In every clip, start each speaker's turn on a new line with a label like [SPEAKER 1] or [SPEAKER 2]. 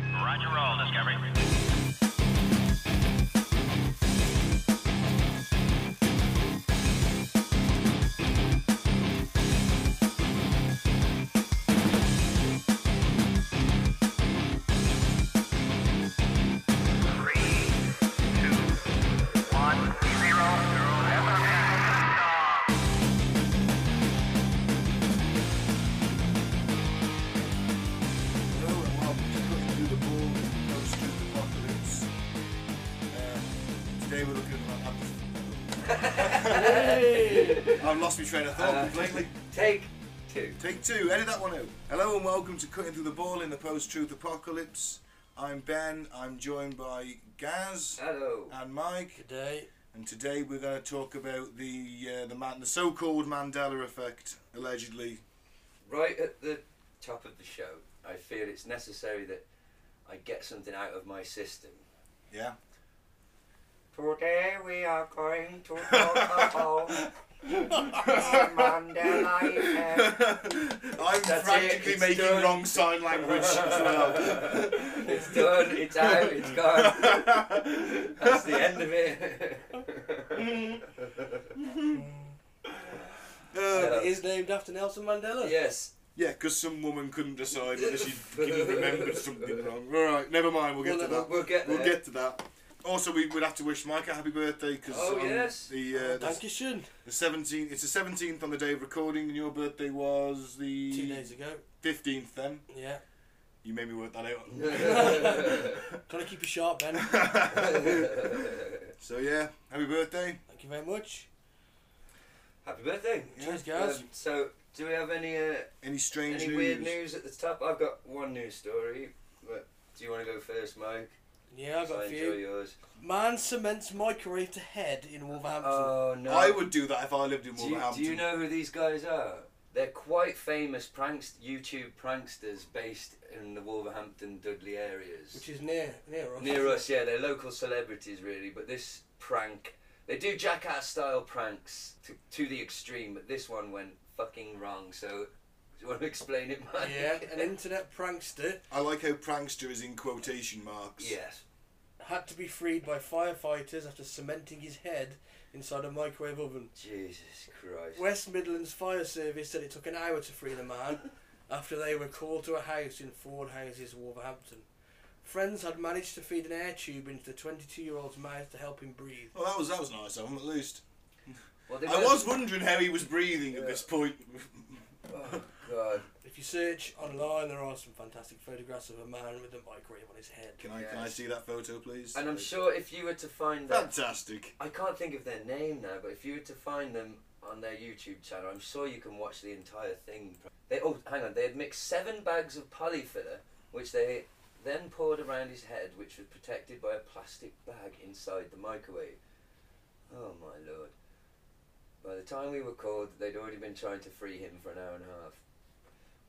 [SPEAKER 1] roll, Discovery. Three, two, one, zero, zero.
[SPEAKER 2] Hello and welcome to Cooking Through the Ball and Close to the Apocalypse. Uh, today we're looking at. I'm, I've lost my train of thought completely.
[SPEAKER 3] Take two.
[SPEAKER 2] Take two, edit that one out. Hello and welcome to Cutting Through the Ball in the Post Truth Apocalypse. I'm Ben, I'm joined by Gaz
[SPEAKER 3] Hello.
[SPEAKER 2] and Mike,
[SPEAKER 4] Today,
[SPEAKER 2] and today we're going to talk about the uh, the, man, the so called Mandela effect, allegedly.
[SPEAKER 3] Right at the top of the show, I feel it's necessary that I get something out of my system.
[SPEAKER 2] Yeah?
[SPEAKER 3] Today we are going to talk about Mandela effect.
[SPEAKER 2] I'm
[SPEAKER 3] That's
[SPEAKER 2] frantically
[SPEAKER 3] it, it's
[SPEAKER 2] making
[SPEAKER 3] done.
[SPEAKER 2] wrong sign language as well.
[SPEAKER 3] It's done, it's out, it's gone. That's the end of it.
[SPEAKER 2] Uh,
[SPEAKER 4] it is named after Nelson Mandela.
[SPEAKER 3] yes.
[SPEAKER 2] yeah, because some woman couldn't decide whether she didn't remembered something wrong. All right, never mind. We'll get
[SPEAKER 3] We'll,
[SPEAKER 2] to that.
[SPEAKER 3] we'll get there.
[SPEAKER 2] We'll get to that. Also, we would have to wish Mike a happy birthday because
[SPEAKER 3] Oh, yes.
[SPEAKER 2] the, uh,
[SPEAKER 4] Thank
[SPEAKER 2] the
[SPEAKER 4] you, Shun.
[SPEAKER 2] the 17th. It's the seventeenth on the day of recording, and your birthday was
[SPEAKER 4] Two
[SPEAKER 2] the
[SPEAKER 4] days ago.
[SPEAKER 2] fifteenth. Then
[SPEAKER 4] Yeah.
[SPEAKER 2] you made me work that out.
[SPEAKER 4] Trying to keep you sharp, Ben.
[SPEAKER 2] So yeah, happy birthday.
[SPEAKER 4] Thank you very much.
[SPEAKER 3] Happy birthday.
[SPEAKER 4] Cheers, guys.
[SPEAKER 3] Um, so, do we have any uh,
[SPEAKER 2] Any strange
[SPEAKER 3] Any
[SPEAKER 2] news?
[SPEAKER 3] weird news at the top? I've got one news story, but do you want to go first, Mike?
[SPEAKER 4] yeah, I
[SPEAKER 3] 'Cause
[SPEAKER 4] got a
[SPEAKER 3] I enjoy
[SPEAKER 4] few.
[SPEAKER 3] yours.
[SPEAKER 4] Man cements microwave to head in Wolverhampton.
[SPEAKER 3] Oh no!
[SPEAKER 2] I would do that if I lived in
[SPEAKER 3] Do you,
[SPEAKER 2] Wolverhampton.
[SPEAKER 3] do you know who these guys are? They're quite famous prankst YouTube pranksters based in the Wolverhampton Dudley areas.
[SPEAKER 4] which is near, near us.
[SPEAKER 3] Near us, yeah, they're local celebrities really, but this prank they do jackass style pranks to, to the extreme, but this one went fucking wrong, so do you want to explain it, Mike?
[SPEAKER 4] Yeah, an internet prankster
[SPEAKER 2] I like how prankster is in quotation marks.
[SPEAKER 3] yes.
[SPEAKER 4] had to be freed by firefighters after cementing his head inside a microwave oven.
[SPEAKER 3] Jesus Christ.
[SPEAKER 4] West Midlands Fire Service said it took an hour to free the man after they were called to a house in Ford Houses, Wolverhampton. Friends had managed to feed an air tube into the 22 year old's mouth to help him breathe.
[SPEAKER 2] Well, that was that was nice of him at least.
[SPEAKER 3] Well, they
[SPEAKER 2] I
[SPEAKER 3] were-
[SPEAKER 2] was wondering how he was breathing at
[SPEAKER 3] Yeah.
[SPEAKER 2] this point.
[SPEAKER 3] Oh God!
[SPEAKER 4] If you search online, there are some fantastic photographs of a man with a microwave on his head.
[SPEAKER 2] Can I can I
[SPEAKER 3] Yes.
[SPEAKER 2] see that photo, please?
[SPEAKER 3] And I'm sure if you were to find them,
[SPEAKER 2] Fantastic.
[SPEAKER 3] I can't think of their name now, but if you were to find them on their YouTube channel, I'm sure you can watch the entire thing. They oh, hang on, they had mixed seven bags of polyfiller, which they then poured around his head, which was protected by a plastic bag inside the microwave. Oh my lord! By the time we were called, they'd already been trying to free him for an hour and a half.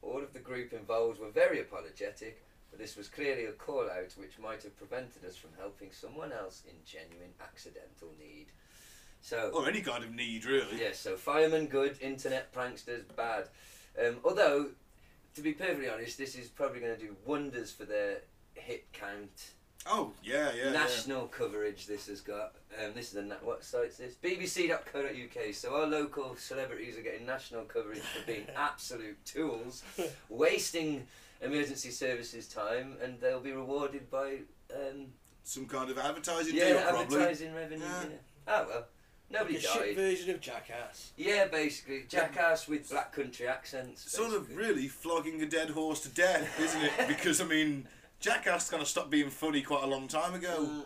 [SPEAKER 3] All of the group involved were very apologetic, but this was clearly a call out which might have prevented us from helping someone else in genuine accidental need. So,
[SPEAKER 2] Or any kind of need, really.
[SPEAKER 3] yes, so firemen good, internet pranksters bad. Um, although, to be perfectly honest, this is probably going to do wonders for their hit count.
[SPEAKER 2] Oh, yeah, yeah. yeah.
[SPEAKER 3] National coverage this has got. Um, this is the na- what site's this? BBC.co.uk. So our local celebrities are getting national coverage for being absolute tools, wasting emergency services time, and they'll be rewarded by um,
[SPEAKER 2] Some kind of advertising
[SPEAKER 3] yeah
[SPEAKER 2] deal, probably.
[SPEAKER 3] advertising revenue.
[SPEAKER 2] Yeah.
[SPEAKER 3] yeah. Oh well, nobody
[SPEAKER 4] Like a shit
[SPEAKER 3] died.
[SPEAKER 4] version of Jackass.
[SPEAKER 3] Yeah, basically jackass with black country accents.
[SPEAKER 2] Sort of
[SPEAKER 3] basically.
[SPEAKER 2] really flogging a dead horse to death, isn't it? Because, I mean, Jackass kind of stopped being funny quite a long time ago.
[SPEAKER 3] Mm,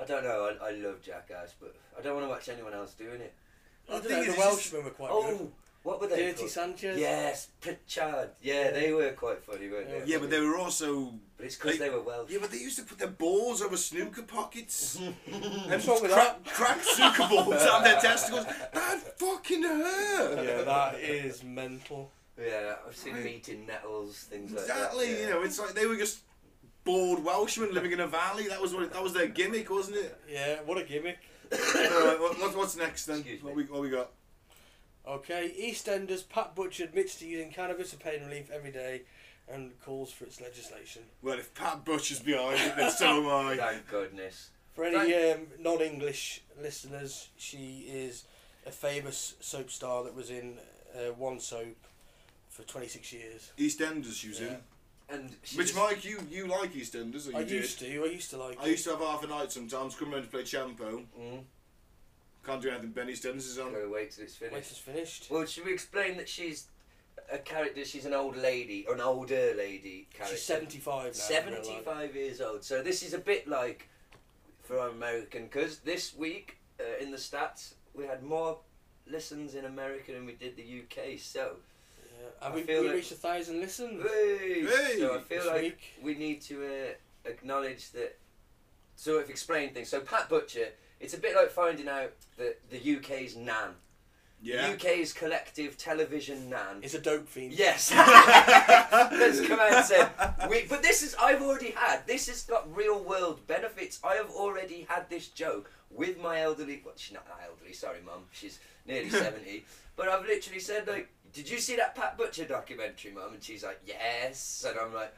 [SPEAKER 3] I don't know. I, I love Jackass, but I don't want to watch anyone else doing it.
[SPEAKER 4] I
[SPEAKER 2] The
[SPEAKER 4] don't know,
[SPEAKER 2] thing is,
[SPEAKER 4] the
[SPEAKER 2] it's
[SPEAKER 4] Welshmen were quite good.
[SPEAKER 3] Oh, what were they?
[SPEAKER 4] Dirty
[SPEAKER 3] called?
[SPEAKER 4] Sanchez.
[SPEAKER 3] Yes, Pritchard. Yeah, they were quite funny, weren't they?
[SPEAKER 4] Yeah.
[SPEAKER 2] Yeah, but they were also.
[SPEAKER 3] But it's because they were Welsh.
[SPEAKER 2] Yeah, but they used to put their balls over snooker pockets.
[SPEAKER 3] Mm-hmm.
[SPEAKER 4] What's wrong with
[SPEAKER 2] crack, crack snooker balls out of their testicles. That fucking hurt.
[SPEAKER 4] that? Yeah, that is mental.
[SPEAKER 3] Yeah, I've seen meat in nettles, things like
[SPEAKER 2] Exactly.
[SPEAKER 3] that.
[SPEAKER 2] You know, it's like they were just bored Welshmen living in a valley. That was what it, that was their gimmick, wasn't it?
[SPEAKER 4] Yeah, what a gimmick.
[SPEAKER 2] Alright, what, what- what's next then?
[SPEAKER 3] Excuse
[SPEAKER 2] What
[SPEAKER 3] me.
[SPEAKER 2] we what we got?
[SPEAKER 4] Okay, EastEnders Pat Butcher admits to using cannabis for pain relief every day and calls for its legislation.
[SPEAKER 2] Well, if Pat Butch is behind it, then so am I.
[SPEAKER 3] Thank goodness.
[SPEAKER 4] For any um, non English listeners, she is a famous soap star that was in uh, one soap for 26 years.
[SPEAKER 2] EastEnders she was
[SPEAKER 4] Yeah.
[SPEAKER 2] in.
[SPEAKER 3] And she
[SPEAKER 2] Which
[SPEAKER 3] just-
[SPEAKER 2] Mike, you you like EastEnders? Or you
[SPEAKER 4] I
[SPEAKER 2] did?
[SPEAKER 4] used to, I used to like
[SPEAKER 2] I
[SPEAKER 4] it.
[SPEAKER 2] used to have half a night sometimes. Come round to play champo.
[SPEAKER 3] Mm,
[SPEAKER 2] Can't do anything. Ben EastEnders is on.
[SPEAKER 3] gotta wait till it's
[SPEAKER 4] Wait,
[SPEAKER 3] finished.
[SPEAKER 4] it's finished.
[SPEAKER 3] Well, should we explain that she's a character? She's an old lady, or an older lady character.
[SPEAKER 4] She's 75 now. in real life.
[SPEAKER 3] 75 years old. So this is a bit like for our American, because this week uh, in the stats we had more listens in America than we did the UK. So,
[SPEAKER 4] Yeah. And
[SPEAKER 3] I
[SPEAKER 4] we,
[SPEAKER 3] feel
[SPEAKER 4] we
[SPEAKER 3] like-
[SPEAKER 4] reached a thousand listens.
[SPEAKER 3] Hey!
[SPEAKER 2] Hey!
[SPEAKER 3] so I feel
[SPEAKER 4] This
[SPEAKER 3] like
[SPEAKER 4] week.
[SPEAKER 3] we need to uh, acknowledge that, sort of explain things. So Pat Butcher, it's a bit like finding out that the UK's nan,
[SPEAKER 2] Yeah.
[SPEAKER 3] UK's collective television nan.
[SPEAKER 4] It's a dope fiend.
[SPEAKER 3] Yes. Let's come out and say, we, but this is, I've already had, this has got real world benefits. I have already had this joke with my elderly, well, she's not that elderly, sorry, mum, she's nearly 70. But I've literally said, like, did you see that Pat Butcher documentary, mum? And she's like, yes. And I'm like,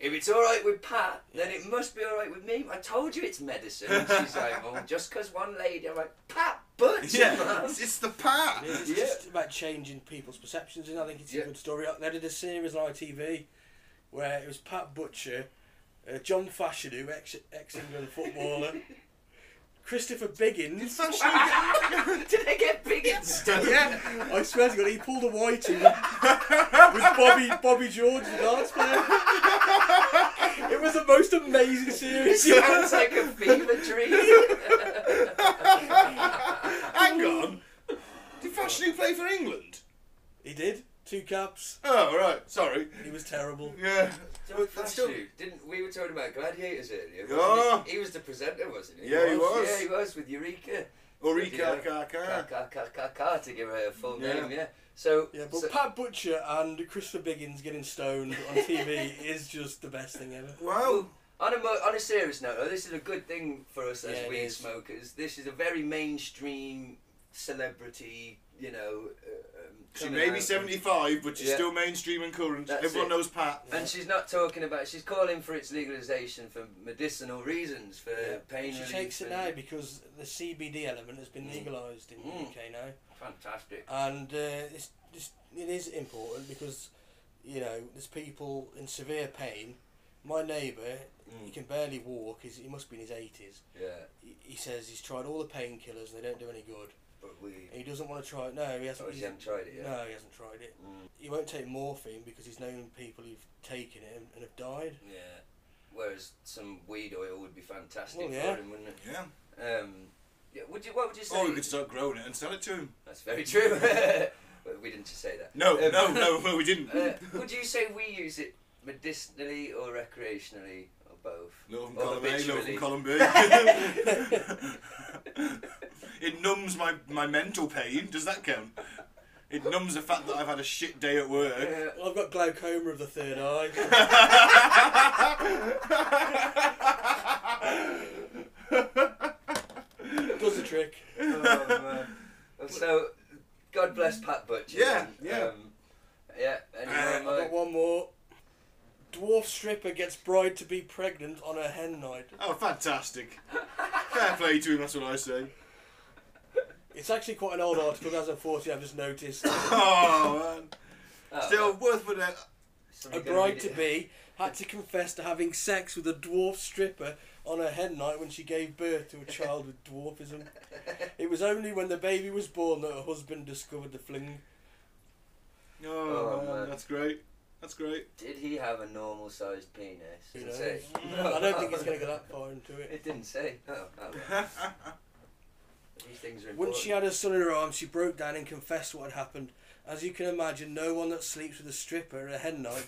[SPEAKER 3] if it's all right with Pat, then it must be all right with me. I told you it's medicine. And she's like, well, just 'cause one lady, I'm like, Pat Butcher,
[SPEAKER 2] yeah.
[SPEAKER 3] man.
[SPEAKER 2] It's, it's the Pat.
[SPEAKER 4] It's
[SPEAKER 3] Yeah.
[SPEAKER 4] just about changing people's perceptions, and I think it's
[SPEAKER 3] Yeah.
[SPEAKER 4] a good story. They did a series on ITV where it was Pat Butcher, uh, John Fashanu, ex ex England footballer, Christopher
[SPEAKER 2] Did
[SPEAKER 4] Biggins.
[SPEAKER 2] Thatcher
[SPEAKER 3] Did they get big and stuff?
[SPEAKER 4] Yeah, I swear to God, he pulled a whitey with Bobby Bobby George, the dance player. It was the most amazing series.
[SPEAKER 3] Sounds like a fever dream.
[SPEAKER 2] Hang on. Did Fashion play for England?
[SPEAKER 4] He did two caps.
[SPEAKER 2] Oh right, sorry.
[SPEAKER 4] He was terrible.
[SPEAKER 2] Yeah.
[SPEAKER 3] Don't
[SPEAKER 2] That's
[SPEAKER 3] flash
[SPEAKER 2] still-
[SPEAKER 3] you. Didn't we were talking about gladiators earlier? wasn't
[SPEAKER 2] Yeah.
[SPEAKER 3] He, he was the presenter, wasn't he?
[SPEAKER 2] Yeah, he was.
[SPEAKER 3] Yeah, he was with Eureka.
[SPEAKER 2] Orika
[SPEAKER 3] Bloody hell.
[SPEAKER 2] Kaka.
[SPEAKER 3] Ka- ka- ka- ka- to give her a full
[SPEAKER 2] Yeah.
[SPEAKER 3] name. Yeah. So.
[SPEAKER 4] Yeah, but
[SPEAKER 3] so-
[SPEAKER 4] Pat Butcher and Christopher Biggins getting stoned on TV is just the best thing ever.
[SPEAKER 2] Wow.
[SPEAKER 3] on a, mo- on a serious note, though, this is a good thing for us as
[SPEAKER 4] Yeah, it
[SPEAKER 3] weed
[SPEAKER 4] is.
[SPEAKER 3] smokers. This is a very mainstream celebrity, you know. uh, Um,
[SPEAKER 2] She
[SPEAKER 3] coming
[SPEAKER 2] may be
[SPEAKER 3] out.
[SPEAKER 2] 75, but she's
[SPEAKER 3] Yeah.
[SPEAKER 2] still mainstream and current.
[SPEAKER 3] That's
[SPEAKER 2] Everyone
[SPEAKER 3] it.
[SPEAKER 2] knows Pat.
[SPEAKER 3] And she's not talking about. She's calling for its legalization for medicinal reasons, for pain
[SPEAKER 4] She
[SPEAKER 3] relief.
[SPEAKER 4] takes it
[SPEAKER 3] and-
[SPEAKER 4] now because the CBD element has been
[SPEAKER 3] Mm.
[SPEAKER 4] legalised in
[SPEAKER 3] Mm.
[SPEAKER 4] the UK now,
[SPEAKER 3] Fantastic.
[SPEAKER 4] and uh, it's just it is important because you know there's people in severe pain. My neighbour, he
[SPEAKER 3] Mm.
[SPEAKER 4] can barely walk. He's, he must be in his eighties.
[SPEAKER 3] Yeah,
[SPEAKER 4] He, he says he's tried all the painkillers and they don't do any good.
[SPEAKER 3] but we.
[SPEAKER 4] And he doesn't want to try it. No, he hasn't.
[SPEAKER 3] Oh, he
[SPEAKER 4] he's-
[SPEAKER 3] hasn't tried it yet.
[SPEAKER 4] No, he hasn't tried it.
[SPEAKER 3] Mm.
[SPEAKER 4] He won't take morphine because he's known people who've taken it and, and have died.
[SPEAKER 3] Yeah. Whereas some weed oil would be fantastic
[SPEAKER 4] Well, yeah.
[SPEAKER 3] for him, wouldn't
[SPEAKER 2] Yeah.
[SPEAKER 3] it? Um, yeah. Would you? What would you say?
[SPEAKER 2] Or we Oh, could start growing it and sell it to him.
[SPEAKER 3] That's very true. But we didn't just say that.
[SPEAKER 2] No,
[SPEAKER 3] Um,
[SPEAKER 2] no, no, no, we didn't.
[SPEAKER 3] uh, would you say we use it medicinally or recreationally or both?
[SPEAKER 2] Love from
[SPEAKER 3] or
[SPEAKER 2] column A, love from
[SPEAKER 3] habitually?
[SPEAKER 2] column B. it numbs my, my mental pain. Does that count? It numbs the fact that I've had a shit day at work.
[SPEAKER 3] Yeah.
[SPEAKER 4] Well, I've got glaucoma of the third eye. Does the trick.
[SPEAKER 3] Oh, man. so, God bless Pat Butcher.
[SPEAKER 2] Yeah,
[SPEAKER 3] then.
[SPEAKER 2] yeah.
[SPEAKER 3] Um, yeah.
[SPEAKER 2] Uh,
[SPEAKER 3] Anyway,
[SPEAKER 4] I've
[SPEAKER 3] Mike.
[SPEAKER 4] got one more. Dwarf stripper gets bride to be pregnant on her hen night.
[SPEAKER 2] oh, fantastic. Fair play to him, that's what I say.
[SPEAKER 4] It's actually quite an old article, 2014, I've just noticed.
[SPEAKER 2] Oh, man.
[SPEAKER 3] Oh,
[SPEAKER 2] Still worth with it.
[SPEAKER 4] A
[SPEAKER 3] somebody gonna
[SPEAKER 4] bride
[SPEAKER 3] read
[SPEAKER 4] to
[SPEAKER 3] it.
[SPEAKER 4] be had to confess to having sex with a dwarf stripper on her hen night when she gave birth to a child with dwarfism. It was only when the baby was born that her husband discovered the fling.
[SPEAKER 2] Oh,
[SPEAKER 3] Oh,
[SPEAKER 2] man,
[SPEAKER 3] man.
[SPEAKER 2] that's great. That's great.
[SPEAKER 3] Did he have a normal sized penis?
[SPEAKER 4] Who
[SPEAKER 3] Didn't
[SPEAKER 4] knows?
[SPEAKER 3] say.
[SPEAKER 4] I don't think it's going to go that far into it.
[SPEAKER 3] It didn't say. Oh, oh, well. These things are important.
[SPEAKER 4] Once she had her son in her arms, she broke down and confessed what had happened. As you can imagine, no one that sleeps with a stripper at a hen night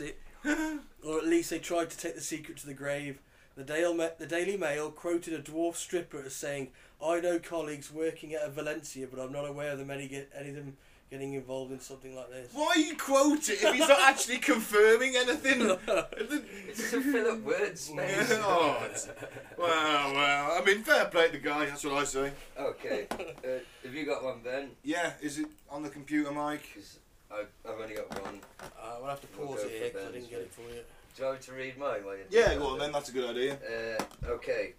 [SPEAKER 4] it, or at least they tried to take the secret to the grave. The Daily, Ma- the Daily Mail quoted a dwarf stripper as saying, "I know colleagues working at a Valencia, but I'm not aware of them any get any of them getting involved in something like this."
[SPEAKER 2] Why you quote it if he's not actually confirming anything?
[SPEAKER 4] Uh,
[SPEAKER 3] It's just a fill up word space.
[SPEAKER 2] oh, it's- well, well. I mean, fair play to the guy. That's what I say.
[SPEAKER 3] okay. Uh, have you got one, Ben?
[SPEAKER 2] Yeah, is it on the computer, Mike?
[SPEAKER 3] 'Cause I, I've only got one.
[SPEAKER 4] Uh, we'll have to
[SPEAKER 3] We'll
[SPEAKER 4] pause
[SPEAKER 3] go
[SPEAKER 4] it here
[SPEAKER 3] for
[SPEAKER 4] because I
[SPEAKER 3] Ben's
[SPEAKER 4] didn't get
[SPEAKER 3] one.
[SPEAKER 4] it for you.
[SPEAKER 3] Do you want me to read mine? While you
[SPEAKER 2] Yeah, go on then. That's a good idea.
[SPEAKER 3] Uh, okay.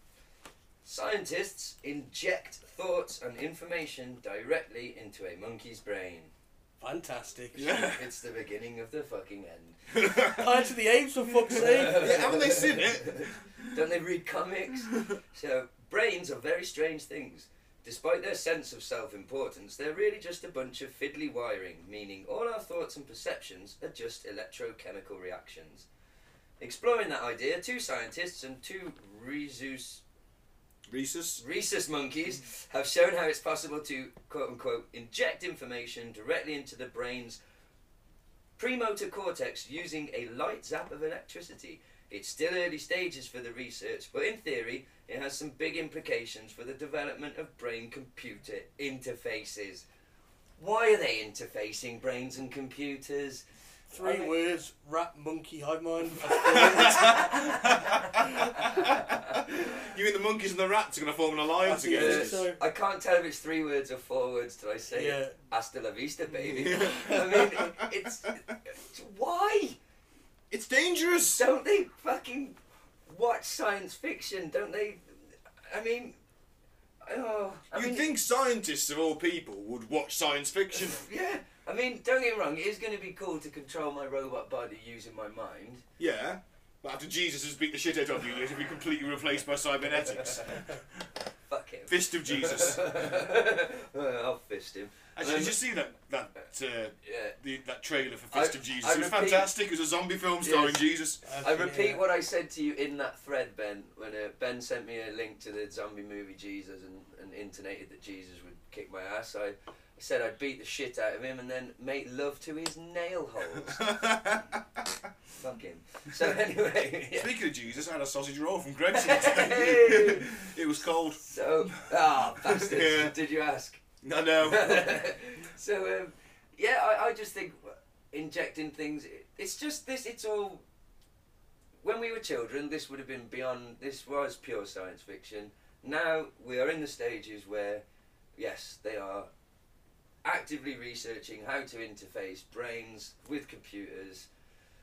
[SPEAKER 3] Scientists inject thoughts and information directly into a monkey's brain.
[SPEAKER 4] Fantastic.
[SPEAKER 2] Yeah.
[SPEAKER 3] It's the beginning of the fucking end.
[SPEAKER 4] Planet of the Apes, for fuck's sake.
[SPEAKER 2] Yeah, haven't they seen it?
[SPEAKER 3] Don't they read comics? So, brains are very strange things. Despite their sense of self importance, they're really just a bunch of fiddly wiring, meaning all our thoughts and perceptions are just electrochemical reactions. Exploring that idea, two scientists and two rhesus
[SPEAKER 2] Rhesus.
[SPEAKER 3] Rhesus monkeys have shown how it's possible to quote unquote inject information directly into the brain's premotor cortex using a light zap of electricity. It's still early stages for the research, but in theory, it has some big implications for the development of brain computer interfaces. Why are they interfacing brains and computers?
[SPEAKER 4] Three
[SPEAKER 3] Alright.
[SPEAKER 4] words, rat, monkey, hive mind.
[SPEAKER 2] You mean the monkeys and the rats are going to form an alliance
[SPEAKER 4] I think
[SPEAKER 2] again?
[SPEAKER 4] so.
[SPEAKER 3] I can't tell if it's three words or four words till I say
[SPEAKER 4] Yeah.
[SPEAKER 3] it. Hasta la vista, baby. I mean, it's, it's why
[SPEAKER 2] It's dangerous.
[SPEAKER 3] don't they fucking watch science fiction? Don't they? I mean, oh, I
[SPEAKER 2] You'd
[SPEAKER 3] mean,
[SPEAKER 2] think scientists of all people would watch science fiction.
[SPEAKER 3] yeah. I mean, don't get me wrong. It is going to be cool to control my robot body using my mind.
[SPEAKER 2] yeah. But after Jesus has beat the shit out of you, you'll be completely replaced by cybernetics.
[SPEAKER 3] Fuck him.
[SPEAKER 2] Fist of Jesus.
[SPEAKER 3] I'll fist him.
[SPEAKER 2] Actually,
[SPEAKER 3] Um,
[SPEAKER 2] did you see that that uh,
[SPEAKER 3] Yeah.
[SPEAKER 2] the, that trailer for Fist
[SPEAKER 3] I-
[SPEAKER 2] of Jesus?
[SPEAKER 3] I
[SPEAKER 2] it was
[SPEAKER 3] repeat-
[SPEAKER 2] fantastic. It was a zombie film starring
[SPEAKER 3] Yes.
[SPEAKER 2] Jesus.
[SPEAKER 3] I repeat what I said to you in that thread, Ben, when uh, Ben sent me a link to the zombie movie Jesus and, and intonated that Jesus would kick my ass. I, I said I'd beat the shit out of him and then make love to his nail holes. Fucking. So anyway. yeah.
[SPEAKER 2] Speaking of Jesus, I had a sausage roll from Greg's.
[SPEAKER 3] Hey!
[SPEAKER 2] it was cold.
[SPEAKER 3] So, ah, bastards,
[SPEAKER 2] Yeah.
[SPEAKER 3] did you ask?
[SPEAKER 2] I know.
[SPEAKER 3] so, um, yeah, I, I just think injecting things, it's just this, it's all. When we were children, this would have been beyond, this was pure science fiction. Now we are in the stages where, yes, they are actively researching how to interface brains with computers.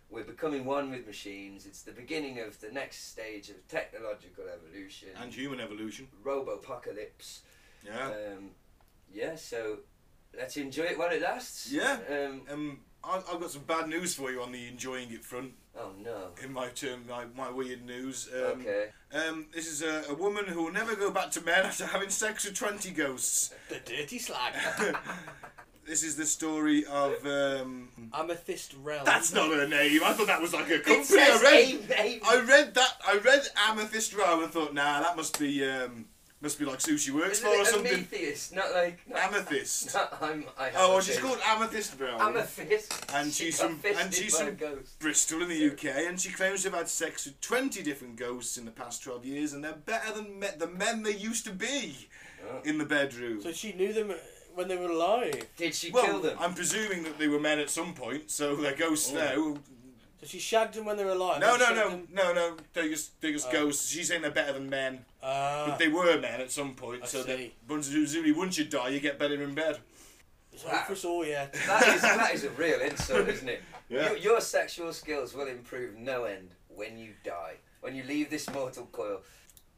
[SPEAKER 3] We're becoming one with machines. It's the beginning of the next stage of technological evolution.
[SPEAKER 2] and human evolution.
[SPEAKER 3] Robopocalypse.
[SPEAKER 2] Yeah.
[SPEAKER 3] Um, yeah, so let's enjoy it while it lasts.
[SPEAKER 2] Yeah.
[SPEAKER 3] Um,
[SPEAKER 2] Um, I've, I've got some bad news for you on the enjoying it front.
[SPEAKER 3] oh no.
[SPEAKER 2] In my term, my, my weird news. Um,
[SPEAKER 3] Okay.
[SPEAKER 2] Um, this is a, a woman who will never go back to men after having sex with 20 ghosts.
[SPEAKER 4] The dirty slag.
[SPEAKER 2] This is the story of. Um,
[SPEAKER 4] Amethyst realm.
[SPEAKER 2] that's not her name. I thought that was like a
[SPEAKER 3] It
[SPEAKER 2] company. I
[SPEAKER 3] says
[SPEAKER 2] read,
[SPEAKER 3] a- a-
[SPEAKER 2] I read that. I read Amethyst Row and thought, nah, that must be um, must be like Sushi Works
[SPEAKER 3] Isn't
[SPEAKER 2] for or
[SPEAKER 3] it
[SPEAKER 2] something.
[SPEAKER 3] Amethyst, not like. Not,
[SPEAKER 2] Amethyst.
[SPEAKER 3] not- I'm, I have
[SPEAKER 2] Oh,
[SPEAKER 3] a
[SPEAKER 2] well, she's
[SPEAKER 3] thing.
[SPEAKER 2] called Amethyst Brown.
[SPEAKER 3] Amethyst.
[SPEAKER 2] And
[SPEAKER 3] She
[SPEAKER 2] she's
[SPEAKER 3] got
[SPEAKER 2] from-
[SPEAKER 3] fisted
[SPEAKER 2] and she's
[SPEAKER 3] by a
[SPEAKER 2] from-
[SPEAKER 3] ghost.
[SPEAKER 2] Bristol in the
[SPEAKER 3] Yeah.
[SPEAKER 2] UK, and she claims to have had sex with 20 different ghosts in the past 12 years, and they're better than me- the men they used to be
[SPEAKER 3] Oh.
[SPEAKER 2] in the bedroom.
[SPEAKER 4] So she knew them when they were alive.
[SPEAKER 3] Did she
[SPEAKER 2] well,
[SPEAKER 3] kill them? Oh.
[SPEAKER 2] I'm presuming that they were men at some point, so they're ghosts now.
[SPEAKER 4] So she shagged them when they were alive.
[SPEAKER 2] No,
[SPEAKER 4] and
[SPEAKER 2] no,
[SPEAKER 4] shagged
[SPEAKER 2] no,
[SPEAKER 4] them-
[SPEAKER 2] no, no. They're just, they're just
[SPEAKER 4] Oh.
[SPEAKER 2] ghosts. She's saying they're better than men,
[SPEAKER 4] Ah,
[SPEAKER 2] but they were men at some point.
[SPEAKER 4] I
[SPEAKER 2] so
[SPEAKER 4] see.
[SPEAKER 2] that, but presumably, once you die, you get better in bed.
[SPEAKER 4] it's hope for us all yet.
[SPEAKER 3] That is, that is a real insult, isn't it?
[SPEAKER 2] Yeah.
[SPEAKER 3] Your, your sexual skills will improve no end when you die, when you leave this mortal coil.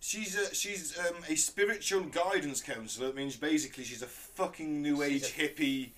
[SPEAKER 2] She's a, she's um, a spiritual guidance counselor. That means basically she's a fucking new
[SPEAKER 3] She's
[SPEAKER 2] age hippie,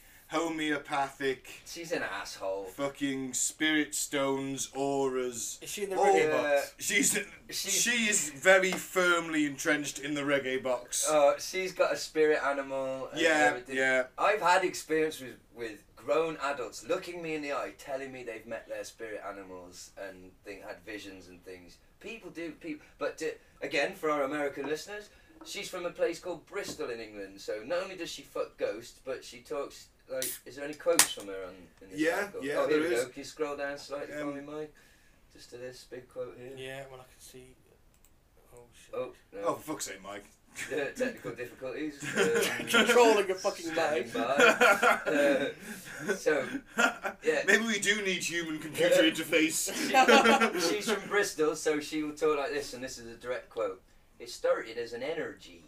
[SPEAKER 2] homeopathic,
[SPEAKER 3] She's an asshole.
[SPEAKER 2] fucking spirit stones, auras.
[SPEAKER 4] Is she in the
[SPEAKER 2] Oh,
[SPEAKER 4] reggae
[SPEAKER 3] yeah.
[SPEAKER 4] box?
[SPEAKER 2] She's,
[SPEAKER 3] She's-
[SPEAKER 2] she is very firmly entrenched in the reggae box.
[SPEAKER 4] Oh,
[SPEAKER 3] Uh, she's got a spirit animal. And
[SPEAKER 2] yeah,
[SPEAKER 3] everything.
[SPEAKER 2] yeah.
[SPEAKER 3] I've had experience with, with grown adults looking me in the eye, telling me they've met their spirit animals and think, had visions and things. People do, people. But to, again, for our American listeners, she's from a place called Bristol in England. So not only does she fuck ghosts, but she talks. Like, is there any quotes from her on? In this
[SPEAKER 2] Yeah,
[SPEAKER 3] article?
[SPEAKER 2] yeah,
[SPEAKER 3] Oh, here
[SPEAKER 2] there
[SPEAKER 3] we
[SPEAKER 2] is.
[SPEAKER 3] go. Can you scroll down slightly for
[SPEAKER 2] Um,
[SPEAKER 3] me, Mike? Just to this big quote here.
[SPEAKER 4] Yeah, well, I can see. Oh, shit.
[SPEAKER 3] Oh no.
[SPEAKER 2] Oh, for fuck's sake, Mike.
[SPEAKER 3] Uh, technical difficulties. Um,
[SPEAKER 4] Controlling your fucking
[SPEAKER 3] standing
[SPEAKER 4] mind.
[SPEAKER 3] by. Uh, so yeah.
[SPEAKER 2] Maybe we do need human computer interface.
[SPEAKER 3] She's from Bristol, so she will talk like this, and this is a direct quote. It started as an energy,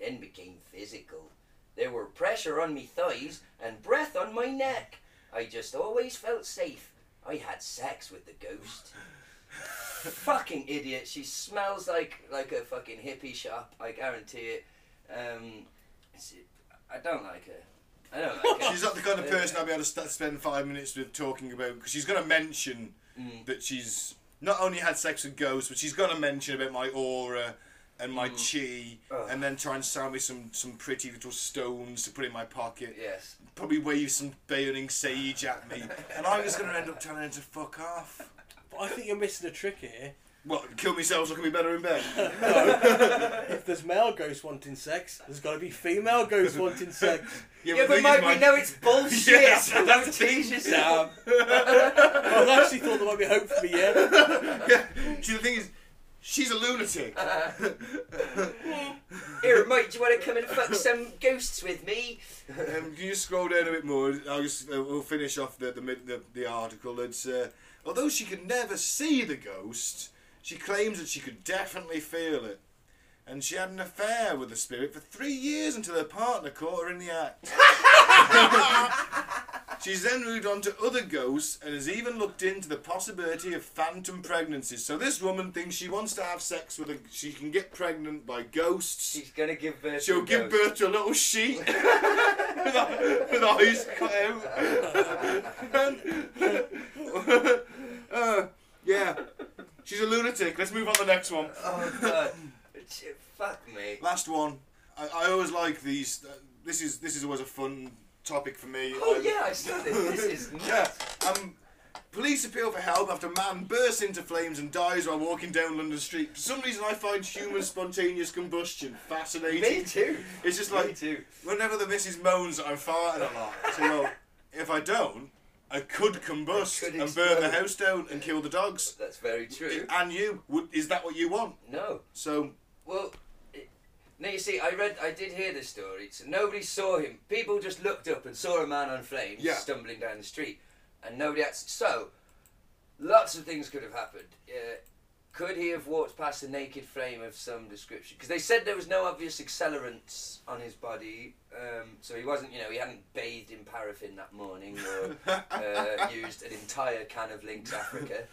[SPEAKER 3] then became physical. There were pressure on me thighs and breath on my neck. I just always felt safe. I had sex with the ghost. fucking idiot. She smells like like a fucking hippie shop. I guarantee it. Um, it's- I don't like her. I don't like her.
[SPEAKER 2] She's not the kind of
[SPEAKER 3] Uh,
[SPEAKER 2] person I'll be able to st- spend five minutes with talking about because she's going to mention
[SPEAKER 3] Mm.
[SPEAKER 2] that she's not only had sex with ghosts, but she's going to mention about my aura and my chi,
[SPEAKER 3] Mm. Ugh.
[SPEAKER 2] and then try and sell me some some pretty little stones to put in my pocket.
[SPEAKER 3] Yes.
[SPEAKER 2] Probably wave some burning sage at me, and I'm just going to end up telling her to fuck off.
[SPEAKER 4] But I think you're missing a trick here.
[SPEAKER 2] What? Kill myself so I can be better in bed.
[SPEAKER 4] If there's male ghosts wanting sex, there's got to be female ghosts wanting sex.
[SPEAKER 3] Yeah,
[SPEAKER 2] the
[SPEAKER 3] but
[SPEAKER 2] thing
[SPEAKER 3] Mike,
[SPEAKER 2] is,
[SPEAKER 3] we know it's bullshit.
[SPEAKER 2] Yeah,
[SPEAKER 3] don't tease
[SPEAKER 4] Damn.
[SPEAKER 3] yourself.
[SPEAKER 4] Well, I actually thought there might be hope for me here.
[SPEAKER 2] See, the thing is, she's a lunatic.
[SPEAKER 3] Here, mate, do you want to come and fuck some ghosts with me?
[SPEAKER 2] Um, can you scroll down a bit more? I'll just, uh, we'll finish off the the, mid- the, the article. It's, uh, although she could never see the ghost, she claims that she could definitely feel it. And she had an affair with the spirit for three years until her partner caught her in the act. She's then moved on to other ghosts and has even looked into the possibility of phantom pregnancies. So this woman thinks she wants to have sex with a. She can get pregnant by ghosts.
[SPEAKER 3] She's gonna give birth.
[SPEAKER 2] She'll
[SPEAKER 3] to a
[SPEAKER 2] give
[SPEAKER 3] ghost.
[SPEAKER 2] birth to a little sheep with, eye- with eyes cut out. uh, yeah, she's a lunatic. Let's move on to the next one.
[SPEAKER 3] Oh god, Ch- fuck me.
[SPEAKER 2] Last one. I, I always like these. Uh, this is this is always a fun topic for me.
[SPEAKER 3] Oh
[SPEAKER 2] I'm-
[SPEAKER 3] yeah, I saw this. This is
[SPEAKER 2] yeah.
[SPEAKER 3] nuts.
[SPEAKER 2] Um, police appeal for help after man bursts into flames and dies while walking down London Street. For some reason, I find human spontaneous combustion fascinating.
[SPEAKER 3] Me too.
[SPEAKER 2] It's just
[SPEAKER 3] me
[SPEAKER 2] like
[SPEAKER 3] too.
[SPEAKER 2] Whenever the missus moans that I'm farting a lot, I say, well, if I don't, I could combust
[SPEAKER 3] I could
[SPEAKER 2] and burn the
[SPEAKER 3] explode.
[SPEAKER 2] house down and kill the dogs.
[SPEAKER 3] That's very true.
[SPEAKER 2] And you, would, is that what you want?
[SPEAKER 3] No.
[SPEAKER 2] So,
[SPEAKER 3] Well, it, now you see, I read, I did hear this story. So nobody saw him. People just looked up and saw a man on flames
[SPEAKER 2] Yeah.
[SPEAKER 3] stumbling down the street, and nobody else. So, lots of things could have happened. Uh, could he have walked past a naked flame of some description? Because they said there was no obvious accelerants on his body, um, so he wasn't, you know, he hadn't bathed in paraffin that morning or uh, used an entire can of Lynx Africa.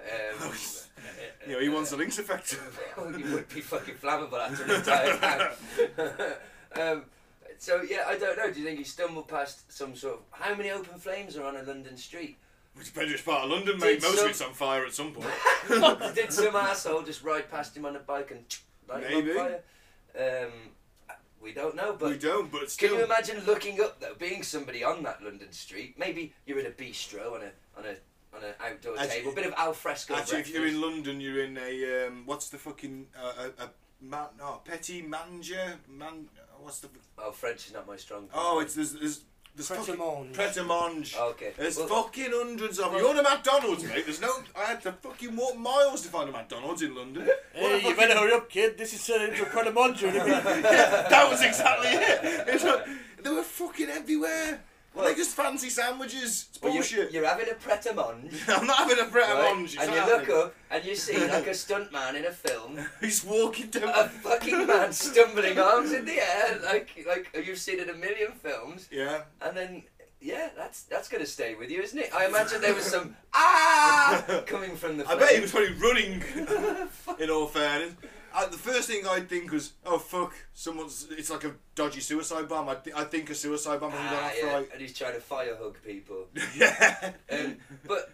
[SPEAKER 3] Um, uh,
[SPEAKER 2] you know, he wants the links effect.
[SPEAKER 3] well, you would be fucking flammable after an entire time. um, so yeah, I don't know. Do you think he stumbled past some sort of how many open flames are on a London street?
[SPEAKER 2] Which depends which part of London, mate.
[SPEAKER 3] Did
[SPEAKER 2] Most
[SPEAKER 3] some-
[SPEAKER 2] of it's on fire at some point.
[SPEAKER 3] Did some asshole just ride past him on a bike and light him
[SPEAKER 2] Maybe.
[SPEAKER 3] on fire? Um, we don't know, but
[SPEAKER 2] we don't, but
[SPEAKER 3] Can you
[SPEAKER 2] still.
[SPEAKER 3] imagine looking up though, being somebody on that London street? Maybe you're in a bistro on a on a on an outdoor
[SPEAKER 2] Actually-
[SPEAKER 3] table, a bit of al fresco
[SPEAKER 2] Actually, if
[SPEAKER 3] breakfast.
[SPEAKER 2] you're in London, you're in a um, what's the fucking uh, a, a man, no, petty manger man. What's the
[SPEAKER 3] oh, French is not my strong. point.
[SPEAKER 2] oh? It's there's there's there's
[SPEAKER 4] Pret a
[SPEAKER 2] fucking-
[SPEAKER 4] mange.
[SPEAKER 2] Pret a mange.
[SPEAKER 3] okay.
[SPEAKER 2] There's
[SPEAKER 3] well,
[SPEAKER 2] fucking hundreds of them. You're on a McDonald's, mate. There's no. I had to fucking walk miles to find a McDonald's in London. What a
[SPEAKER 4] Hey, you
[SPEAKER 2] fucking-
[SPEAKER 4] better hurry up, kid. This is turning into a predamonja.
[SPEAKER 2] that was exactly it. It's like, they were fucking everywhere. Well, they just fancy sandwiches. It's
[SPEAKER 3] Well, you're-
[SPEAKER 2] bullshit.
[SPEAKER 3] You're, having a pret a mange.
[SPEAKER 2] I'm not having a Pret a
[SPEAKER 3] right?
[SPEAKER 2] Mange. it's
[SPEAKER 3] And you
[SPEAKER 2] not
[SPEAKER 3] look
[SPEAKER 2] happening.
[SPEAKER 3] up and you see like a stunt man in a film,
[SPEAKER 2] He's walking down.
[SPEAKER 3] a fucking man stumbling arms in the air, like like you've seen in a million films,
[SPEAKER 2] yeah.
[SPEAKER 3] and then. Yeah, that's that's gonna stay with you, isn't it? I imagine there was some ah coming from the.
[SPEAKER 2] I bet he was
[SPEAKER 3] flames.
[SPEAKER 2] probably running. in all fairness, I, the first thing I'd think was, "Oh fuck, someone's." It's like a dodgy suicide bomb. I, th- I think a suicide bomb. I'm
[SPEAKER 3] Ah,
[SPEAKER 2] going
[SPEAKER 3] yeah,
[SPEAKER 2] right.
[SPEAKER 3] and he's trying to fire hug people.
[SPEAKER 2] yeah.
[SPEAKER 3] Um, but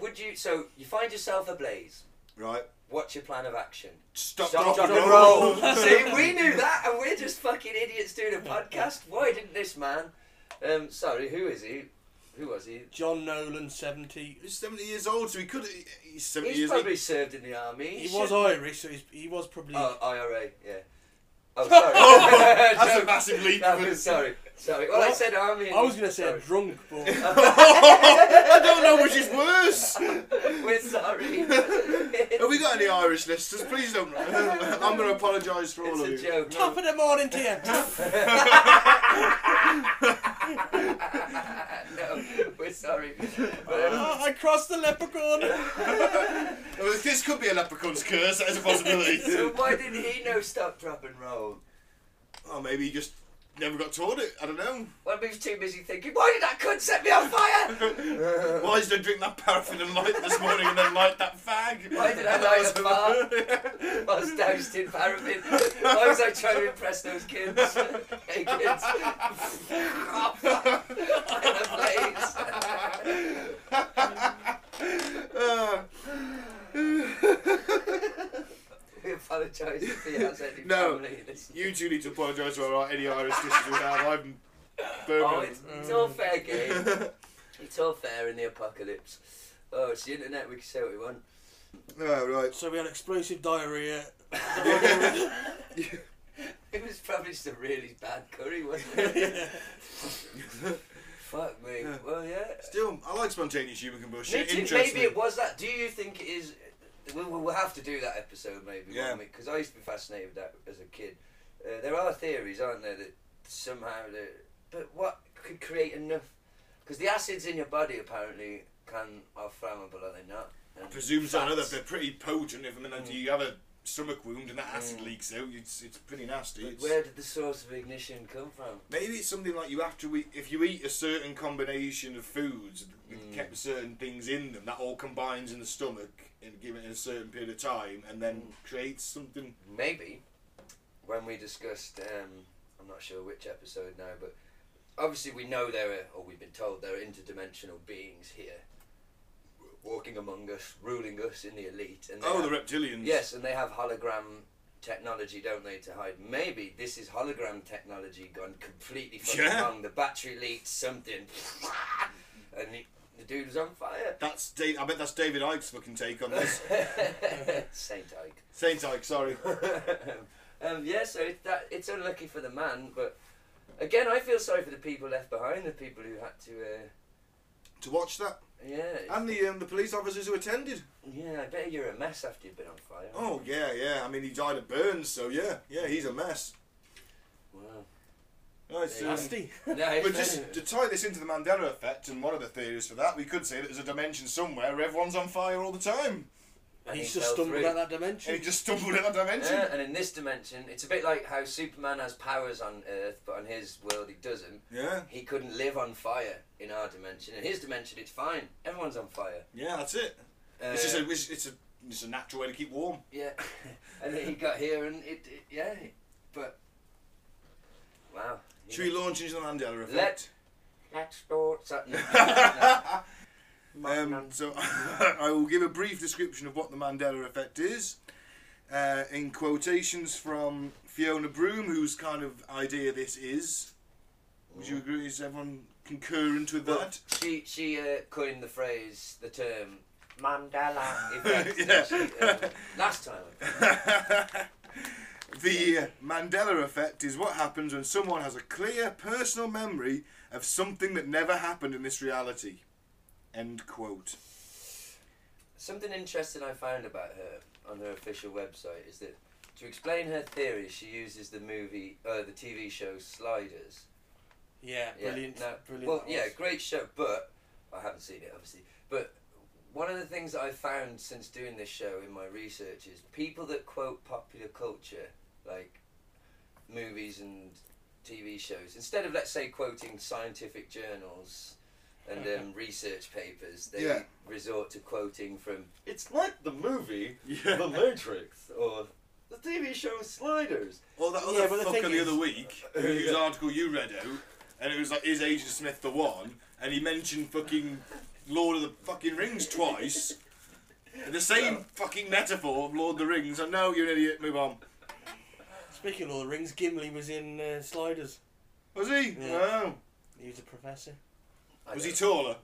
[SPEAKER 3] would you? So you find yourself ablaze.
[SPEAKER 2] Right.
[SPEAKER 3] What's your plan of action?
[SPEAKER 2] Stop,
[SPEAKER 3] Stop,
[SPEAKER 2] drop,
[SPEAKER 3] drop,
[SPEAKER 2] and
[SPEAKER 3] and
[SPEAKER 2] roll.
[SPEAKER 3] roll. See, we knew that, and we're just fucking idiots doing a podcast. Why didn't this man? Um, sorry, who is he? Who was he?
[SPEAKER 4] John Nolan, 70.
[SPEAKER 2] He's 70 years old, so he could. He's 70
[SPEAKER 3] He's
[SPEAKER 2] years
[SPEAKER 3] probably
[SPEAKER 2] old.
[SPEAKER 3] served in the army.
[SPEAKER 4] He was Irish, so he's, he was probably.
[SPEAKER 3] Oh, IRA, yeah. Oh, sorry. oh,
[SPEAKER 2] That's a massive leap.
[SPEAKER 3] sorry, sorry. Well, I
[SPEAKER 4] Well,
[SPEAKER 3] said army.
[SPEAKER 4] I was going to say
[SPEAKER 3] sorry.
[SPEAKER 4] drunk, but.
[SPEAKER 2] I don't know which is worse.
[SPEAKER 3] We're sorry.
[SPEAKER 2] Have we got any Irish listeners? Please don't. I'm going to apologise for all
[SPEAKER 3] It's
[SPEAKER 2] of you.
[SPEAKER 3] a joke.
[SPEAKER 4] Top of the morning to you.
[SPEAKER 3] no, we're sorry. But, um,
[SPEAKER 4] I crossed the leprechaun.
[SPEAKER 2] Well, This could be a leprechaun's curse. That is a possibility.
[SPEAKER 3] so why didn't he know stop, drop, and roll?
[SPEAKER 2] oh, maybe he just never got taught it. I don't know.
[SPEAKER 3] Well, he was too busy thinking, why did that cunt set me on fire?
[SPEAKER 2] Why did I drink that paraffin and light this morning and then light that fag?
[SPEAKER 3] Why did I light a fart? I was doused in paraffin. Why was I trying to impress those kids? hey, kids. In a blaze. we apologise if he has any
[SPEAKER 2] No.
[SPEAKER 3] family listening.
[SPEAKER 2] you two need to apologise for our- any Irish dishes we have. I'm burning.
[SPEAKER 3] Oh, it's, it's all fair game. It's all fair in the apocalypse. Oh, it's the internet, we can say what we want.
[SPEAKER 2] oh, right.
[SPEAKER 4] So we had explosive diarrhea.
[SPEAKER 3] It was probably some really bad curry, wasn't it? Fuck me. Well, yeah.
[SPEAKER 2] Still, I like spontaneous human combustion.
[SPEAKER 3] Maybe,
[SPEAKER 2] It interests
[SPEAKER 3] maybe
[SPEAKER 2] me.
[SPEAKER 3] it was that. Do you think it is? We'll, we'll have to do that episode maybe.
[SPEAKER 2] Yeah.
[SPEAKER 3] Because I used to be fascinated with that as a kid. Uh, there are theories, aren't there, that somehow the but what could create enough? Because the acids in your body apparently can are flammable, are they not? And
[SPEAKER 2] I presume so. I know that
[SPEAKER 3] fats. Mm.
[SPEAKER 2] they're pretty potent. If I mean, if you have a stomach wound and that acid leaks out, it's it's pretty nasty.
[SPEAKER 3] But
[SPEAKER 2] It's-
[SPEAKER 3] Where did the source of ignition come from?
[SPEAKER 2] Maybe it's something like you have to eat. If you eat a certain combination of foods with kept certain things in them, that all combines in the stomach and given it a certain period of time, and then creates something.
[SPEAKER 3] maybe when we discussed um, I'm not sure which episode now, but obviously we know there are or we've been told there are interdimensional beings here walking among us, ruling us in the elite and they
[SPEAKER 2] Oh,
[SPEAKER 3] have-
[SPEAKER 2] the reptilians.
[SPEAKER 3] Yes, and they have hologram technology, don't they, to hide. Maybe this is hologram technology gone completely fucking
[SPEAKER 2] Yeah.
[SPEAKER 3] wrong. The battery leaked something and the, the dude was on fire.
[SPEAKER 2] That's da- I bet that's David Icke's fucking take on this.
[SPEAKER 3] Saint Ike.
[SPEAKER 2] Saint Ike, sorry.
[SPEAKER 3] um, yeah, so it, that, it's unlucky for the man, but again, I feel sorry for the people left behind, the people who had to. Uh,
[SPEAKER 2] to watch that,
[SPEAKER 3] yeah, it's-
[SPEAKER 2] and the um, the police officers who attended.
[SPEAKER 3] yeah. I bet you're a mess after you've been on fire.
[SPEAKER 2] Oh yeah, yeah. I mean, he died of burns, so yeah, yeah. He's a mess.
[SPEAKER 3] Wow.
[SPEAKER 2] Right, so-
[SPEAKER 4] Nasty.
[SPEAKER 3] No, it's-
[SPEAKER 2] But just to tie this into the Mandela effect, and one of the theories for that, we could say that there's a dimension somewhere where everyone's on fire all the time.
[SPEAKER 3] and
[SPEAKER 4] He's
[SPEAKER 3] he
[SPEAKER 4] just
[SPEAKER 3] fell
[SPEAKER 4] stumbled
[SPEAKER 3] through.
[SPEAKER 4] at that
[SPEAKER 2] And he
[SPEAKER 4] dimension.
[SPEAKER 2] just stumbled in that dimension.
[SPEAKER 3] Yeah, and in this dimension, it's a bit like how Superman has powers on Earth, but on his world he doesn't.
[SPEAKER 2] Yeah,
[SPEAKER 3] He couldn't live on fire in our dimension. In his dimension, it's fine. Everyone's on fire.
[SPEAKER 2] yeah, that's it.
[SPEAKER 3] Uh,
[SPEAKER 2] it's just a, it's, it's a, it's a natural way to keep warm.
[SPEAKER 3] Yeah, and then he got here, and it, it yeah, but wow.
[SPEAKER 2] Should we launch into the Mandela effect?
[SPEAKER 3] Let- Let's go. So, no,
[SPEAKER 2] um, so I will give a brief description of what the Mandela effect is, uh, in quotations from Fiona Broom, whose kind of idea this is. Would you agree? Is everyone concurrent with
[SPEAKER 3] Well,
[SPEAKER 2] that?
[SPEAKER 3] she she uh, coined the phrase, the term Mandela
[SPEAKER 2] Yeah.
[SPEAKER 3] effect. didn't she? Um, last time.
[SPEAKER 2] the uh, Mandela effect is what happens when someone has a clear personal memory of something that never happened in this reality. End quote.
[SPEAKER 3] Something interesting I found about her on her official website is that to explain her theory, she uses the movie, uh, the TV show Sliders.
[SPEAKER 4] Yeah,
[SPEAKER 3] Yeah,
[SPEAKER 4] brilliant.
[SPEAKER 3] no,
[SPEAKER 4] brilliant.
[SPEAKER 3] Well,
[SPEAKER 4] that
[SPEAKER 3] yeah,
[SPEAKER 4] was.
[SPEAKER 3] great show, but I haven't seen it obviously. But one of the things that I found since doing this show in my research is people that quote popular culture, like movies and TV shows, instead of let's say quoting scientific journals and um, research papers, they
[SPEAKER 2] Yeah.
[SPEAKER 3] resort to quoting from. It's like the movie The
[SPEAKER 2] Yeah.
[SPEAKER 3] Matrix or the TV show Sliders.
[SPEAKER 2] Or that other
[SPEAKER 4] Yeah, but the
[SPEAKER 2] fucker
[SPEAKER 4] thing
[SPEAKER 2] the
[SPEAKER 4] is-
[SPEAKER 2] other week, whose article you read out, and it was like, is Agent Smith the one? And he mentioned fucking Lord of the fucking Rings twice. The same fucking metaphor of Lord of the Rings. I know you're an idiot. Move on.
[SPEAKER 4] Speaking of Lord of the Rings, Gimli was in uh, Sliders.
[SPEAKER 2] Was he?
[SPEAKER 4] Yeah.
[SPEAKER 2] Oh.
[SPEAKER 4] He was a professor,
[SPEAKER 3] I
[SPEAKER 2] Was
[SPEAKER 3] don't-
[SPEAKER 2] he taller?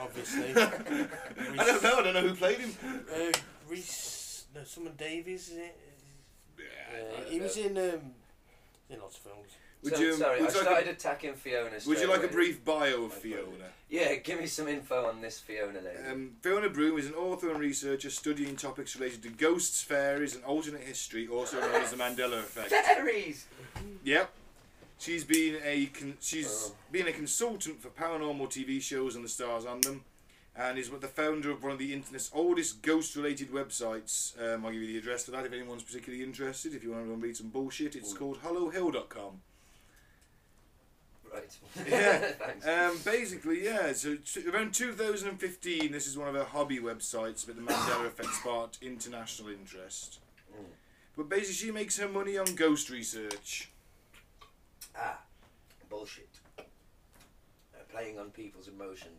[SPEAKER 4] obviously.
[SPEAKER 2] I don't know. I don't know who played him.
[SPEAKER 4] uh, Reese, no, someone Davies. Is it?
[SPEAKER 3] I
[SPEAKER 4] Uh,
[SPEAKER 3] don't
[SPEAKER 4] he was
[SPEAKER 3] know.
[SPEAKER 4] in um, in lots of films.
[SPEAKER 2] Would
[SPEAKER 3] So-
[SPEAKER 2] you?
[SPEAKER 3] sorry,
[SPEAKER 2] would
[SPEAKER 3] I
[SPEAKER 2] you like a-
[SPEAKER 3] started attacking Fiona.
[SPEAKER 2] Would you
[SPEAKER 3] straight
[SPEAKER 2] like a
[SPEAKER 3] away.
[SPEAKER 2] brief bio of
[SPEAKER 3] I'd
[SPEAKER 2] Fiona?
[SPEAKER 3] Yeah, give me some info on this Fiona lady.
[SPEAKER 2] Um, Fiona Broom is an author and researcher studying topics related to ghosts, fairies, and alternate history, also known as the Mandela effect.
[SPEAKER 3] Fairies!
[SPEAKER 2] Yep. She's been a con- she's
[SPEAKER 3] Oh.
[SPEAKER 2] been a consultant for paranormal TV shows and the stars on them, and is the founder of one of the internet's oldest ghost-related websites. Um, I'll give you the address for that if anyone's particularly interested. If you want to go and read some bullshit, it's called hollowhill.com.
[SPEAKER 3] right.
[SPEAKER 2] Yeah.
[SPEAKER 3] Thanks.
[SPEAKER 2] Um, basically, yeah. So t- around 2015, this is one of her hobby websites, but the Mandela effect sparked international interest.
[SPEAKER 3] Mm.
[SPEAKER 2] But basically, she makes her money on ghost research.
[SPEAKER 3] ah, bullshit. Uh, playing on people's emotions.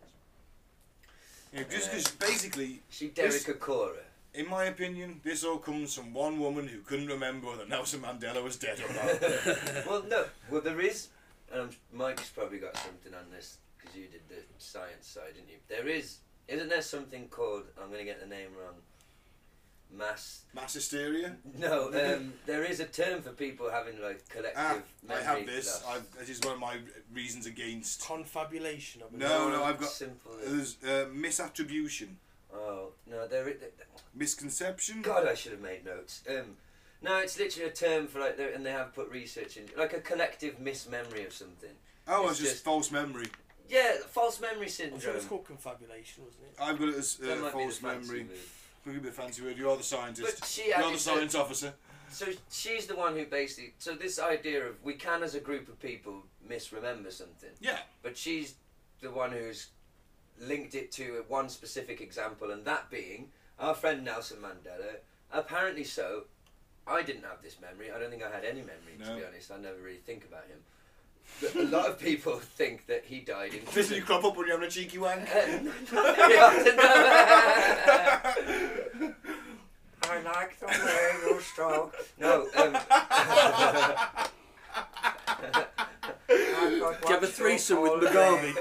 [SPEAKER 2] You know, just 'cause basically,
[SPEAKER 3] She Derek
[SPEAKER 2] This-
[SPEAKER 3] Akora.
[SPEAKER 2] in my opinion, this all comes from one woman who couldn't remember whether Nelson Mandela was dead or not.
[SPEAKER 3] well, no. Well, there is, and I'm, Mike's probably got something on this because you did the science side, didn't you? There is, isn't there something called? I'm going to get the name wrong. Mass.
[SPEAKER 2] Mass hysteria.
[SPEAKER 3] No, um, there is a term for people having like collective
[SPEAKER 2] Ah, I
[SPEAKER 3] memory.
[SPEAKER 2] have this.
[SPEAKER 3] loss.
[SPEAKER 2] I've, this is one of my reasons against.
[SPEAKER 4] Confabulation. I believe.
[SPEAKER 2] No, no, I've
[SPEAKER 3] it's
[SPEAKER 2] got-
[SPEAKER 3] Simple.
[SPEAKER 2] There's uh, misattribution,
[SPEAKER 3] oh no, there. i-
[SPEAKER 2] misconception.
[SPEAKER 3] God, I should have made notes. Um, no, it's literally a term for like, there- and they have put research in, like a collective mismemory of something.
[SPEAKER 2] Oh,
[SPEAKER 3] it's
[SPEAKER 2] it's just,
[SPEAKER 3] just-
[SPEAKER 2] false memory.
[SPEAKER 3] Yeah, false memory
[SPEAKER 4] I'm
[SPEAKER 3] syndrome.
[SPEAKER 4] sure it's called confabulation, wasn't it?
[SPEAKER 2] I've got it as
[SPEAKER 3] That
[SPEAKER 2] uh,
[SPEAKER 3] might be the
[SPEAKER 2] false
[SPEAKER 3] fancy
[SPEAKER 2] memory.
[SPEAKER 3] move.
[SPEAKER 2] Could be a fancy word. You are the scientist.
[SPEAKER 3] But she
[SPEAKER 2] You're
[SPEAKER 3] added
[SPEAKER 2] the
[SPEAKER 3] that-
[SPEAKER 2] science officer.
[SPEAKER 3] So she's the one who basically. So this idea of we can, as a group of people, misremember something,
[SPEAKER 2] Yeah.
[SPEAKER 3] but she's the one who's linked it to one specific example, and that being our friend Nelson Mandela. Apparently, so I didn't have this memory. I don't think I had any memory to
[SPEAKER 2] No.
[SPEAKER 3] be honest. I never really think about him. But a lot of people think that he died in
[SPEAKER 2] This is
[SPEAKER 3] prison.
[SPEAKER 2] you crop up when you're having a cheeky wank.
[SPEAKER 3] I like the way you stroke. No, um,
[SPEAKER 4] Do you have a threesome with Mugabe?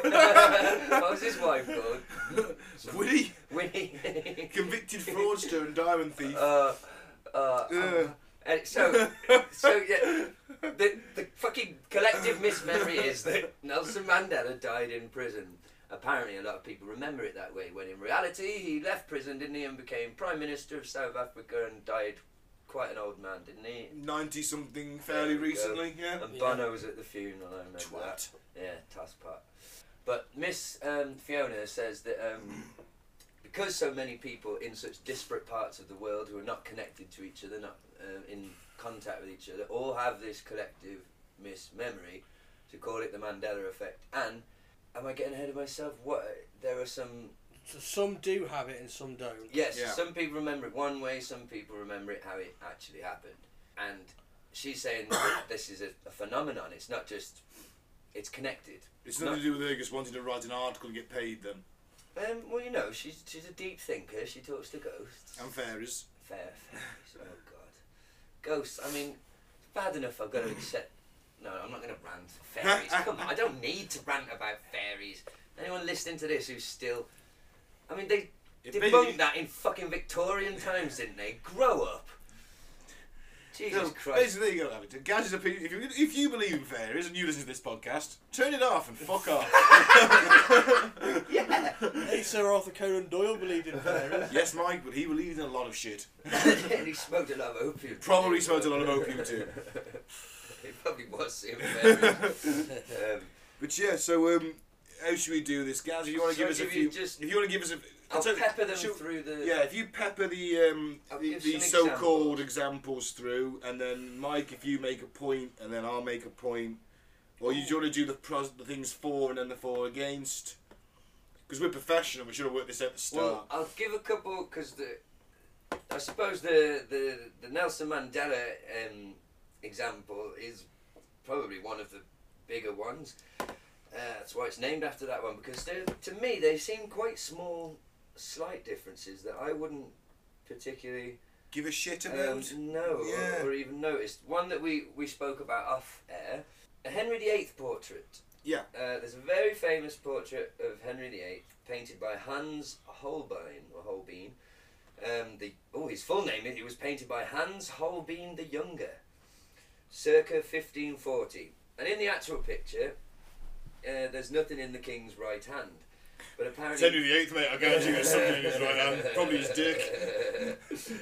[SPEAKER 3] what was his wife called?
[SPEAKER 2] Woody,
[SPEAKER 3] Winnie.
[SPEAKER 2] convicted fraudster and diamond thief.
[SPEAKER 3] uh, uh,
[SPEAKER 2] Ugh.
[SPEAKER 3] and so, so yeah, the, the fucking collective mismemory is that Nelson Mandela died in prison. Apparently, a lot of people remember it that way, when in reality, he left prison, didn't he, and became Prime Minister of South Africa and died quite an old man, didn't he?
[SPEAKER 2] 90 something fairly
[SPEAKER 3] There we go.
[SPEAKER 2] recently, yeah.
[SPEAKER 3] And
[SPEAKER 4] Yeah.
[SPEAKER 3] Bono was at the funeral, I remember that.
[SPEAKER 2] Twat.
[SPEAKER 3] Yeah, Tasspot. But Miss um, Fiona says that um, because so many people in such disparate parts of the world who are not connected to each other, not um in contact with each other, all have this collective mismemory, to call it the Mandela effect. And am I getting ahead of myself? What there are some
[SPEAKER 4] So some do have it and some don't.
[SPEAKER 3] Yes,
[SPEAKER 2] Yeah.
[SPEAKER 3] some people remember it one way, some people remember it how it actually happened. And she's saying this is a, a phenomenon. It's not just, it's connected.
[SPEAKER 2] It's nothing to do with her just wanting to write an article and get paid then.
[SPEAKER 3] Um, well, you know, she's she's a deep thinker. She talks to ghosts.
[SPEAKER 2] And fair is.
[SPEAKER 3] fair, fair. is- Oh God, ghosts. I mean, bad enough. I've got to accept. No, I'm not going to rant. Fairies. Come on, I don't need to rant about fairies. Anyone listening to this who's still, I mean, they
[SPEAKER 2] It
[SPEAKER 3] debunked that in fucking Victorian times, didn't they? Grow up. Jesus
[SPEAKER 2] No,
[SPEAKER 3] Christ.
[SPEAKER 2] Basically, there you go, Abington. Gaz's opinion. If you, if you believe in fairies and you listen to this podcast, turn it off and fuck off.
[SPEAKER 3] Yeah.
[SPEAKER 4] Hey, Sir Arthur Conan Doyle believed in fairies.
[SPEAKER 2] yes, Mike, but he believed in a lot of shit.
[SPEAKER 3] he smoked a lot of opium.
[SPEAKER 2] Probably smoked a lot of opium too.
[SPEAKER 3] he probably was seeing fairies. um,
[SPEAKER 2] But yeah, so um, how should we do this, Gaz? If you want to
[SPEAKER 3] So
[SPEAKER 2] give us a
[SPEAKER 3] if you
[SPEAKER 2] few,
[SPEAKER 3] just-
[SPEAKER 2] if you want to give us a,
[SPEAKER 3] I'll
[SPEAKER 2] tell you-
[SPEAKER 3] pepper them
[SPEAKER 2] shall-
[SPEAKER 3] through the.
[SPEAKER 2] Yeah, if you pepper the um,
[SPEAKER 3] I'll
[SPEAKER 2] the,
[SPEAKER 3] give
[SPEAKER 2] the
[SPEAKER 3] some
[SPEAKER 2] so-called examples through, and then Mike, if you make a point, and then I'll make a point, or you, do you want to do the pros, the things for and then the for against? Because we're professional, we should have worked this out at the start.
[SPEAKER 3] Well, I'll give a couple because the. I suppose the the, the Nelson Mandela um, example is probably one of the bigger ones. Uh, that's why it's named after that one because they to me they seem quite small, slight differences that I wouldn't particularly
[SPEAKER 2] Give a shit
[SPEAKER 3] um,
[SPEAKER 2] about.
[SPEAKER 3] know or-
[SPEAKER 2] Yeah.
[SPEAKER 3] or, even noticed. One that we we spoke about off air, a Henry VIII portrait.
[SPEAKER 2] Yeah.
[SPEAKER 3] Uh, there's a very famous portrait of Henry VIII painted by Hans Holbein or Holbein. Um, the oh, his full name. It was painted by Hans Holbein the Younger, circa 1540. And in the actual picture, uh, there's nothing in the king's right hand, but
[SPEAKER 2] It's
[SPEAKER 3] apparently.
[SPEAKER 2] Henry VIII, mate. I guarantee there's something in his right hand. Probably his dick.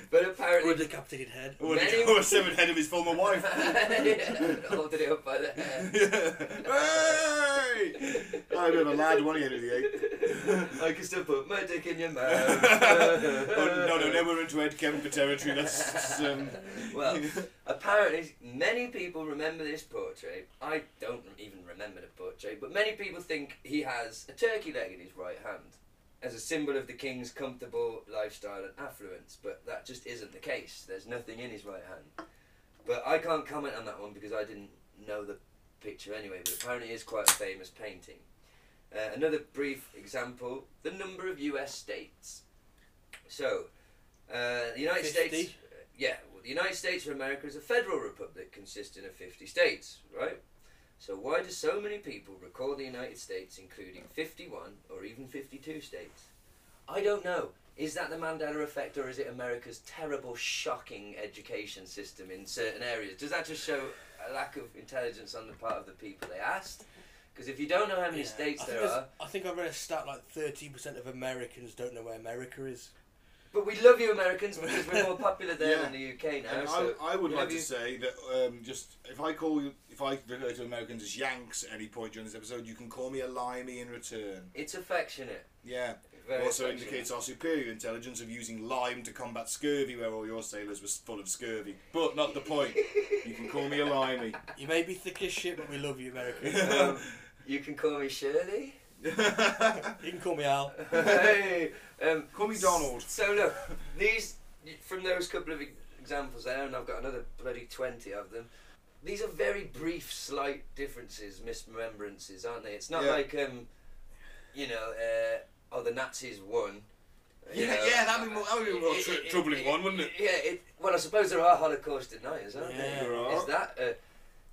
[SPEAKER 3] but
[SPEAKER 4] Or a
[SPEAKER 3] apparently,
[SPEAKER 4] decapitated head.
[SPEAKER 2] Or
[SPEAKER 3] Many-
[SPEAKER 2] the or a severed head of his former wife.
[SPEAKER 3] holding it up by the hair.
[SPEAKER 2] hey! I remember lad one Henry VIII.
[SPEAKER 3] I can still put my dick in your mouth.
[SPEAKER 2] oh, no, no, now we're into Ed Kemper territory. That's um,
[SPEAKER 3] Well, apparently, many people remember this portrait. I don't even remember remember the butt joke, but many people think he has a turkey leg in his right hand as a symbol of the king's comfortable lifestyle and affluence, but that just isn't the case. There's nothing in his right hand. But I can't comment on that one because I didn't know the picture anyway, but apparently it is quite a famous painting. Uh, another brief example the number of US states. So, uh, the United
[SPEAKER 4] 50?
[SPEAKER 3] States. Yeah, well, the United States of America is a federal republic consisting of 50 states, right? So, why do so many people recall the United States, including 51 or even 52 states? I don't know. Is that the Mandela effect or is it America's terrible, shocking education system in certain areas? Does that just show a lack of intelligence on the part of the people they asked? Because if you don't know how many
[SPEAKER 4] Yeah.
[SPEAKER 3] states
[SPEAKER 4] I think
[SPEAKER 3] there
[SPEAKER 4] there's-
[SPEAKER 3] are,
[SPEAKER 4] I think I read a stat like 13% of Americans don't know where America is.
[SPEAKER 3] But we love you Americans because we're more popular there
[SPEAKER 2] Yeah.
[SPEAKER 3] than the UK now.
[SPEAKER 2] And
[SPEAKER 3] so
[SPEAKER 2] I, I would
[SPEAKER 3] we
[SPEAKER 2] like
[SPEAKER 3] love
[SPEAKER 2] to
[SPEAKER 3] you.
[SPEAKER 2] say that um, just if I call you, if I refer to Americans as Yanks at any point during this episode, you can call me a limey in return.
[SPEAKER 3] It's affectionate.
[SPEAKER 2] Yeah.
[SPEAKER 3] Very
[SPEAKER 2] also
[SPEAKER 3] affectionate.
[SPEAKER 2] indicates our superior intelligence of using lime to combat scurvy, where all your sailors were full of scurvy. But not the point. you can call me a limey.
[SPEAKER 4] You may be thick as shit, but we love you, Americans.
[SPEAKER 3] Um, you can call me Shirley.
[SPEAKER 4] you can call me Al.
[SPEAKER 3] Hey, um,
[SPEAKER 2] Call me Donald.
[SPEAKER 3] So look, these from those couple of e- examples there, and I've got another bloody twenty of them. These are very brief, slight differences, misremembrances, aren't they? It's not
[SPEAKER 2] Yeah.
[SPEAKER 3] like um, you know, uh, oh, the Nazis won. you
[SPEAKER 2] Yeah,
[SPEAKER 3] know.
[SPEAKER 2] yeah, that'd be more- that'd be a more tr- troubling one, wouldn't it?
[SPEAKER 3] Yeah, it, well, I suppose there are Holocaust deniers, aren't
[SPEAKER 4] Yeah.
[SPEAKER 3] there?
[SPEAKER 2] There are.
[SPEAKER 3] Is that uh,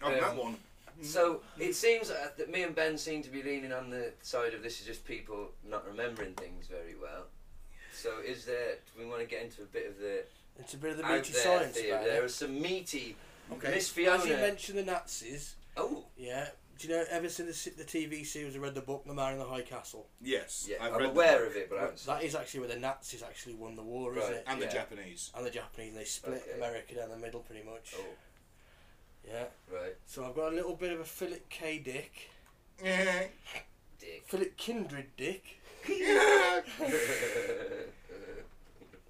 [SPEAKER 2] Oh,
[SPEAKER 3] Um,
[SPEAKER 2] that one.
[SPEAKER 3] so it seems uh, that me and Ben seem to be leaning on the side of this is just people not remembering things very well. So is there? Do we want to get into a bit of the
[SPEAKER 4] It's a bit of the
[SPEAKER 3] out
[SPEAKER 4] meaty
[SPEAKER 3] there
[SPEAKER 4] science
[SPEAKER 3] theory?
[SPEAKER 4] about
[SPEAKER 3] There
[SPEAKER 4] it.
[SPEAKER 3] are some meaty
[SPEAKER 2] Okay.
[SPEAKER 3] Miss
[SPEAKER 4] As you
[SPEAKER 3] Fiona.
[SPEAKER 4] mentioned the Nazis,
[SPEAKER 3] Oh,
[SPEAKER 4] yeah. Do you know, ever since the, the TV series, I read the book The Man in the High Castle.
[SPEAKER 2] Yes.
[SPEAKER 3] yeah,
[SPEAKER 2] I've
[SPEAKER 3] I'm
[SPEAKER 2] read
[SPEAKER 3] aware
[SPEAKER 2] the-
[SPEAKER 3] of it, but I haven't.
[SPEAKER 4] That is actually where the Nazis actually won the war, isn't
[SPEAKER 3] Right.
[SPEAKER 4] it?
[SPEAKER 2] And
[SPEAKER 3] Yeah.
[SPEAKER 2] the Japanese.
[SPEAKER 4] And the Japanese, they split
[SPEAKER 3] Okay.
[SPEAKER 4] America down the middle pretty much.
[SPEAKER 3] Oh,
[SPEAKER 4] Yeah.
[SPEAKER 3] right,
[SPEAKER 4] So I've got a little bit of a Philip K. Dick.
[SPEAKER 3] dick.
[SPEAKER 4] Philip Kindred Dick. Yeah.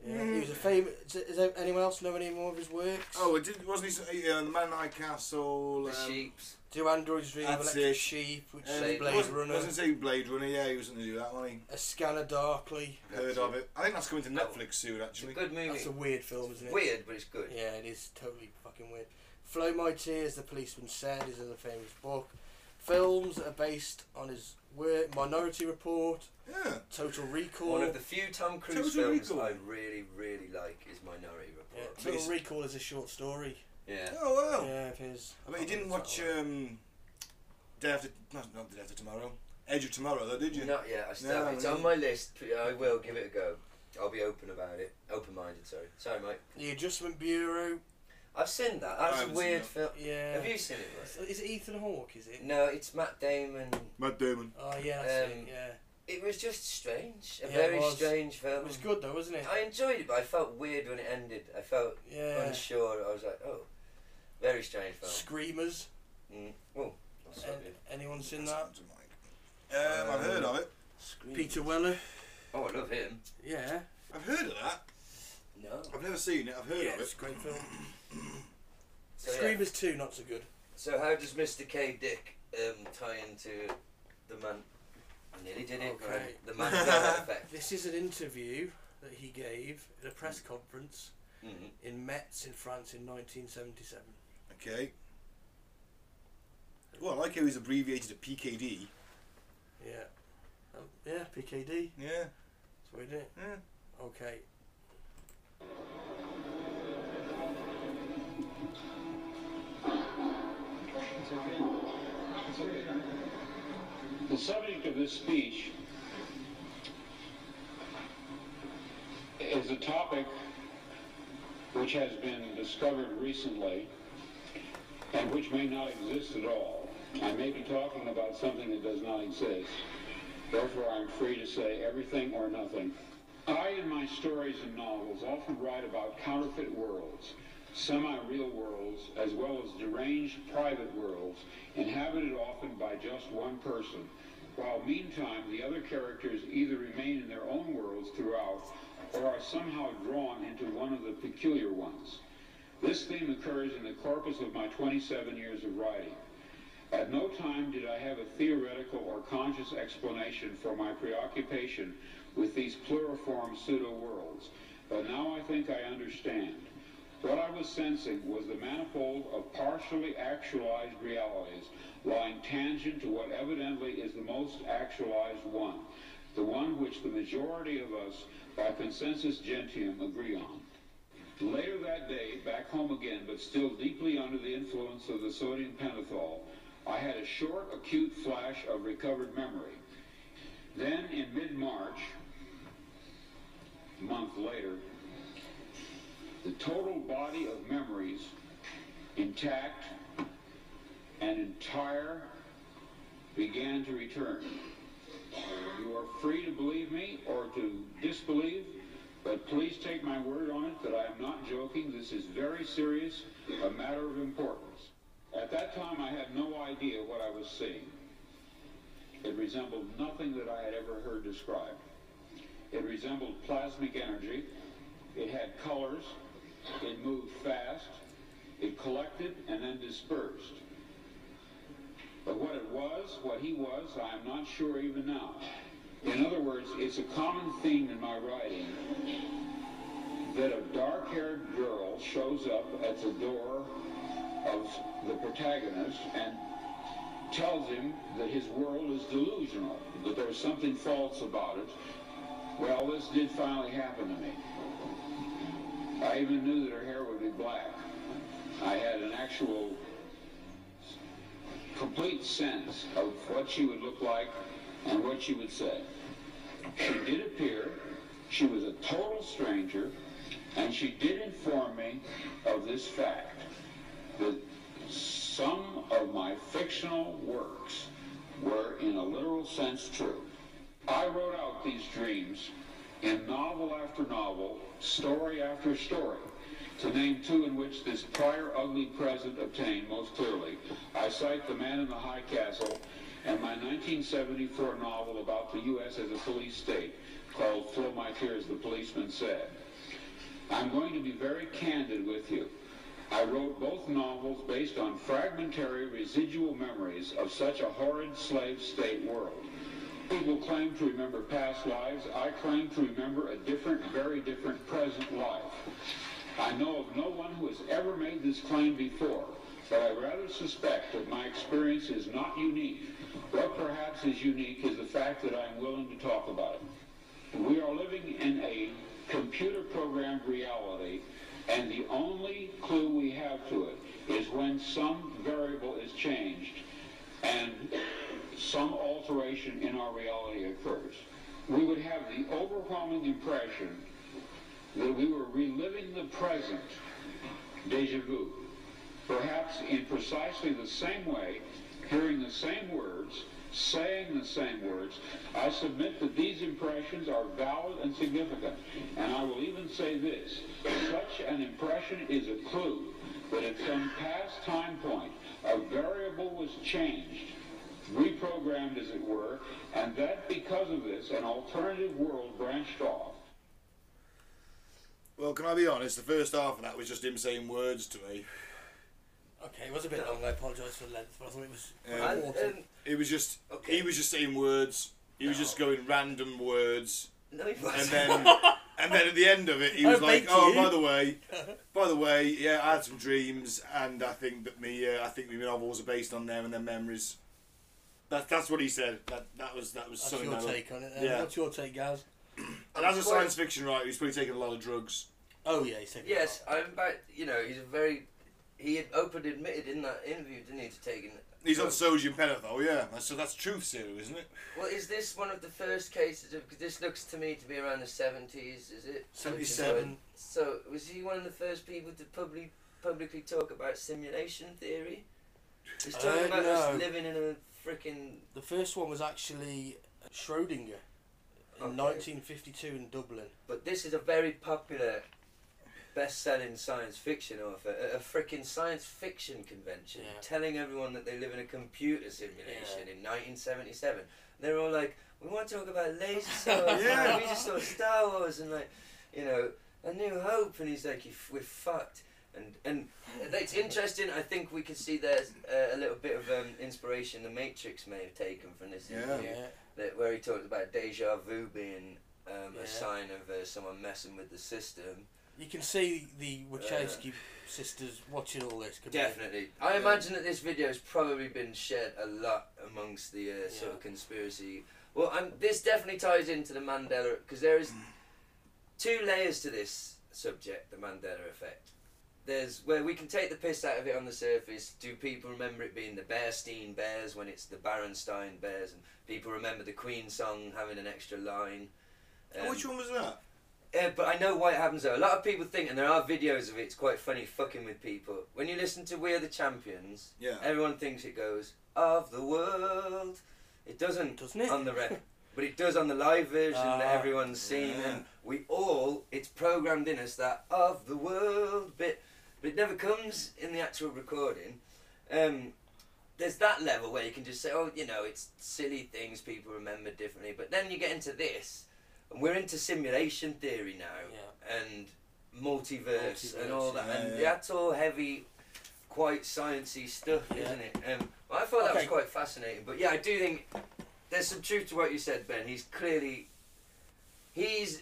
[SPEAKER 4] He was a famous. Does does anyone else know any more of his works?
[SPEAKER 2] oh, it did, wasn't he? Uh, the Man in the High Castle.
[SPEAKER 3] the
[SPEAKER 2] um,
[SPEAKER 3] sheeps.
[SPEAKER 4] Do androids dream of
[SPEAKER 2] That's
[SPEAKER 4] electric
[SPEAKER 2] it.
[SPEAKER 4] sheep, which
[SPEAKER 2] Um,
[SPEAKER 4] is
[SPEAKER 3] Blade
[SPEAKER 4] Blade
[SPEAKER 2] wasn't,
[SPEAKER 4] Runner,
[SPEAKER 2] Wasn't he Blade Runner? Yeah, he wasn't going to do that, was he?
[SPEAKER 4] A Scanner Darkly?
[SPEAKER 2] Heard of it. I think that's coming to
[SPEAKER 3] Oh.
[SPEAKER 2] Netflix soon,
[SPEAKER 3] It's a
[SPEAKER 2] actually.
[SPEAKER 3] good movie.
[SPEAKER 4] That's a weird film, isn't it?
[SPEAKER 3] Weird, but it's good.
[SPEAKER 4] Yeah, it is totally fucking weird. Flow My Tears, The Policeman Said, is another famous book. Films that are based on his work Minority Report,
[SPEAKER 2] Yeah.
[SPEAKER 4] Total Recall.
[SPEAKER 3] One of the few Tom Cruise
[SPEAKER 2] Total
[SPEAKER 3] films
[SPEAKER 2] Recall.
[SPEAKER 3] I really, really like is Minority
[SPEAKER 4] yeah,
[SPEAKER 3] Report.
[SPEAKER 4] Total
[SPEAKER 2] Please.
[SPEAKER 4] Recall is a short story.
[SPEAKER 3] Yeah.
[SPEAKER 2] Oh, wow.
[SPEAKER 4] Yeah, of his.
[SPEAKER 2] I mean, you didn't watch um, Day After... Not, not Day After Tomorrow. Edge of Tomorrow, though, did you?
[SPEAKER 3] Not yet. I still,
[SPEAKER 2] No,
[SPEAKER 3] it's
[SPEAKER 2] no.
[SPEAKER 3] on my list. but I will give it a go. I'll be open about it. Open-minded. Sorry. Sorry, Mike.
[SPEAKER 4] The Adjustment Bureau.
[SPEAKER 3] I've seen that.
[SPEAKER 2] I
[SPEAKER 3] That's a
[SPEAKER 2] haven't seen
[SPEAKER 3] weird
[SPEAKER 2] that.
[SPEAKER 3] film.
[SPEAKER 4] Yeah.
[SPEAKER 3] Have you seen it? Mike?
[SPEAKER 4] Is it Ethan Hawke? Is it?
[SPEAKER 3] No, it's Matt Damon.
[SPEAKER 2] Matt Damon.
[SPEAKER 4] Oh yeah, that's
[SPEAKER 3] Um,
[SPEAKER 4] it. Yeah.
[SPEAKER 3] It was just strange. A
[SPEAKER 4] Yeah, it
[SPEAKER 3] very
[SPEAKER 4] was.
[SPEAKER 3] strange film.
[SPEAKER 4] It
[SPEAKER 2] um,
[SPEAKER 4] was good though, wasn't it?
[SPEAKER 3] I enjoyed it, but I felt weird when it ended. I felt
[SPEAKER 4] Yeah.
[SPEAKER 3] unsure. I was like, oh, very strange film.
[SPEAKER 4] Screamers.
[SPEAKER 3] Mm. Oh, that's so
[SPEAKER 4] An-
[SPEAKER 3] good.
[SPEAKER 4] anyone seen
[SPEAKER 2] That's
[SPEAKER 4] that?
[SPEAKER 2] up to Mike. Um, I've heard of it.
[SPEAKER 4] Peter Weller.
[SPEAKER 3] Oh, I love him.
[SPEAKER 4] Yeah.
[SPEAKER 2] I've heard of that.
[SPEAKER 3] No.
[SPEAKER 2] I've never seen it. I've heard
[SPEAKER 4] Yeah,
[SPEAKER 2] of
[SPEAKER 4] it's
[SPEAKER 2] it.
[SPEAKER 4] a great film.
[SPEAKER 3] So, yeah.
[SPEAKER 4] Screamers two, not so good.
[SPEAKER 3] So how does Mr. K. Dick um, tie into the man? I nearly did it.
[SPEAKER 4] Okay.
[SPEAKER 3] already. The man effect.
[SPEAKER 4] This is an interview that he gave at a press conference
[SPEAKER 3] Mhm.
[SPEAKER 4] in Metz in France in 1977.
[SPEAKER 2] Okay. Well, I like how he's abbreviated to PKD.
[SPEAKER 4] Yeah. Um, yeah, PKD. That's
[SPEAKER 2] Yeah.
[SPEAKER 4] what he did. it.
[SPEAKER 2] Yeah.
[SPEAKER 4] Okay.
[SPEAKER 5] The subject of this speech is a topic which has been discovered recently and which may not exist at all. I may be talking about something that does not exist. Therefore, I'm free to say everything or nothing. I, in my stories and novels, often write about counterfeit worlds, semi-real worlds, as well as deranged private worlds, inhabited often by just one person, while meantime the other characters either remain in their own worlds throughout or are somehow drawn into one of the peculiar ones. This theme occurs in the corpus of my 27 years of writing. At no time did I have a theoretical or conscious explanation for my preoccupation with these pluriform pseudo-worlds, but now I think I understand. What I was sensing was the manifold of partially actualized realities lying tangent to what evidently is the most actualized one, the one which the majority of us, by consensus gentium, agree on. Later that day, back home again, but still deeply under the influence of the sodium pentothal, I had a short, acute flash of recovered memory. Then, in mid-March, a month later, the total body of memories, intact and entire, began to return. You are free to believe me or to disbelieve, but please take my word on it that I am not joking. This is very serious, a matter of importance. At that time, I had no idea what I was seeing. It resembled nothing that I had ever heard described. It resembled plasmic energy. It had colors. It moved fast. It collected and then dispersed. But what it was, what he was, I am not sure even now. In other words, it's a common theme in my writing that a dark-haired girl shows up at the door of the protagonist and tells him that his world is delusional, that there's something false about it. Well, this did finally happen to me. I even knew that her hair would be black. I had an actual complete sense of what she would look like and what she would say. She did appear. She was a total stranger, and she did inform me of this fact that some of my fictional works were, in a literal sense, true. I wrote out these dreams in novel after novel, story after story. To name two in which this prior ugly present obtained most clearly, I cite The Man in the High Castle and my 1974 novel about the U.S. as a police state called Flow My Tears, the Policeman Said. I'm going to be very candid with you. I wrote both novels based on fragmentary residual memories of such a horrid slave state world. People claim to remember past lives. I claim to remember a different, very different present life. I know of no one who has ever made this claim before, but I rather suspect that my experience is not unique. What perhaps is unique is the fact that I am willing to talk about it. We are living in a computer-programmed reality and the only clue we have to it is when some variable is changed and some alteration in our reality occurs. We would have the overwhelming impression that we were reliving the present, deja vu. Perhaps in precisely the same way, hearing the same words, saying the same words, I submit that these impressions are valid and significant. And I will even say this, such an impression is a clue that at some past time point, a variable was changed, reprogrammed as it were, and that because of this, an alternative world branched off.
[SPEAKER 2] Well, can I be honest? The first half of that was just him saying words to me.
[SPEAKER 4] Okay, it was a bit long. I apologise for the length, but I thought it was.
[SPEAKER 2] Yeah.
[SPEAKER 3] And,
[SPEAKER 4] important.
[SPEAKER 3] um,
[SPEAKER 2] It was just
[SPEAKER 3] Okay.
[SPEAKER 2] he was just saying words. He was
[SPEAKER 3] No.
[SPEAKER 2] just going random words,
[SPEAKER 3] no, he
[SPEAKER 2] and
[SPEAKER 3] wasn't.
[SPEAKER 2] then and then at the end of it, he
[SPEAKER 4] I
[SPEAKER 2] was like,
[SPEAKER 4] baked
[SPEAKER 2] "Oh,
[SPEAKER 4] you."
[SPEAKER 2] by the way, by the way, yeah, I had some dreams, and I think that me, uh, I think my novels are based on them and their memories." That, that's what he said. That that was that was
[SPEAKER 4] That's
[SPEAKER 2] something.
[SPEAKER 4] your
[SPEAKER 2] that I-
[SPEAKER 4] take on it. Then.
[SPEAKER 2] Yeah.
[SPEAKER 4] What's your take, Gaz?
[SPEAKER 2] And as a
[SPEAKER 3] Quite-
[SPEAKER 2] science fiction writer, he's probably taking a lot of drugs.
[SPEAKER 4] Oh yeah, he's taking.
[SPEAKER 3] Yes, I'm about. You know, he's a very. He had openly admitted in that interview, didn't he, to taking.
[SPEAKER 2] He's on
[SPEAKER 3] drugs.
[SPEAKER 2] sodium pentothal, yeah. That's- So that's truth serum, isn't it?
[SPEAKER 3] Well, is this one of the first cases of? Cause this looks to me to be around the seventies. Is it?
[SPEAKER 4] 77.
[SPEAKER 3] So was he one of the first people to publicly publicly talk about simulation theory? He's talking
[SPEAKER 4] Uh,
[SPEAKER 3] about us
[SPEAKER 4] no.
[SPEAKER 3] living in a freaking.
[SPEAKER 4] The first one was actually Schrodinger in
[SPEAKER 3] Okay.
[SPEAKER 4] 1952 in Dublin.
[SPEAKER 3] But this is a very popular, best-selling science fiction author at a freaking science fiction convention,
[SPEAKER 4] Yeah.
[SPEAKER 3] telling everyone that they live in a computer simulation in 1977. They're all like, "We want to talk about laser swords.
[SPEAKER 2] Yeah.
[SPEAKER 3] like, we just saw Star Wars and like, you know, A New Hope." And he's like, "You f- "We're fucked." And and it's interesting. I think we could see there's uh, a little bit of um, inspiration the Matrix may have taken from this
[SPEAKER 2] Yeah.
[SPEAKER 3] interview,
[SPEAKER 4] Yeah.
[SPEAKER 3] that, where he talked about deja vu being um,
[SPEAKER 4] Yeah.
[SPEAKER 3] a sign of uh, someone messing with the system.
[SPEAKER 4] You can see the Wachowski sisters watching all this. couldn't they?
[SPEAKER 3] Definitely. I
[SPEAKER 2] Yeah.
[SPEAKER 3] imagine that this video has probably been shared a lot amongst the uh, sort of
[SPEAKER 4] Yeah.
[SPEAKER 3] conspiracy. Well, i this definitely ties into the Mandela because there is two layers to this subject, the Mandela effect. There's where we can take the piss out of it on the surface. Do people remember it being the Bearstein Bears when it's the Barenstein Bears, and people remember the Queen song having an extra line?
[SPEAKER 2] Oh,
[SPEAKER 3] Um,
[SPEAKER 2] which one was that?
[SPEAKER 3] yeah, Eh, but I know why it happens though. A lot of people think, and there are videos of it, it's quite funny fucking with people. When you listen to We Are the Champions,
[SPEAKER 2] Yeah.
[SPEAKER 3] everyone thinks it goes, of the world. It doesn't,
[SPEAKER 4] Doesn't it?
[SPEAKER 3] on the record. but it does on the live version
[SPEAKER 4] Ah,
[SPEAKER 3] that everyone's seen,
[SPEAKER 2] yeah.
[SPEAKER 3] and we all, it's programmed in us that of the world bit, but it never comes in the actual recording. Um, there's that level where you can just say, oh, you know, it's silly things people remember differently. But then you get into this, and we're into simulation theory now, and multiverse, and all
[SPEAKER 4] Multiverse,
[SPEAKER 3] that,
[SPEAKER 2] yeah,
[SPEAKER 3] and
[SPEAKER 2] yeah.
[SPEAKER 3] that's all heavy, quite sciencey stuff,
[SPEAKER 4] Yeah.
[SPEAKER 3] isn't it? Um, I thought that was
[SPEAKER 4] Okay.
[SPEAKER 3] quite fascinating. But yeah, I do think there's some truth to what you said, Ben. He's clearly, he's,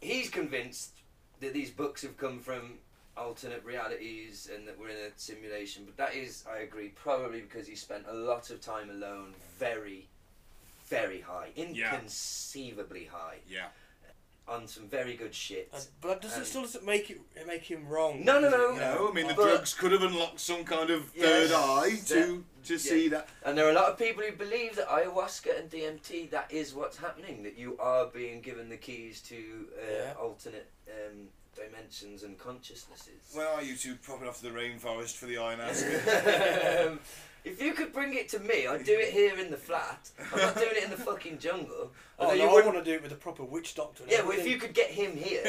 [SPEAKER 3] he's convinced that these books have come from alternate realities and that we're in a simulation. But that is, I agree, probably because he spent a lot of time alone, very, very high,
[SPEAKER 2] Yeah.
[SPEAKER 3] inconceivably high,
[SPEAKER 2] Yeah.
[SPEAKER 3] on some very good shit.
[SPEAKER 4] Uh, but that doesn't
[SPEAKER 3] Um,
[SPEAKER 4] still doesn't make it make him wrong.
[SPEAKER 3] No, no,
[SPEAKER 4] does it?
[SPEAKER 3] no.
[SPEAKER 2] No, I mean the
[SPEAKER 3] But-
[SPEAKER 2] drugs could have unlocked some kind of
[SPEAKER 3] Yes,
[SPEAKER 2] third eye to
[SPEAKER 3] that-
[SPEAKER 2] to
[SPEAKER 3] yeah.
[SPEAKER 2] see that.
[SPEAKER 3] And there are a lot of people who believe that ayahuasca and DMT, that is what's happening, that you are being given the keys to uh,
[SPEAKER 4] Yeah.
[SPEAKER 3] alternate um, dimensions and consciousnesses.
[SPEAKER 2] Where are you two propping off to the rainforest for the iron ass?
[SPEAKER 3] um, if you could bring it to me, I'd do it here in the flat. I'm not doing it in the fucking jungle.
[SPEAKER 4] Oh,
[SPEAKER 3] Although
[SPEAKER 4] no,
[SPEAKER 3] you
[SPEAKER 4] I
[SPEAKER 3] wouldn't.
[SPEAKER 4] want to do it with a proper witch doctor. and
[SPEAKER 3] Yeah, well, if
[SPEAKER 4] everything.
[SPEAKER 3] you could get him here.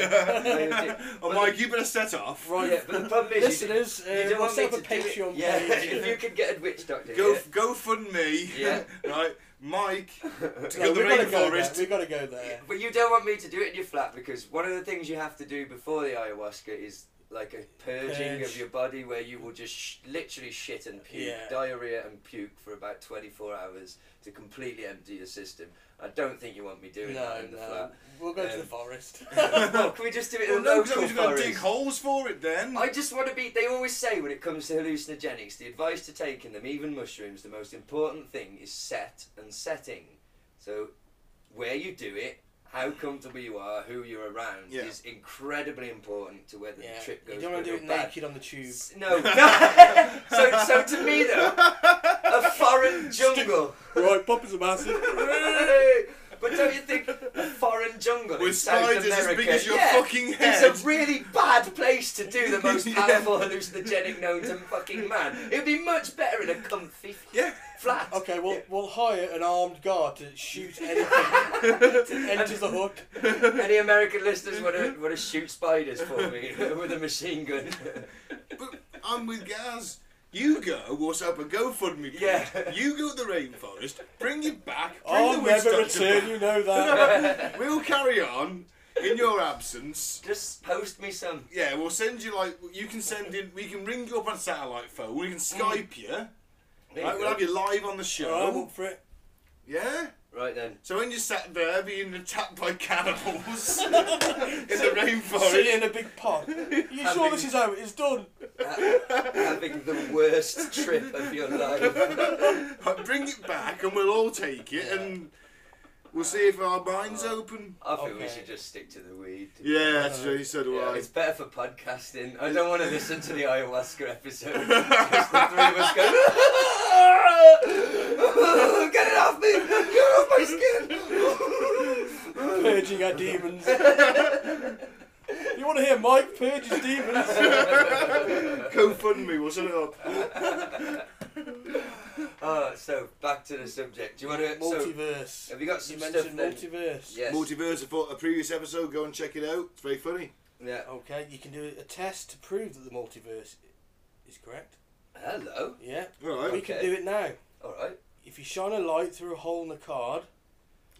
[SPEAKER 2] oh, Mike, you better set off.
[SPEAKER 4] Right.
[SPEAKER 3] Yeah, but the problem is,
[SPEAKER 4] listeners,
[SPEAKER 3] you,
[SPEAKER 4] uh,
[SPEAKER 3] don't want
[SPEAKER 4] what's
[SPEAKER 3] me
[SPEAKER 4] up
[SPEAKER 3] to
[SPEAKER 4] a
[SPEAKER 3] do it.
[SPEAKER 4] Patreon
[SPEAKER 3] Yeah,
[SPEAKER 4] page?
[SPEAKER 3] if you could get a witch doctor
[SPEAKER 2] Go,
[SPEAKER 3] here.
[SPEAKER 2] go fund me.
[SPEAKER 3] Yeah.
[SPEAKER 2] right, Mike. To go
[SPEAKER 4] No,
[SPEAKER 2] to the
[SPEAKER 4] we've got to go there.
[SPEAKER 2] rainforest.
[SPEAKER 4] We've got to go there.
[SPEAKER 3] But you don't want me to do it in your flat because one of the things you have to do before the ayahuasca is like a purging
[SPEAKER 4] Purge.
[SPEAKER 3] of your body where you will just sh- literally shit and puke,
[SPEAKER 4] Yeah.
[SPEAKER 3] diarrhea and puke for about 24 hours to completely empty your system. I don't think you want me doing
[SPEAKER 4] No,
[SPEAKER 3] that in the Um,
[SPEAKER 4] no. We'll go to the forest.
[SPEAKER 3] flat. well, can we just do it
[SPEAKER 2] Well,
[SPEAKER 3] in
[SPEAKER 2] no,
[SPEAKER 3] a
[SPEAKER 2] because I
[SPEAKER 3] local
[SPEAKER 2] was going to dig
[SPEAKER 3] forest?
[SPEAKER 2] holes for it then.
[SPEAKER 3] I just want to be. They always say when it comes to hallucinogenics, the advice to taking them, even mushrooms, the most important thing is set and setting. So, where you do it, how comfortable you are, who you're around
[SPEAKER 2] Yeah.
[SPEAKER 3] is incredibly important to whether
[SPEAKER 4] yeah.
[SPEAKER 3] the trip goes
[SPEAKER 4] You don't want
[SPEAKER 3] good
[SPEAKER 4] to do
[SPEAKER 3] or
[SPEAKER 4] it
[SPEAKER 3] bad.
[SPEAKER 4] naked on the tube.
[SPEAKER 3] S- No, no. so, so to me though, a foreign jungle.
[SPEAKER 4] right, pop is a massive.
[SPEAKER 3] but don't you think a foreign jungle in
[SPEAKER 2] With
[SPEAKER 3] South
[SPEAKER 2] spiders as
[SPEAKER 3] America,
[SPEAKER 2] big as your
[SPEAKER 3] yeah,
[SPEAKER 2] fucking
[SPEAKER 3] It's
[SPEAKER 2] head.
[SPEAKER 3] a really bad place to do the most
[SPEAKER 2] Yeah.
[SPEAKER 3] powerful hallucinogenic known to fucking man. It'd be much better in a comfy
[SPEAKER 2] Yeah.
[SPEAKER 3] flat.
[SPEAKER 4] Okay, we'll, we'll hire an armed guard to shoot anything that enters the hood.
[SPEAKER 3] Any American listeners want to want to shoot spiders for me with a machine gun?
[SPEAKER 2] But I'm with Gaz. You go, what's up, a GoFundMe page.
[SPEAKER 3] Yeah.
[SPEAKER 2] You go to the rainforest, bring it back, bring
[SPEAKER 4] I'll
[SPEAKER 2] the witch
[SPEAKER 4] never
[SPEAKER 2] doctor
[SPEAKER 4] return,
[SPEAKER 2] back.
[SPEAKER 4] you know that.
[SPEAKER 2] We'll carry on in your absence.
[SPEAKER 3] Just post me some.
[SPEAKER 2] Yeah, we'll send you like you can send in. We can ring you up on satellite phone. We
[SPEAKER 4] Mm.
[SPEAKER 2] can Skype you.
[SPEAKER 3] There you
[SPEAKER 2] Right, we'll
[SPEAKER 3] go.
[SPEAKER 2] have you live on the
[SPEAKER 4] I'm
[SPEAKER 2] show.
[SPEAKER 4] up for it.
[SPEAKER 2] Yeah.
[SPEAKER 3] Right then.
[SPEAKER 2] So when you sat there being attacked by cannibals in the
[SPEAKER 4] Sit
[SPEAKER 2] rainforest,
[SPEAKER 4] in a big pod. You sure this is over? It's done.
[SPEAKER 3] Ha- having the worst trip of your life.
[SPEAKER 2] right, bring it back and we'll all take it and we'll see if our minds open.
[SPEAKER 3] I think we
[SPEAKER 4] Okay.
[SPEAKER 3] should just stick to the weed. to be
[SPEAKER 2] Uh, Yeah, that's what he said.
[SPEAKER 3] Yeah,
[SPEAKER 2] Why?
[SPEAKER 3] it's better for podcasting. I don't want to listen to the ayahuasca episode. Just the three of us go, get it off me! Get it off my skin!
[SPEAKER 4] Purging our demons. you want to hear Mike purge his demons?
[SPEAKER 2] GoFundMe, we'll set it up.
[SPEAKER 3] oh, so back to the subject. Do you want to? So,
[SPEAKER 4] Multiverse.
[SPEAKER 3] have you got some
[SPEAKER 4] you
[SPEAKER 3] stuff
[SPEAKER 4] mentioned
[SPEAKER 3] then?
[SPEAKER 4] multiverse.
[SPEAKER 3] Yes.
[SPEAKER 2] Multiverse, I thought a previous episode. Go and check it out. It's very funny.
[SPEAKER 3] yeah.
[SPEAKER 4] Okay, you can do a test to prove that the multiverse i- is correct.
[SPEAKER 3] Hello.
[SPEAKER 4] Yeah.
[SPEAKER 2] All
[SPEAKER 4] We
[SPEAKER 2] right.
[SPEAKER 4] can
[SPEAKER 3] Okay.
[SPEAKER 4] do it now.
[SPEAKER 3] All right.
[SPEAKER 4] If you shine a light through a hole in the card,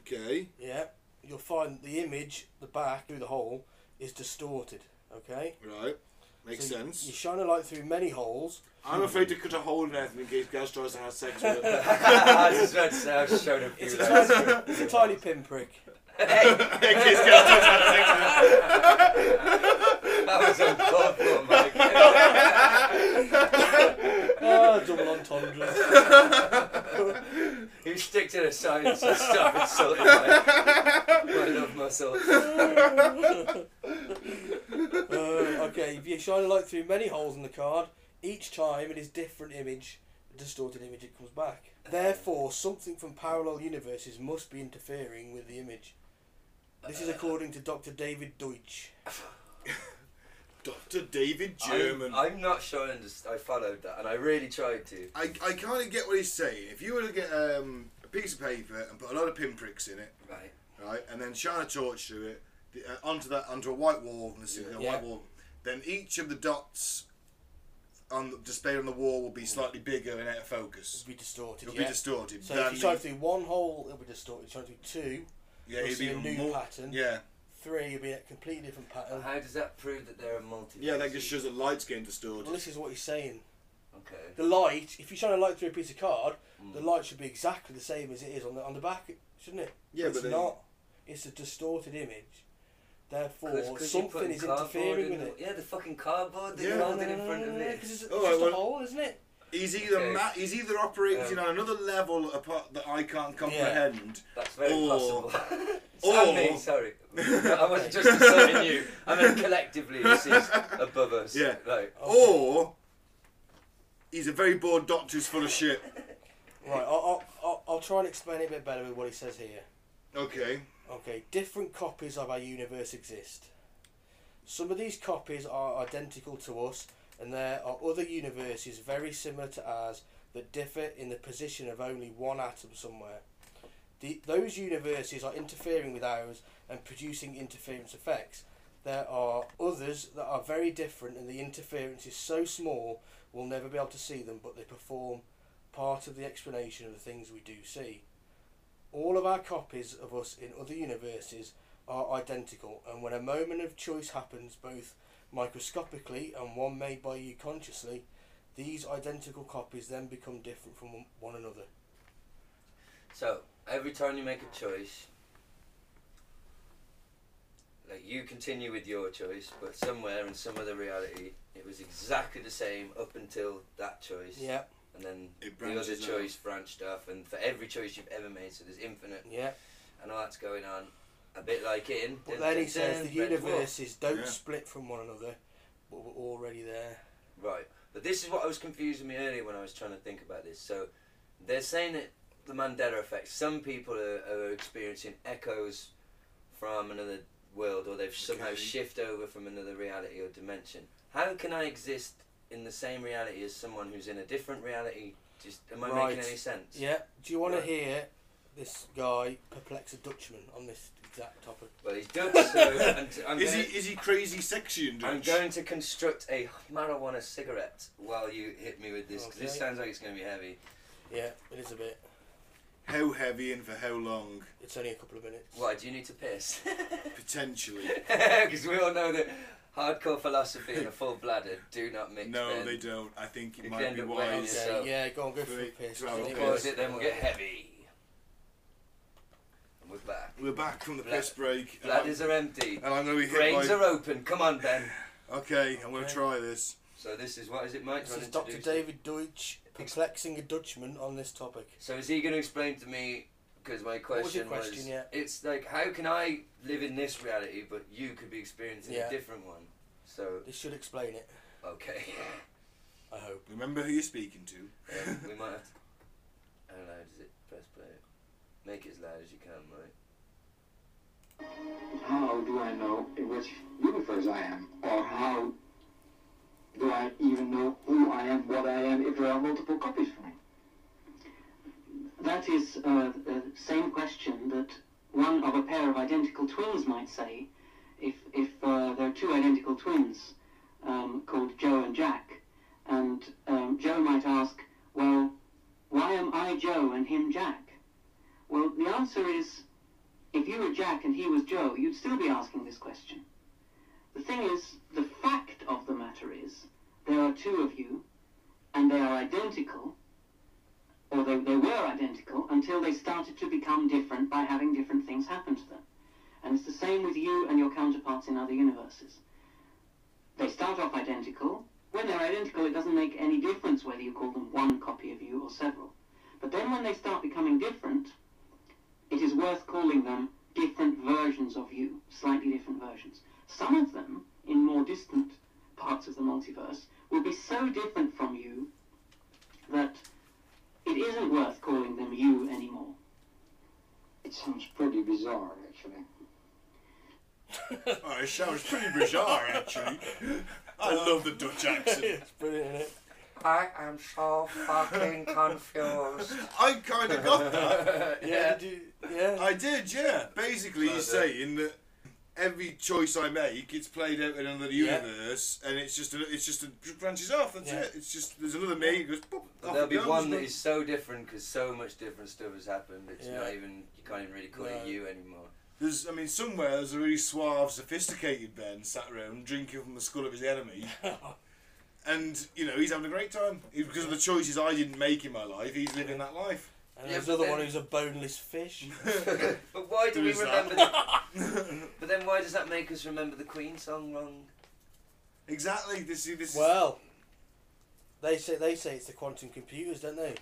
[SPEAKER 2] Okay.
[SPEAKER 4] yeah, you'll find the image, the back through the hole, is distorted. Okay?
[SPEAKER 2] Right. Makes
[SPEAKER 4] So you-
[SPEAKER 2] sense.
[SPEAKER 4] You shine a light through many holes.
[SPEAKER 2] I'm afraid to cut a hole in anything in case Gaz tries to have sex with it.
[SPEAKER 3] I was just about to say, I was showing a few
[SPEAKER 4] It's a
[SPEAKER 3] lads.
[SPEAKER 4] tiny, it's a tiny pinprick.
[SPEAKER 3] Hey,
[SPEAKER 2] in case Gaz tries to have sex with it.
[SPEAKER 3] that was uncalled for, Mike.
[SPEAKER 4] Ah, double entendre.
[SPEAKER 3] you stick to the science and stop insulting my, my love muscle.
[SPEAKER 4] Uh, okay, if you shine a light through many holes in the card, each time it is different image, a distorted image it comes back. Therefore, something from parallel universes must be interfering with the image. This is according to Dr. David Deutsch.
[SPEAKER 2] Dr. David
[SPEAKER 3] I'm-
[SPEAKER 2] German. I,
[SPEAKER 3] I'm, not sure I, underst- I followed that, and I really tried to.
[SPEAKER 2] I, kind of get what he's saying. If you were to get um, a piece of paper and put a lot of pinpricks in it,
[SPEAKER 3] Right.
[SPEAKER 2] right, and then shine a torch through it the, uh, onto that onto a white wall, and this, a
[SPEAKER 4] Yeah.
[SPEAKER 2] white wall, then each of the dots on the displayed on the wall will be slightly bigger and out of focus.
[SPEAKER 4] It'll be distorted.
[SPEAKER 2] It'll
[SPEAKER 4] yeah.
[SPEAKER 2] be distorted.
[SPEAKER 4] So
[SPEAKER 2] Then
[SPEAKER 4] if you shine through one hole, it'll be distorted. If you shine through two,
[SPEAKER 2] yeah,
[SPEAKER 4] you'll
[SPEAKER 2] it'd
[SPEAKER 4] see
[SPEAKER 2] be
[SPEAKER 4] a
[SPEAKER 2] even
[SPEAKER 4] new
[SPEAKER 2] more-
[SPEAKER 4] pattern.
[SPEAKER 2] Yeah,
[SPEAKER 4] three, it'll be a completely different pattern.
[SPEAKER 3] How does that prove that there are multiple?
[SPEAKER 2] yeah, that just shows the lights getting distorted.
[SPEAKER 4] Well, this is what he's saying.
[SPEAKER 3] Okay.
[SPEAKER 4] The light, if you shine a light through a piece of card,
[SPEAKER 3] Mm.
[SPEAKER 4] the light should be exactly the same as it is on the on the back, shouldn't it?
[SPEAKER 2] Yeah,
[SPEAKER 4] it's
[SPEAKER 2] but then-
[SPEAKER 4] not. It's a distorted image. Therefore,
[SPEAKER 3] Cause- 'cause you put
[SPEAKER 4] Oh, something is
[SPEAKER 3] cardboard
[SPEAKER 4] interfering
[SPEAKER 3] in
[SPEAKER 4] with
[SPEAKER 3] the-
[SPEAKER 4] it.
[SPEAKER 3] Yeah, the fucking cardboard that
[SPEAKER 2] Yeah.
[SPEAKER 3] you're
[SPEAKER 4] No, no,
[SPEAKER 3] holding
[SPEAKER 4] no,
[SPEAKER 3] in
[SPEAKER 4] no,
[SPEAKER 3] front
[SPEAKER 4] no,
[SPEAKER 3] of
[SPEAKER 4] no,
[SPEAKER 3] me.
[SPEAKER 4] 'cause it's,
[SPEAKER 2] Oh,
[SPEAKER 4] it's
[SPEAKER 2] I
[SPEAKER 4] just a
[SPEAKER 2] want-
[SPEAKER 4] hole, isn't it?
[SPEAKER 2] He's either
[SPEAKER 3] Okay.
[SPEAKER 2] ma- he's either operating
[SPEAKER 4] Um,
[SPEAKER 3] Yeah.
[SPEAKER 2] on another level apart that I can't comprehend.
[SPEAKER 3] That's very
[SPEAKER 2] Or-
[SPEAKER 3] possible.
[SPEAKER 2] or-
[SPEAKER 3] Or, me, sorry. I wasn't just insulting you. I meant collectively, this is above us.
[SPEAKER 2] Yeah.
[SPEAKER 3] Like,
[SPEAKER 2] Or he's a very bored doctor who's full of shit.
[SPEAKER 4] Right, I'll, I'll- I'll, I'll try and explain it a bit better with what he says here.
[SPEAKER 2] Okay.
[SPEAKER 4] Okay, different copies of our universe exist. Some of these copies are identical to us, and there are other universes very similar to ours that differ in the position of only one atom somewhere. The, those universes are interfering with ours and producing interference effects. There are others that are very different, and the interference is so small we'll never be able to see them, but they perform part of the explanation of the things we do see. All of our copies of us in other universes are identical, and when a moment of choice happens, both microscopically and one made by you consciously, these identical copies then become different from one another.
[SPEAKER 3] So, every time you make a choice, like you continue with your choice, but somewhere in some other reality, it was exactly the same up until that choice.
[SPEAKER 4] Yeah,
[SPEAKER 3] And then
[SPEAKER 2] It
[SPEAKER 3] the other
[SPEAKER 2] branches out.
[SPEAKER 3] choice branched off, and for every choice you've ever made, so there's infinite
[SPEAKER 4] yeah.
[SPEAKER 3] and all that's going on. A bit like in.
[SPEAKER 4] But
[SPEAKER 3] dun,
[SPEAKER 4] then
[SPEAKER 3] dun,
[SPEAKER 4] he says
[SPEAKER 3] dun,
[SPEAKER 4] the
[SPEAKER 3] Red Dwarf.
[SPEAKER 4] universes don't
[SPEAKER 2] Yeah.
[SPEAKER 4] split from one another, but we're already there.
[SPEAKER 3] Right. But this is what I was confusing me earlier when I was trying to think about this. So they're saying that the Mandela effect, some people are, are experiencing echoes from another world or they've somehow
[SPEAKER 2] Okay.
[SPEAKER 3] shifted over from another reality or dimension. How can I exist in the same reality as someone who's in a different reality? Just am I
[SPEAKER 4] Right.
[SPEAKER 3] making any sense?
[SPEAKER 4] Yeah. Do you want
[SPEAKER 3] Right.
[SPEAKER 4] to hear this guy perplex a Dutchman on this exact topic?
[SPEAKER 3] Well, he's Dutch, so I'm, t- I'm
[SPEAKER 2] is
[SPEAKER 3] gonna-
[SPEAKER 2] he is he crazy sexy and
[SPEAKER 3] I'm
[SPEAKER 2] Dutch?
[SPEAKER 3] going to construct a marijuana cigarette while you hit me with this because this
[SPEAKER 4] Okay.
[SPEAKER 3] sounds like it's going to be heavy.
[SPEAKER 4] Yeah, it is a bit.
[SPEAKER 2] How heavy and for how long?
[SPEAKER 4] It's only a couple of minutes.
[SPEAKER 3] Why do you need to piss?
[SPEAKER 2] Potentially.
[SPEAKER 3] Because we all know that hardcore philosophy and a full bladder do not mix.
[SPEAKER 2] No,
[SPEAKER 3] then.
[SPEAKER 2] they don't. I think it
[SPEAKER 3] You
[SPEAKER 2] might
[SPEAKER 3] end
[SPEAKER 2] be
[SPEAKER 3] up weighing
[SPEAKER 2] wise.
[SPEAKER 4] Okay,
[SPEAKER 3] So-
[SPEAKER 4] yeah, go on, go for a
[SPEAKER 2] Three,
[SPEAKER 4] piss.
[SPEAKER 2] two hours
[SPEAKER 4] Take a
[SPEAKER 2] piss.
[SPEAKER 3] Pause it, then we'll get heavy. And we're back.
[SPEAKER 2] We're back from the
[SPEAKER 3] Bla-
[SPEAKER 2] piss break. and I'm-
[SPEAKER 3] Bladders are empty.
[SPEAKER 2] And I'm going to be hit
[SPEAKER 3] Brains
[SPEAKER 2] by...
[SPEAKER 3] are open. Come on, Ben.
[SPEAKER 2] Okay, I'm going to
[SPEAKER 4] Okay.
[SPEAKER 2] try this.
[SPEAKER 3] So this is what is it, Mike? Do
[SPEAKER 4] This
[SPEAKER 3] you
[SPEAKER 4] is
[SPEAKER 3] wanna
[SPEAKER 4] Dr.
[SPEAKER 3] introduce it?
[SPEAKER 4] David Deutsch perplexing a Dutchman on this topic.
[SPEAKER 3] So is he going to explain to me? Because my question
[SPEAKER 4] was your question, yeah?
[SPEAKER 3] it's like how can I live in this reality, but you could be experiencing
[SPEAKER 4] Yeah.
[SPEAKER 3] a different one. So
[SPEAKER 4] This should explain it,
[SPEAKER 3] okay,
[SPEAKER 4] I hope.
[SPEAKER 2] Remember who you're speaking to.
[SPEAKER 3] um, we might have. To, how loud is it? Press play. Make it as loud as you can, right?
[SPEAKER 5] How do I know in which universe I am? Or how do I even know who I am, what I am, if there are multiple copies for me?
[SPEAKER 6] That is uh, the same question that one of a pair of identical twins might say if, if uh, there are two identical twins um, called Joe and Jack. And um, Joe might ask, well, why am I Joe and him Jack? Well, the answer is if you were Jack and he was Joe, you'd still be asking this question. The thing is, the fact of the matter is, there are two of you, and they are identical, or they, they were identical, until they started to become different by having different things happen to them. And it's the same with you and your counterparts in other universes. They start off identical. When they're identical, it doesn't make any difference whether you call them one copy of you or several. But then when they start becoming different, it is worth calling them different versions of you, slightly different versions. Some of them, in more distant parts of the multiverse, will be so different from you that it isn't worth calling them you anymore.
[SPEAKER 7] It sounds pretty bizarre, actually.
[SPEAKER 2] Oh, it sounds pretty bizarre, actually. I love the Dutch accent.
[SPEAKER 4] it's brilliant, isn't it?
[SPEAKER 7] I am so Oh, fucking confused.
[SPEAKER 2] I kind of got that.
[SPEAKER 4] Yeah, did you, yeah.
[SPEAKER 2] I did, yeah. Basically, you're saying that every choice I make, it's played out in another
[SPEAKER 4] Yeah.
[SPEAKER 2] universe, and it's just a, it's just a, it branches off. That's
[SPEAKER 4] Yeah.
[SPEAKER 2] it. It's just there's another me. It goes. Boop,
[SPEAKER 3] But
[SPEAKER 2] off
[SPEAKER 3] there'll
[SPEAKER 2] it
[SPEAKER 3] be
[SPEAKER 2] goes.
[SPEAKER 3] one that is so different because so much different stuff has happened. It's
[SPEAKER 4] Yeah.
[SPEAKER 3] not even you can't even really call
[SPEAKER 4] No.
[SPEAKER 3] it you anymore.
[SPEAKER 2] There's, I mean, somewhere there's a really suave, sophisticated Ben sat around drinking from the skull of his enemy, and you know he's having a great time It's because of the choices I didn't make in my life. He's living that life.
[SPEAKER 4] And
[SPEAKER 3] Yeah,
[SPEAKER 4] there's
[SPEAKER 3] but
[SPEAKER 4] another
[SPEAKER 3] then-
[SPEAKER 4] one who's a boneless fish.
[SPEAKER 3] But why do
[SPEAKER 2] There
[SPEAKER 3] we
[SPEAKER 2] is that.
[SPEAKER 3] remember? The, but then why does that make us remember the Queen song wrong?
[SPEAKER 2] Exactly. This is this. is-
[SPEAKER 4] well, they say they say it's the quantum computers, don't they?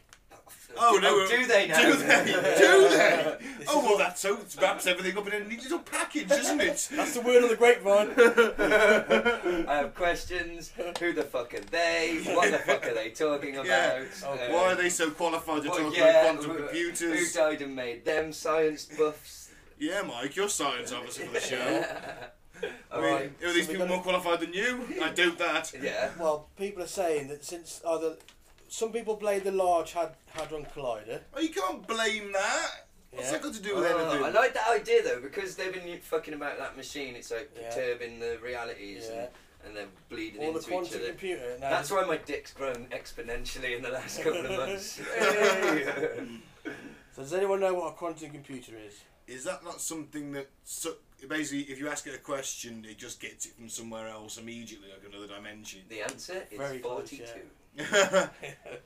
[SPEAKER 2] Oh, no,
[SPEAKER 3] Oh, do they now?
[SPEAKER 2] Do they? Do they? oh well, that so wraps everything up in a neat little package, doesn't it?
[SPEAKER 4] That's the word on the grapevine.
[SPEAKER 3] I have questions. Who the fuck are they? What the fuck are they talking about?
[SPEAKER 2] Yeah. Oh,
[SPEAKER 3] Uh,
[SPEAKER 2] Why
[SPEAKER 4] Um,
[SPEAKER 2] are they so qualified to
[SPEAKER 3] well,
[SPEAKER 2] talk
[SPEAKER 3] yeah,
[SPEAKER 2] about quantum
[SPEAKER 3] who-
[SPEAKER 2] computers?
[SPEAKER 3] Who died and made them science buffs?
[SPEAKER 2] yeah, Mike, you're science officer for the show. I mean,
[SPEAKER 4] Alright,
[SPEAKER 2] are
[SPEAKER 4] so
[SPEAKER 2] these
[SPEAKER 4] we
[SPEAKER 2] people
[SPEAKER 4] gotta-
[SPEAKER 2] more qualified than you? I doubt that.
[SPEAKER 3] Yeah.
[SPEAKER 4] well, people are saying that since either some people blame the Large Had- Hadron Collider.
[SPEAKER 2] Oh, you can't blame that. What's
[SPEAKER 4] Yeah.
[SPEAKER 2] that got to do with
[SPEAKER 3] Oh, I
[SPEAKER 2] anything?
[SPEAKER 3] like that idea though because they've been fucking about that machine. It's like
[SPEAKER 4] Yeah.
[SPEAKER 3] perturbing the realities
[SPEAKER 4] Yeah.
[SPEAKER 3] and, and they're bleeding
[SPEAKER 4] Or the
[SPEAKER 3] into each
[SPEAKER 4] quantum
[SPEAKER 3] other.
[SPEAKER 4] computer. Now
[SPEAKER 3] That's why my dick's grown exponentially in the last couple of months.
[SPEAKER 4] So does anyone know what a quantum computer is?
[SPEAKER 2] Is that not something that so, basically, if you ask it a question, it just gets it from somewhere else immediately, like another dimension?
[SPEAKER 3] the answer is
[SPEAKER 4] Very close,
[SPEAKER 3] 42.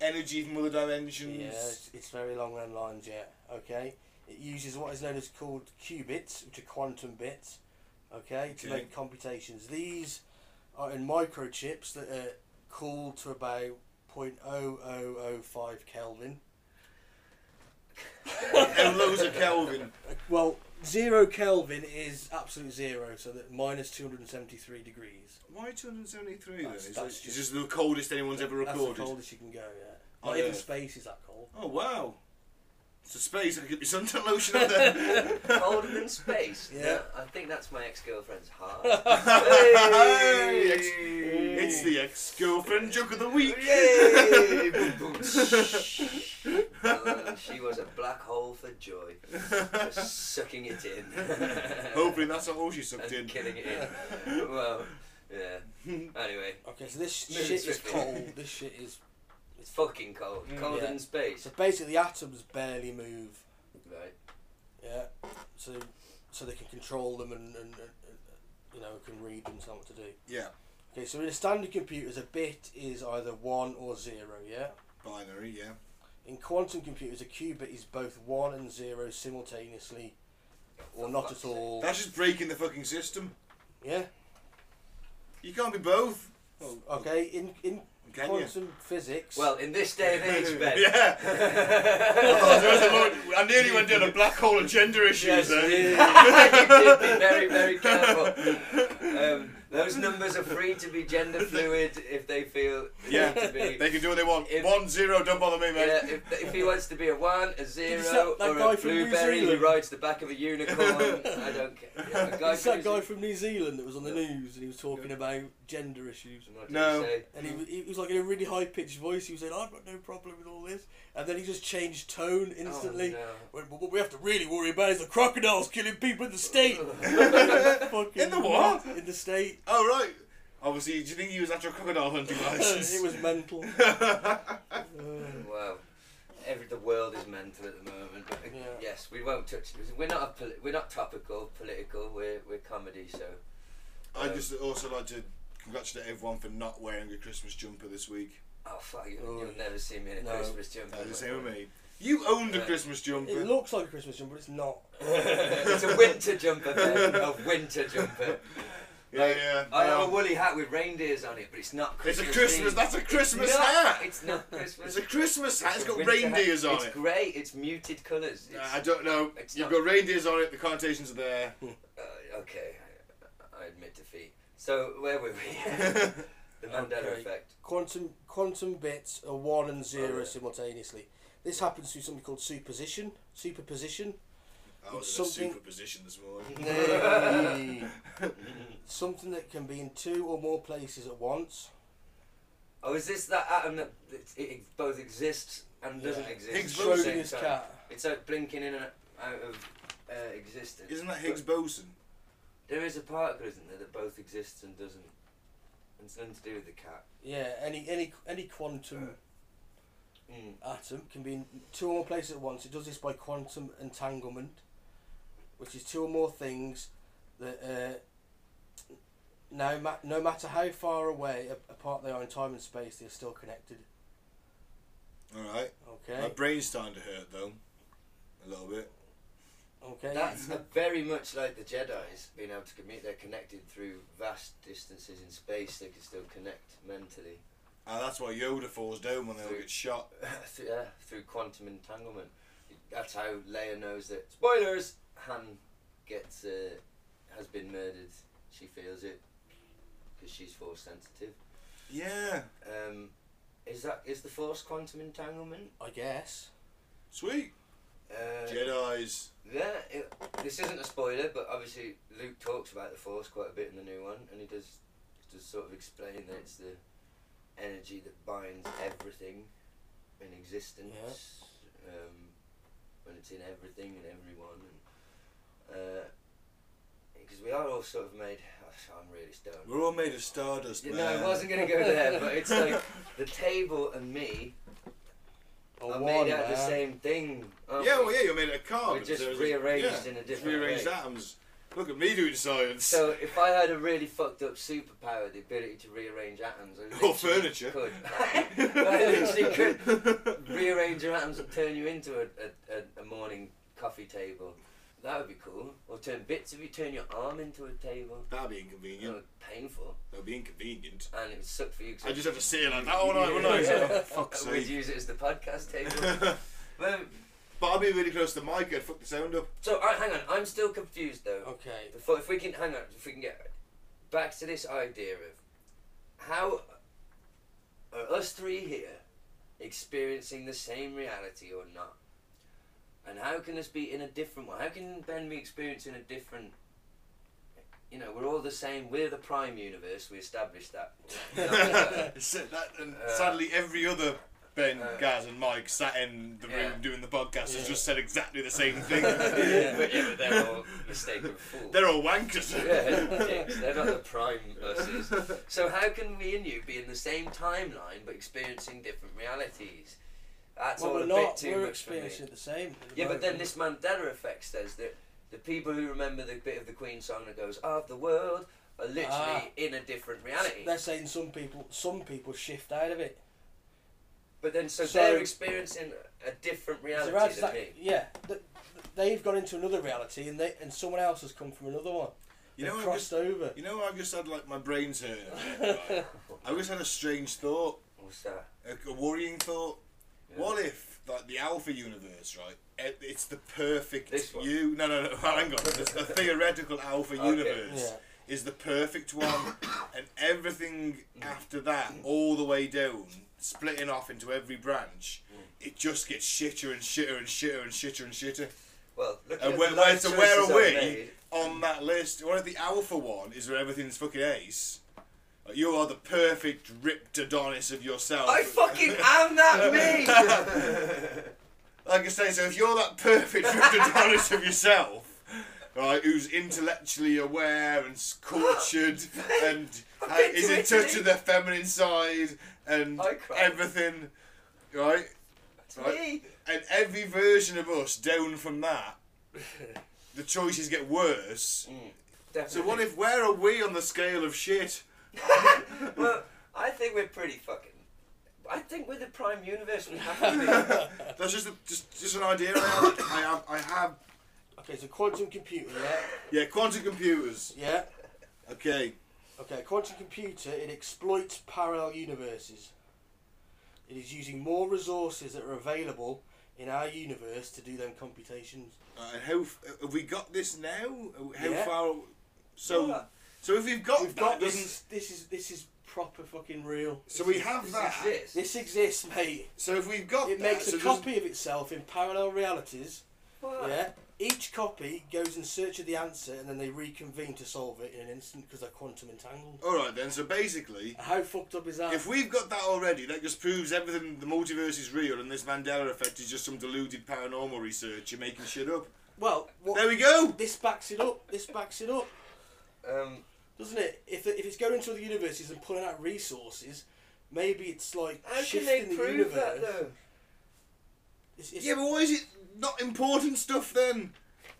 [SPEAKER 2] Energy from other dimensions.
[SPEAKER 4] Yeah, it's, it's very long and lines yet. Okay, it uses what is known as called qubits, which are quantum bits. Okay, to
[SPEAKER 2] Okay.
[SPEAKER 4] make computations. These are in microchips that are cooled to about 0.0005 Kelvin.
[SPEAKER 2] and Oh, loads of Kelvin.
[SPEAKER 4] Well, zero Kelvin is absolute zero, so that minus 273 degrees.
[SPEAKER 2] Why 273 then? It's,
[SPEAKER 4] That's- that's
[SPEAKER 2] like- it's
[SPEAKER 4] just-
[SPEAKER 2] just the coldest anyone's ever recorded.
[SPEAKER 4] That's the coldest you can go. Oh, Yeah,
[SPEAKER 2] On
[SPEAKER 4] not even
[SPEAKER 2] Earth.
[SPEAKER 4] space is that cold.
[SPEAKER 2] Oh wow. So space, I could be suntan lotion on there.
[SPEAKER 3] Colder than space.
[SPEAKER 4] Yeah.
[SPEAKER 3] I think that's my ex-girlfriend's heart.
[SPEAKER 2] Hey, ex- it's the ex-girlfriend joke of the week.
[SPEAKER 3] Yay! Boom, boom. Uh, she was a black hole for joy, just sucking it in.
[SPEAKER 2] Hopefully that's not all she sucked in.
[SPEAKER 3] and killing it in. well, yeah. Anyway,
[SPEAKER 4] Okay, so this
[SPEAKER 3] Maybe
[SPEAKER 4] shit is
[SPEAKER 3] strictly.
[SPEAKER 4] cold. this shit is
[SPEAKER 3] it's fucking cold. Colder
[SPEAKER 4] Mm, Yeah.
[SPEAKER 3] than space.
[SPEAKER 4] So basically, the atoms barely move.
[SPEAKER 3] Right.
[SPEAKER 4] Yeah. So, so they can control them and, and, and you know can read them, so what to do.
[SPEAKER 2] Yeah,
[SPEAKER 4] Okay. So in a standard computers, a bit is either one or zero. Yeah.
[SPEAKER 2] binary. Yeah.
[SPEAKER 4] In quantum computers, a qubit is both one and zero simultaneously, or not at all.
[SPEAKER 2] That's just breaking the fucking system.
[SPEAKER 4] Yeah.
[SPEAKER 2] You can't be both.
[SPEAKER 4] Okay. In in
[SPEAKER 2] Can you?
[SPEAKER 4] quantum physics.
[SPEAKER 3] Well, in this day and age, Ben.
[SPEAKER 2] Yeah. Oh, there was a lot- I nearly went down a black hole of gender issues
[SPEAKER 3] Yes,
[SPEAKER 2] there.
[SPEAKER 3] you did be very, very careful. Um, those numbers are free to be gender fluid if they feel
[SPEAKER 2] Yeah.
[SPEAKER 3] need to be.
[SPEAKER 2] They can do what they want.
[SPEAKER 3] If-
[SPEAKER 2] One zero, don't bother me, mate.
[SPEAKER 3] Yeah, if, if he wants to be a one, a
[SPEAKER 4] Is that
[SPEAKER 3] zero,
[SPEAKER 4] that
[SPEAKER 3] or
[SPEAKER 4] guy
[SPEAKER 3] a
[SPEAKER 4] from New
[SPEAKER 3] blueberry who
[SPEAKER 4] Zealand?
[SPEAKER 3] rides the back of a unicorn, I don't care. Yeah, a guy
[SPEAKER 4] it's that
[SPEAKER 3] from
[SPEAKER 4] guy
[SPEAKER 3] New
[SPEAKER 4] from New Zealand that was on the news and he was talking about gender issues.
[SPEAKER 3] Zealand- what did
[SPEAKER 2] No.
[SPEAKER 3] he say?
[SPEAKER 4] And he, was- he was like in a really high pitched voice. He was saying, "I've got no problem with all this," and then he just changed tone instantly.
[SPEAKER 3] Oh, no.
[SPEAKER 4] Went, "But what we have to really worry about is the crocodiles killing people in the state. Fucking
[SPEAKER 2] In the what?
[SPEAKER 4] In the state.
[SPEAKER 2] Oh right. Obviously, do you think he was after a crocodile hunting license?
[SPEAKER 4] it was mental.
[SPEAKER 3] Wow. Every, the world is mental at the moment. But uh,
[SPEAKER 4] Yeah.
[SPEAKER 3] yes, we won't touch. We're not a poli- we're not topical, political. We're we're comedy. So
[SPEAKER 2] I just also like to congratulate everyone for not wearing a Christmas jumper this week.
[SPEAKER 3] Oh fuck! You,
[SPEAKER 4] Oh.
[SPEAKER 3] You'll never see me in a
[SPEAKER 4] No.
[SPEAKER 3] Christmas jumper.
[SPEAKER 2] Uh, the same with me. You owned a
[SPEAKER 3] Yeah.
[SPEAKER 2] Christmas
[SPEAKER 4] It
[SPEAKER 2] jumper.
[SPEAKER 4] looks like a Christmas jumper, but it's not.
[SPEAKER 3] it's a winter jumper, Ben. A winter jumper.
[SPEAKER 2] Yeah, yeah.
[SPEAKER 3] I
[SPEAKER 2] no.
[SPEAKER 3] have a woolly hat with reindeers on it, but it's not
[SPEAKER 2] It's a
[SPEAKER 3] Christmas.
[SPEAKER 2] Christmas.
[SPEAKER 3] themed.
[SPEAKER 2] That's a Christmas
[SPEAKER 3] no,
[SPEAKER 2] hat.
[SPEAKER 3] It's not Christmas.
[SPEAKER 2] It's a Christmas hat. It's
[SPEAKER 3] a
[SPEAKER 2] got
[SPEAKER 3] winter hat.
[SPEAKER 2] reindeers on
[SPEAKER 3] it's
[SPEAKER 2] it.
[SPEAKER 3] grey. It's muted colours.
[SPEAKER 2] Nah,
[SPEAKER 3] It's-
[SPEAKER 2] Uh, I don't know.
[SPEAKER 3] it's
[SPEAKER 2] You've
[SPEAKER 3] not-
[SPEAKER 2] got reindeers on it. The connotations are there.
[SPEAKER 3] Uh, okay, I admit defeat. So where were we? the Mandela
[SPEAKER 4] Okay.
[SPEAKER 3] effect.
[SPEAKER 4] Quantum quantum bits are one and zero
[SPEAKER 3] Oh, yeah.
[SPEAKER 4] simultaneously. This happens through something called superposition. Superposition.
[SPEAKER 2] I was in a
[SPEAKER 4] something-
[SPEAKER 2] superposition this morning.
[SPEAKER 4] something that can be in two or more places at once.
[SPEAKER 3] Oh, is this that atom that it, it both exists and doesn't
[SPEAKER 4] Yeah.
[SPEAKER 3] exist?
[SPEAKER 2] Higgs
[SPEAKER 3] at the same
[SPEAKER 4] Schrodinger's
[SPEAKER 3] time?
[SPEAKER 4] cat.
[SPEAKER 3] It's like blinking in and out of uh, existence.
[SPEAKER 2] Isn't that
[SPEAKER 3] But
[SPEAKER 2] Higgs boson?
[SPEAKER 3] There is a particle, isn't there, that both exists and doesn't. And It's nothing to do with the cat.
[SPEAKER 4] Yeah, any any any quantum
[SPEAKER 3] Mm.
[SPEAKER 4] atom can be in two or more places at once. It does this by quantum entanglement, which is two or more things that uh, no, ma- no matter how far away a- apart they are in time and space, they are still connected.
[SPEAKER 2] All right.
[SPEAKER 4] Okay.
[SPEAKER 2] My brain's starting to hurt though, a little bit.
[SPEAKER 4] Okay.
[SPEAKER 3] That's a- very much like the Jedi's being able to commute. They're connected through vast distances in space. They can still connect mentally.
[SPEAKER 2] And that's why Yoda falls down when they all
[SPEAKER 3] Through-
[SPEAKER 2] get shot.
[SPEAKER 3] through, yeah, through quantum entanglement. That's how Leia knows that. Spoilers. Han gets uh, has been murdered. She feels it because she's force sensitive.
[SPEAKER 2] Yeah.
[SPEAKER 3] Um, is that is the force quantum entanglement?
[SPEAKER 4] I guess.
[SPEAKER 2] Sweet.
[SPEAKER 3] Uh,
[SPEAKER 2] Jedi's.
[SPEAKER 3] Yeah, it, this isn't a spoiler, but obviously Luke talks about the Force quite a bit in the new one, and he does does sort of explain that it's the energy that binds everything in existence, um, when it's in everything and everyone, and because we are all sort of made. I'm really stoned.
[SPEAKER 2] We're all made of stardust,
[SPEAKER 3] You
[SPEAKER 2] man.
[SPEAKER 3] know, I wasn't gonna go there, but it's like the table and me
[SPEAKER 4] A
[SPEAKER 3] are
[SPEAKER 4] one,
[SPEAKER 3] made out of the
[SPEAKER 4] man.
[SPEAKER 3] same thing. aren't
[SPEAKER 2] Yeah,
[SPEAKER 3] we?
[SPEAKER 2] well, yeah, you're made of carbon.
[SPEAKER 3] We're just
[SPEAKER 2] so it's-
[SPEAKER 3] rearranged
[SPEAKER 2] yeah,
[SPEAKER 3] in a
[SPEAKER 2] just
[SPEAKER 3] different
[SPEAKER 2] rearranged
[SPEAKER 3] way.
[SPEAKER 2] atoms. Look at me doing science.
[SPEAKER 3] So if I had a really fucked up superpower, the ability to rearrange atoms, I
[SPEAKER 2] Or
[SPEAKER 3] literally
[SPEAKER 2] furniture.
[SPEAKER 3] Could. I literally could rearrange your atoms and turn you into a, a, a, a morning coffee table. That would be cool. Or turn bits of you, turn your arm into a table.
[SPEAKER 2] That'd be
[SPEAKER 3] That
[SPEAKER 2] inconvenient.
[SPEAKER 3] would be painful,
[SPEAKER 2] That'd be inconvenient.
[SPEAKER 3] and it would suck for you. 'cause
[SPEAKER 2] I just have to sit like that one night, wouldn't I?
[SPEAKER 3] Yeah.
[SPEAKER 2] Oh, fuck's
[SPEAKER 3] We'd
[SPEAKER 2] sake.
[SPEAKER 3] use it as the podcast table.
[SPEAKER 2] but
[SPEAKER 3] Well,
[SPEAKER 2] I'd be really close to the mic, I'd fuck the sound up.
[SPEAKER 3] so I, hang on, I'm still confused though.
[SPEAKER 4] Okay.
[SPEAKER 3] If, if we can hang on, if we can get back to this idea of how are us three here experiencing the same reality or not, and how can this be in a different one? How can Ben be experiencing a different? You know, we're all the same. We're the prime universe. We established that.
[SPEAKER 2] So that, and sadly, every other Ben,
[SPEAKER 3] uh,
[SPEAKER 2] Gaz, and Mike sat in the
[SPEAKER 3] yeah.
[SPEAKER 2] room doing the podcast
[SPEAKER 4] Yeah.
[SPEAKER 2] has just said exactly the same thing.
[SPEAKER 3] yeah, but, yeah, but they're all mistaken fools.
[SPEAKER 2] They're all wankers.
[SPEAKER 3] yeah, dicks. They're not the prime versus. So how can me and you be in the same timeline but experiencing different realities? That's
[SPEAKER 4] Well,
[SPEAKER 3] all
[SPEAKER 4] we're
[SPEAKER 3] a bit
[SPEAKER 4] not.
[SPEAKER 3] too
[SPEAKER 4] We're
[SPEAKER 3] much for
[SPEAKER 4] experiencing
[SPEAKER 3] me.
[SPEAKER 4] it the same. at the
[SPEAKER 3] Yeah, but then
[SPEAKER 4] moment.
[SPEAKER 3] this Mandela effect says that the people who remember the bit of the Queen song that goes "Of the world" are literally
[SPEAKER 4] Ah.
[SPEAKER 3] in a different reality.
[SPEAKER 4] They're saying some people, some people shift out of it.
[SPEAKER 3] But then, so,
[SPEAKER 4] So-
[SPEAKER 3] they're experiencing a different
[SPEAKER 4] So
[SPEAKER 3] reality
[SPEAKER 4] that's
[SPEAKER 3] than
[SPEAKER 4] that-
[SPEAKER 3] me.
[SPEAKER 4] yeah, th- th- they've gone into another reality, and they and someone else has come from another one.
[SPEAKER 2] You
[SPEAKER 4] They've
[SPEAKER 2] know, I
[SPEAKER 4] crossed
[SPEAKER 2] just,
[SPEAKER 4] over.
[SPEAKER 2] you know, I just had like my brain's hurting. a bit, right? I just had a strange thought,
[SPEAKER 3] What's that?
[SPEAKER 2] a, a worrying thought.
[SPEAKER 3] Yeah.
[SPEAKER 2] What if, like, the Alpha universe, right? it- It's the perfect
[SPEAKER 3] This one?
[SPEAKER 2] you. No, no, no. Hang on. The theoretical Alpha
[SPEAKER 3] Okay.
[SPEAKER 2] universe
[SPEAKER 4] Yeah.
[SPEAKER 2] is the perfect one, and everything after that, all the way down, splitting off into every branch,
[SPEAKER 3] Mm.
[SPEAKER 2] it just gets shitter and shitter and shitter and shitter and shitter.
[SPEAKER 3] Well, look at
[SPEAKER 2] And where,
[SPEAKER 3] the
[SPEAKER 2] where,
[SPEAKER 3] life
[SPEAKER 2] so where
[SPEAKER 3] choices
[SPEAKER 2] are
[SPEAKER 3] I've
[SPEAKER 2] we
[SPEAKER 3] made.
[SPEAKER 2] on that list? What if the alpha one is where everything's fucking ace? Like, You are the perfect ripped Adonis of yourself.
[SPEAKER 3] I fucking am that me.
[SPEAKER 2] like I say, so if you're that perfect ripped Adonis of yourself, right, who's intellectually aware and s- cultured and
[SPEAKER 3] I've
[SPEAKER 2] ha-
[SPEAKER 3] been
[SPEAKER 2] is in
[SPEAKER 3] to
[SPEAKER 2] touch
[SPEAKER 3] Italy.
[SPEAKER 2] with their feminine side and
[SPEAKER 3] I cried.
[SPEAKER 2] everything, right?
[SPEAKER 3] It's
[SPEAKER 2] Right.
[SPEAKER 3] me.
[SPEAKER 2] And every version of us down from that, the choices get worse.
[SPEAKER 3] Definitely.
[SPEAKER 2] So what if where are we on the scale of shit?
[SPEAKER 3] well, I think we're pretty fucking. I think we're the prime universe. We have to be.
[SPEAKER 2] That's just a, just just an idea I had. I have, I have
[SPEAKER 4] Okay, so quantum computer, yeah?
[SPEAKER 2] yeah quantum computers.
[SPEAKER 4] Yeah?
[SPEAKER 2] Okay,
[SPEAKER 4] Okay, quantum computer, it exploits parallel universes. It is using more resources that are available in our universe to do them computations.
[SPEAKER 2] uh, and how f- have we got this now? How
[SPEAKER 4] Yeah.
[SPEAKER 2] far? So
[SPEAKER 3] Yeah.
[SPEAKER 2] so if we've got
[SPEAKER 4] We've
[SPEAKER 2] that,
[SPEAKER 4] got this.
[SPEAKER 2] doesn't
[SPEAKER 4] Is, this is this is proper fucking real.
[SPEAKER 2] so we have
[SPEAKER 3] This
[SPEAKER 2] that.
[SPEAKER 3] exists.
[SPEAKER 4] This exists, mate.
[SPEAKER 2] So if we've got
[SPEAKER 4] It
[SPEAKER 2] that,
[SPEAKER 4] makes
[SPEAKER 2] so
[SPEAKER 4] a
[SPEAKER 2] doesn't-
[SPEAKER 4] copy of itself in parallel realities.
[SPEAKER 3] What?
[SPEAKER 4] Yeah. Each copy goes in search of the answer, and then they reconvene to solve it in an instant because they're quantum entangled.
[SPEAKER 2] All right then. So basically,
[SPEAKER 4] How fucked up is that?
[SPEAKER 2] if we've got that already, that just proves everything. The multiverse is real, and this Mandela effect is just some deluded paranormal researcher making shit up.
[SPEAKER 4] well, what,
[SPEAKER 2] There we go.
[SPEAKER 4] this backs it up. This backs it up,
[SPEAKER 3] Um,
[SPEAKER 4] doesn't it? If if it's going into other universes and pulling out resources, maybe it's like
[SPEAKER 3] how can
[SPEAKER 4] shifting
[SPEAKER 3] they
[SPEAKER 4] the
[SPEAKER 3] prove
[SPEAKER 4] universe.
[SPEAKER 3] that though?
[SPEAKER 4] It's, it's,
[SPEAKER 2] Yeah, but why is it not important stuff then?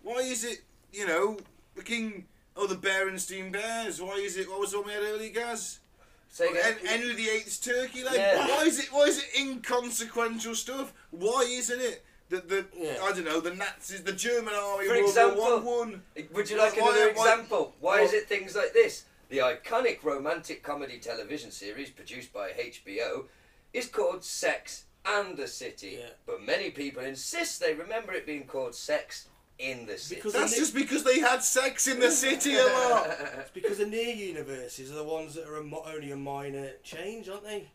[SPEAKER 2] Why is it, you know, the king oh the Berenstein Bears? Why is it? What was on we had earlier, Gaz?
[SPEAKER 3] Say again.
[SPEAKER 2] Hen- Henry the Eighth's turkey leg.
[SPEAKER 3] Yeah.
[SPEAKER 2] Why is it? Why is it inconsequential stuff? Why isn't it that the
[SPEAKER 4] Yeah.
[SPEAKER 2] I don't know the Nazis, the German army,
[SPEAKER 3] For
[SPEAKER 2] World War
[SPEAKER 3] example-
[SPEAKER 2] One won?
[SPEAKER 3] Would you
[SPEAKER 2] Why-
[SPEAKER 3] like
[SPEAKER 2] why-
[SPEAKER 3] another
[SPEAKER 2] why-
[SPEAKER 3] example? Why is
[SPEAKER 2] why-
[SPEAKER 3] it things like this? The iconic romantic comedy television series produced by HBO is called Sex and the City,
[SPEAKER 4] Yeah.
[SPEAKER 3] but many people insist they remember it being called Sex in the City.
[SPEAKER 4] Because-
[SPEAKER 2] That's just because they had sex in the city a lot.
[SPEAKER 3] Uh,
[SPEAKER 4] it's because the near universes are the ones that are a mo- only a minor change, aren't they?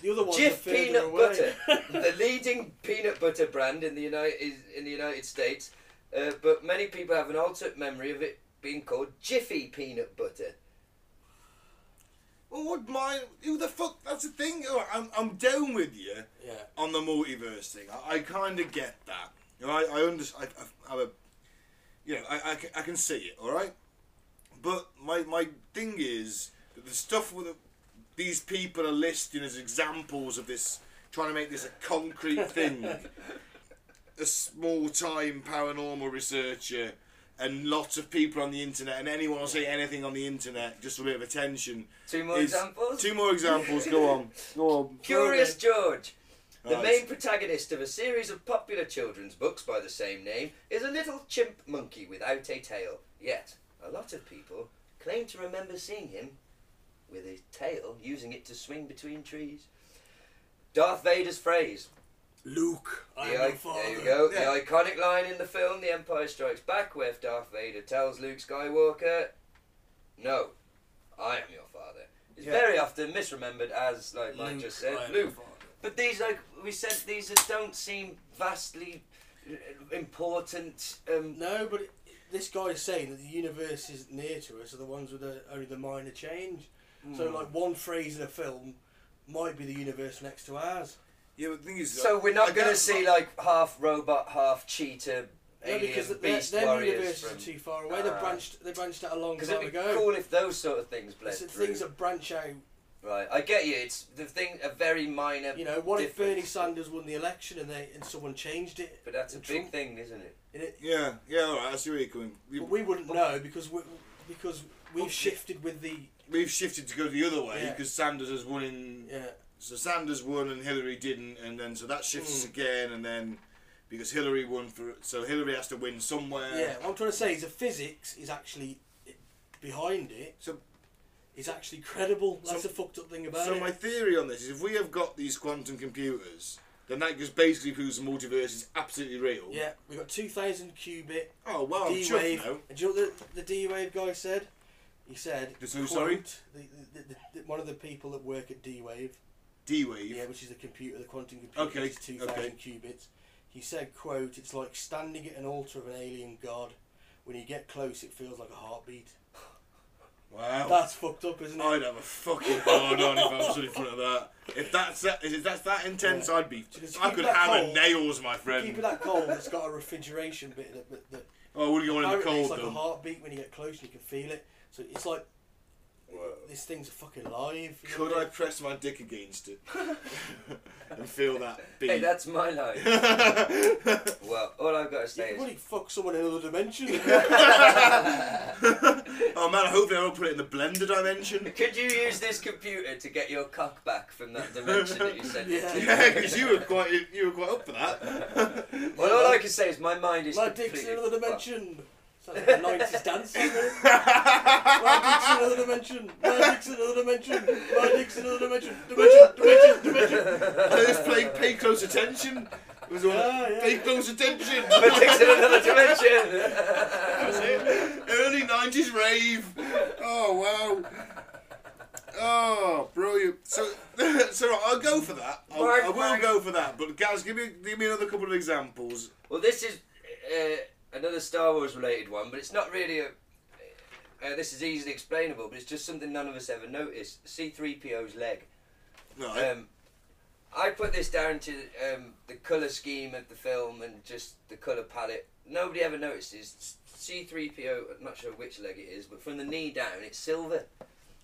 [SPEAKER 4] The other ones are
[SPEAKER 3] Jif
[SPEAKER 4] further
[SPEAKER 3] peanut
[SPEAKER 4] away.
[SPEAKER 3] butter, the leading peanut butter brand in the United is in the United States, uh, but many people have an altered memory of it being called Jiffy peanut butter.
[SPEAKER 2] Well, what my who the fuck? That's the thing. All right, I'm I'm down with you.
[SPEAKER 4] yeah.
[SPEAKER 2] on the multiverse thing. I, I kind of get that. You know, I I understand. I, I, I'm a, you know, I, I, can, I can see it. All right, but my my thing is that the stuff with the, these people are listing as examples of this, trying to make this a concrete thing. a small time paranormal researcher. And lots of people on the internet, and anyone will say anything on the internet just for a bit of attention.
[SPEAKER 3] Two more
[SPEAKER 2] is-
[SPEAKER 3] examples?
[SPEAKER 2] Two more examples. Go on. Go on.
[SPEAKER 3] Curious George. The
[SPEAKER 2] Right.
[SPEAKER 3] main protagonist of a series of popular children's books by the same name is a little chimp monkey without a tail. Yet, a lot of people claim to remember seeing him with his tail, using it to swing between trees. Darth Vader's phrase.
[SPEAKER 4] Luke, I
[SPEAKER 3] The
[SPEAKER 4] am
[SPEAKER 3] i-
[SPEAKER 4] your father.
[SPEAKER 3] there you go.
[SPEAKER 2] Yeah.
[SPEAKER 3] The iconic line in the film The Empire Strikes Back, where Darth Vader tells Luke Skywalker, No, I am your father. Is
[SPEAKER 2] Yeah.
[SPEAKER 3] very often misremembered as, like Mike just said,
[SPEAKER 4] I am your
[SPEAKER 3] Luke.
[SPEAKER 4] father.
[SPEAKER 3] But these, like we said, these that don't seem vastly uh, important. Um,
[SPEAKER 4] No, but it, this guy is saying that the universes near to us are the ones with the, only the minor change. So,
[SPEAKER 3] Hmm.
[SPEAKER 4] like, one phrase in a film might be the universe next to ours.
[SPEAKER 2] Yeah, but the thing is,
[SPEAKER 3] so we're
[SPEAKER 2] I
[SPEAKER 3] not going to
[SPEAKER 2] guess-
[SPEAKER 3] see like half robot, half cheetah,
[SPEAKER 4] No,
[SPEAKER 3] alien
[SPEAKER 4] because th- their,
[SPEAKER 3] beast
[SPEAKER 4] their
[SPEAKER 3] warriors.
[SPEAKER 4] universes are
[SPEAKER 3] Because
[SPEAKER 4] too far away. they
[SPEAKER 3] Ah.
[SPEAKER 4] branched. They branched out a long
[SPEAKER 3] it'd
[SPEAKER 4] time
[SPEAKER 3] be
[SPEAKER 4] ago.
[SPEAKER 3] cool if those sort of things bled
[SPEAKER 4] it's the
[SPEAKER 3] through.
[SPEAKER 4] things that branch out.
[SPEAKER 3] Right, I get you. It's the thing, a very minor.
[SPEAKER 4] You know, what if Bernie
[SPEAKER 3] difference.
[SPEAKER 4] Sanders won the election and they and someone changed it?
[SPEAKER 3] But that's a
[SPEAKER 4] And
[SPEAKER 3] big
[SPEAKER 4] Trump-
[SPEAKER 3] thing, isn't it?
[SPEAKER 4] and it-
[SPEAKER 2] Yeah, yeah, all right. I see where you're coming. We,
[SPEAKER 4] but we wouldn't know because we because we've
[SPEAKER 3] Well,
[SPEAKER 4] shifted with the
[SPEAKER 2] we've shifted to go the other way
[SPEAKER 4] Yeah.
[SPEAKER 2] because Sanders has won in.
[SPEAKER 4] yeah.
[SPEAKER 2] So Sanders won and Hillary didn't, and then so that
[SPEAKER 4] Hmm.
[SPEAKER 2] shifts again, and then because Hillary won for, so Hillary has to win somewhere.
[SPEAKER 4] Yeah, what I'm trying to say is the physics is actually behind it.
[SPEAKER 2] So-
[SPEAKER 4] is actually credible. That's
[SPEAKER 2] So-
[SPEAKER 4] the fucked up thing about
[SPEAKER 2] So
[SPEAKER 4] it.
[SPEAKER 2] my theory on this is, if we have got these quantum computers, then that just basically proves the multiverse is absolutely real.
[SPEAKER 4] yeah, we got 2,000 qubit
[SPEAKER 2] Oh wow, I'm
[SPEAKER 4] D
[SPEAKER 2] chuffed
[SPEAKER 4] wave.
[SPEAKER 2] now.
[SPEAKER 4] And do you know what the, the D wave guy said? He said,
[SPEAKER 2] Just who, sorry?
[SPEAKER 4] quote, The, the, the, the, one of the people that work at D wave,
[SPEAKER 2] D wave.
[SPEAKER 4] yeah, which is the computer, the quantum computer,
[SPEAKER 2] Okay,
[SPEAKER 4] which is 2,000
[SPEAKER 2] okay.
[SPEAKER 4] qubits. He said, "quote It's like standing at an altar of an alien god. When you get close, it feels like a heartbeat."
[SPEAKER 2] Wow.
[SPEAKER 4] That's fucked up, isn't it?
[SPEAKER 2] I'd have a fucking hard on if I was in front of that. If that's that, if that's that intense, I'd be.
[SPEAKER 4] Just
[SPEAKER 2] I
[SPEAKER 4] keep
[SPEAKER 2] could
[SPEAKER 4] that
[SPEAKER 2] hammer
[SPEAKER 4] cold.
[SPEAKER 2] nails, my
[SPEAKER 4] Keep it
[SPEAKER 2] friend.
[SPEAKER 4] that cold. It's got a refrigeration bit in it, but the,
[SPEAKER 2] Oh, I wouldn't go in the
[SPEAKER 4] apparently
[SPEAKER 2] cold
[SPEAKER 4] it's like a
[SPEAKER 2] though.
[SPEAKER 4] heartbeat when you get close and you can feel it. So it's like
[SPEAKER 2] Whoa.
[SPEAKER 4] This thing's fucking live. you know
[SPEAKER 2] Could
[SPEAKER 4] what
[SPEAKER 2] I
[SPEAKER 4] mean?
[SPEAKER 2] press my dick against it and feel that beat?
[SPEAKER 3] Hey, that's my life. well, all I've got to
[SPEAKER 4] You
[SPEAKER 3] say
[SPEAKER 4] could
[SPEAKER 3] is
[SPEAKER 4] bloody fuck someone in another dimension.
[SPEAKER 2] oh man, I hope they don't put it in the blender dimension.
[SPEAKER 3] Could you use this computer to get your cock back from that dimension that you sent it to?
[SPEAKER 2] Yeah, because you were quite you were quite up for that.
[SPEAKER 3] Well, all I can say is my mind is
[SPEAKER 4] My
[SPEAKER 3] completely
[SPEAKER 4] dick's in another
[SPEAKER 3] fucked.
[SPEAKER 4] dimension. Sounds like a 90s dance song, doesn't it? My dick's in another dimension. My dick's in another dimension. My dick's in another dimension. Dimension, dimension, dimension.
[SPEAKER 2] I was playing Pay Close Attention. It was all
[SPEAKER 4] Ah, yeah.
[SPEAKER 2] Pay Close Attention.
[SPEAKER 3] My dick's in another dimension.
[SPEAKER 2] Early 90s rave. Oh, wow. Oh, brilliant. So, so I'll go for that. I'll,
[SPEAKER 3] Mark,
[SPEAKER 2] I will
[SPEAKER 3] Mark.
[SPEAKER 2] go for that. But, Gaz, give me, give me another couple of examples.
[SPEAKER 3] well, this is uh, another Star Wars related one, but it's not really a. Uh, this is easily explainable, but it's just something none of us ever noticed. C3PO's leg.
[SPEAKER 2] Right.
[SPEAKER 3] Um, I put this down to um, the colour scheme of the film and just the colour palette. Nobody ever notices. C3PO, I'm not sure which leg it is, but from the knee down, it's silver.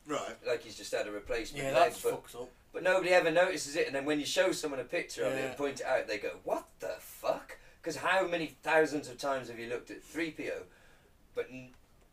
[SPEAKER 2] right.
[SPEAKER 3] Like he's just had a replacement
[SPEAKER 4] Yeah,
[SPEAKER 3] leg.
[SPEAKER 4] that's
[SPEAKER 3] But,
[SPEAKER 4] fucked up.
[SPEAKER 3] but nobody ever notices it, and then when you show someone a picture of it
[SPEAKER 4] Yeah.
[SPEAKER 3] and point it out, they go, What the fuck? Because how many thousands of times have you looked at 3PO? But n-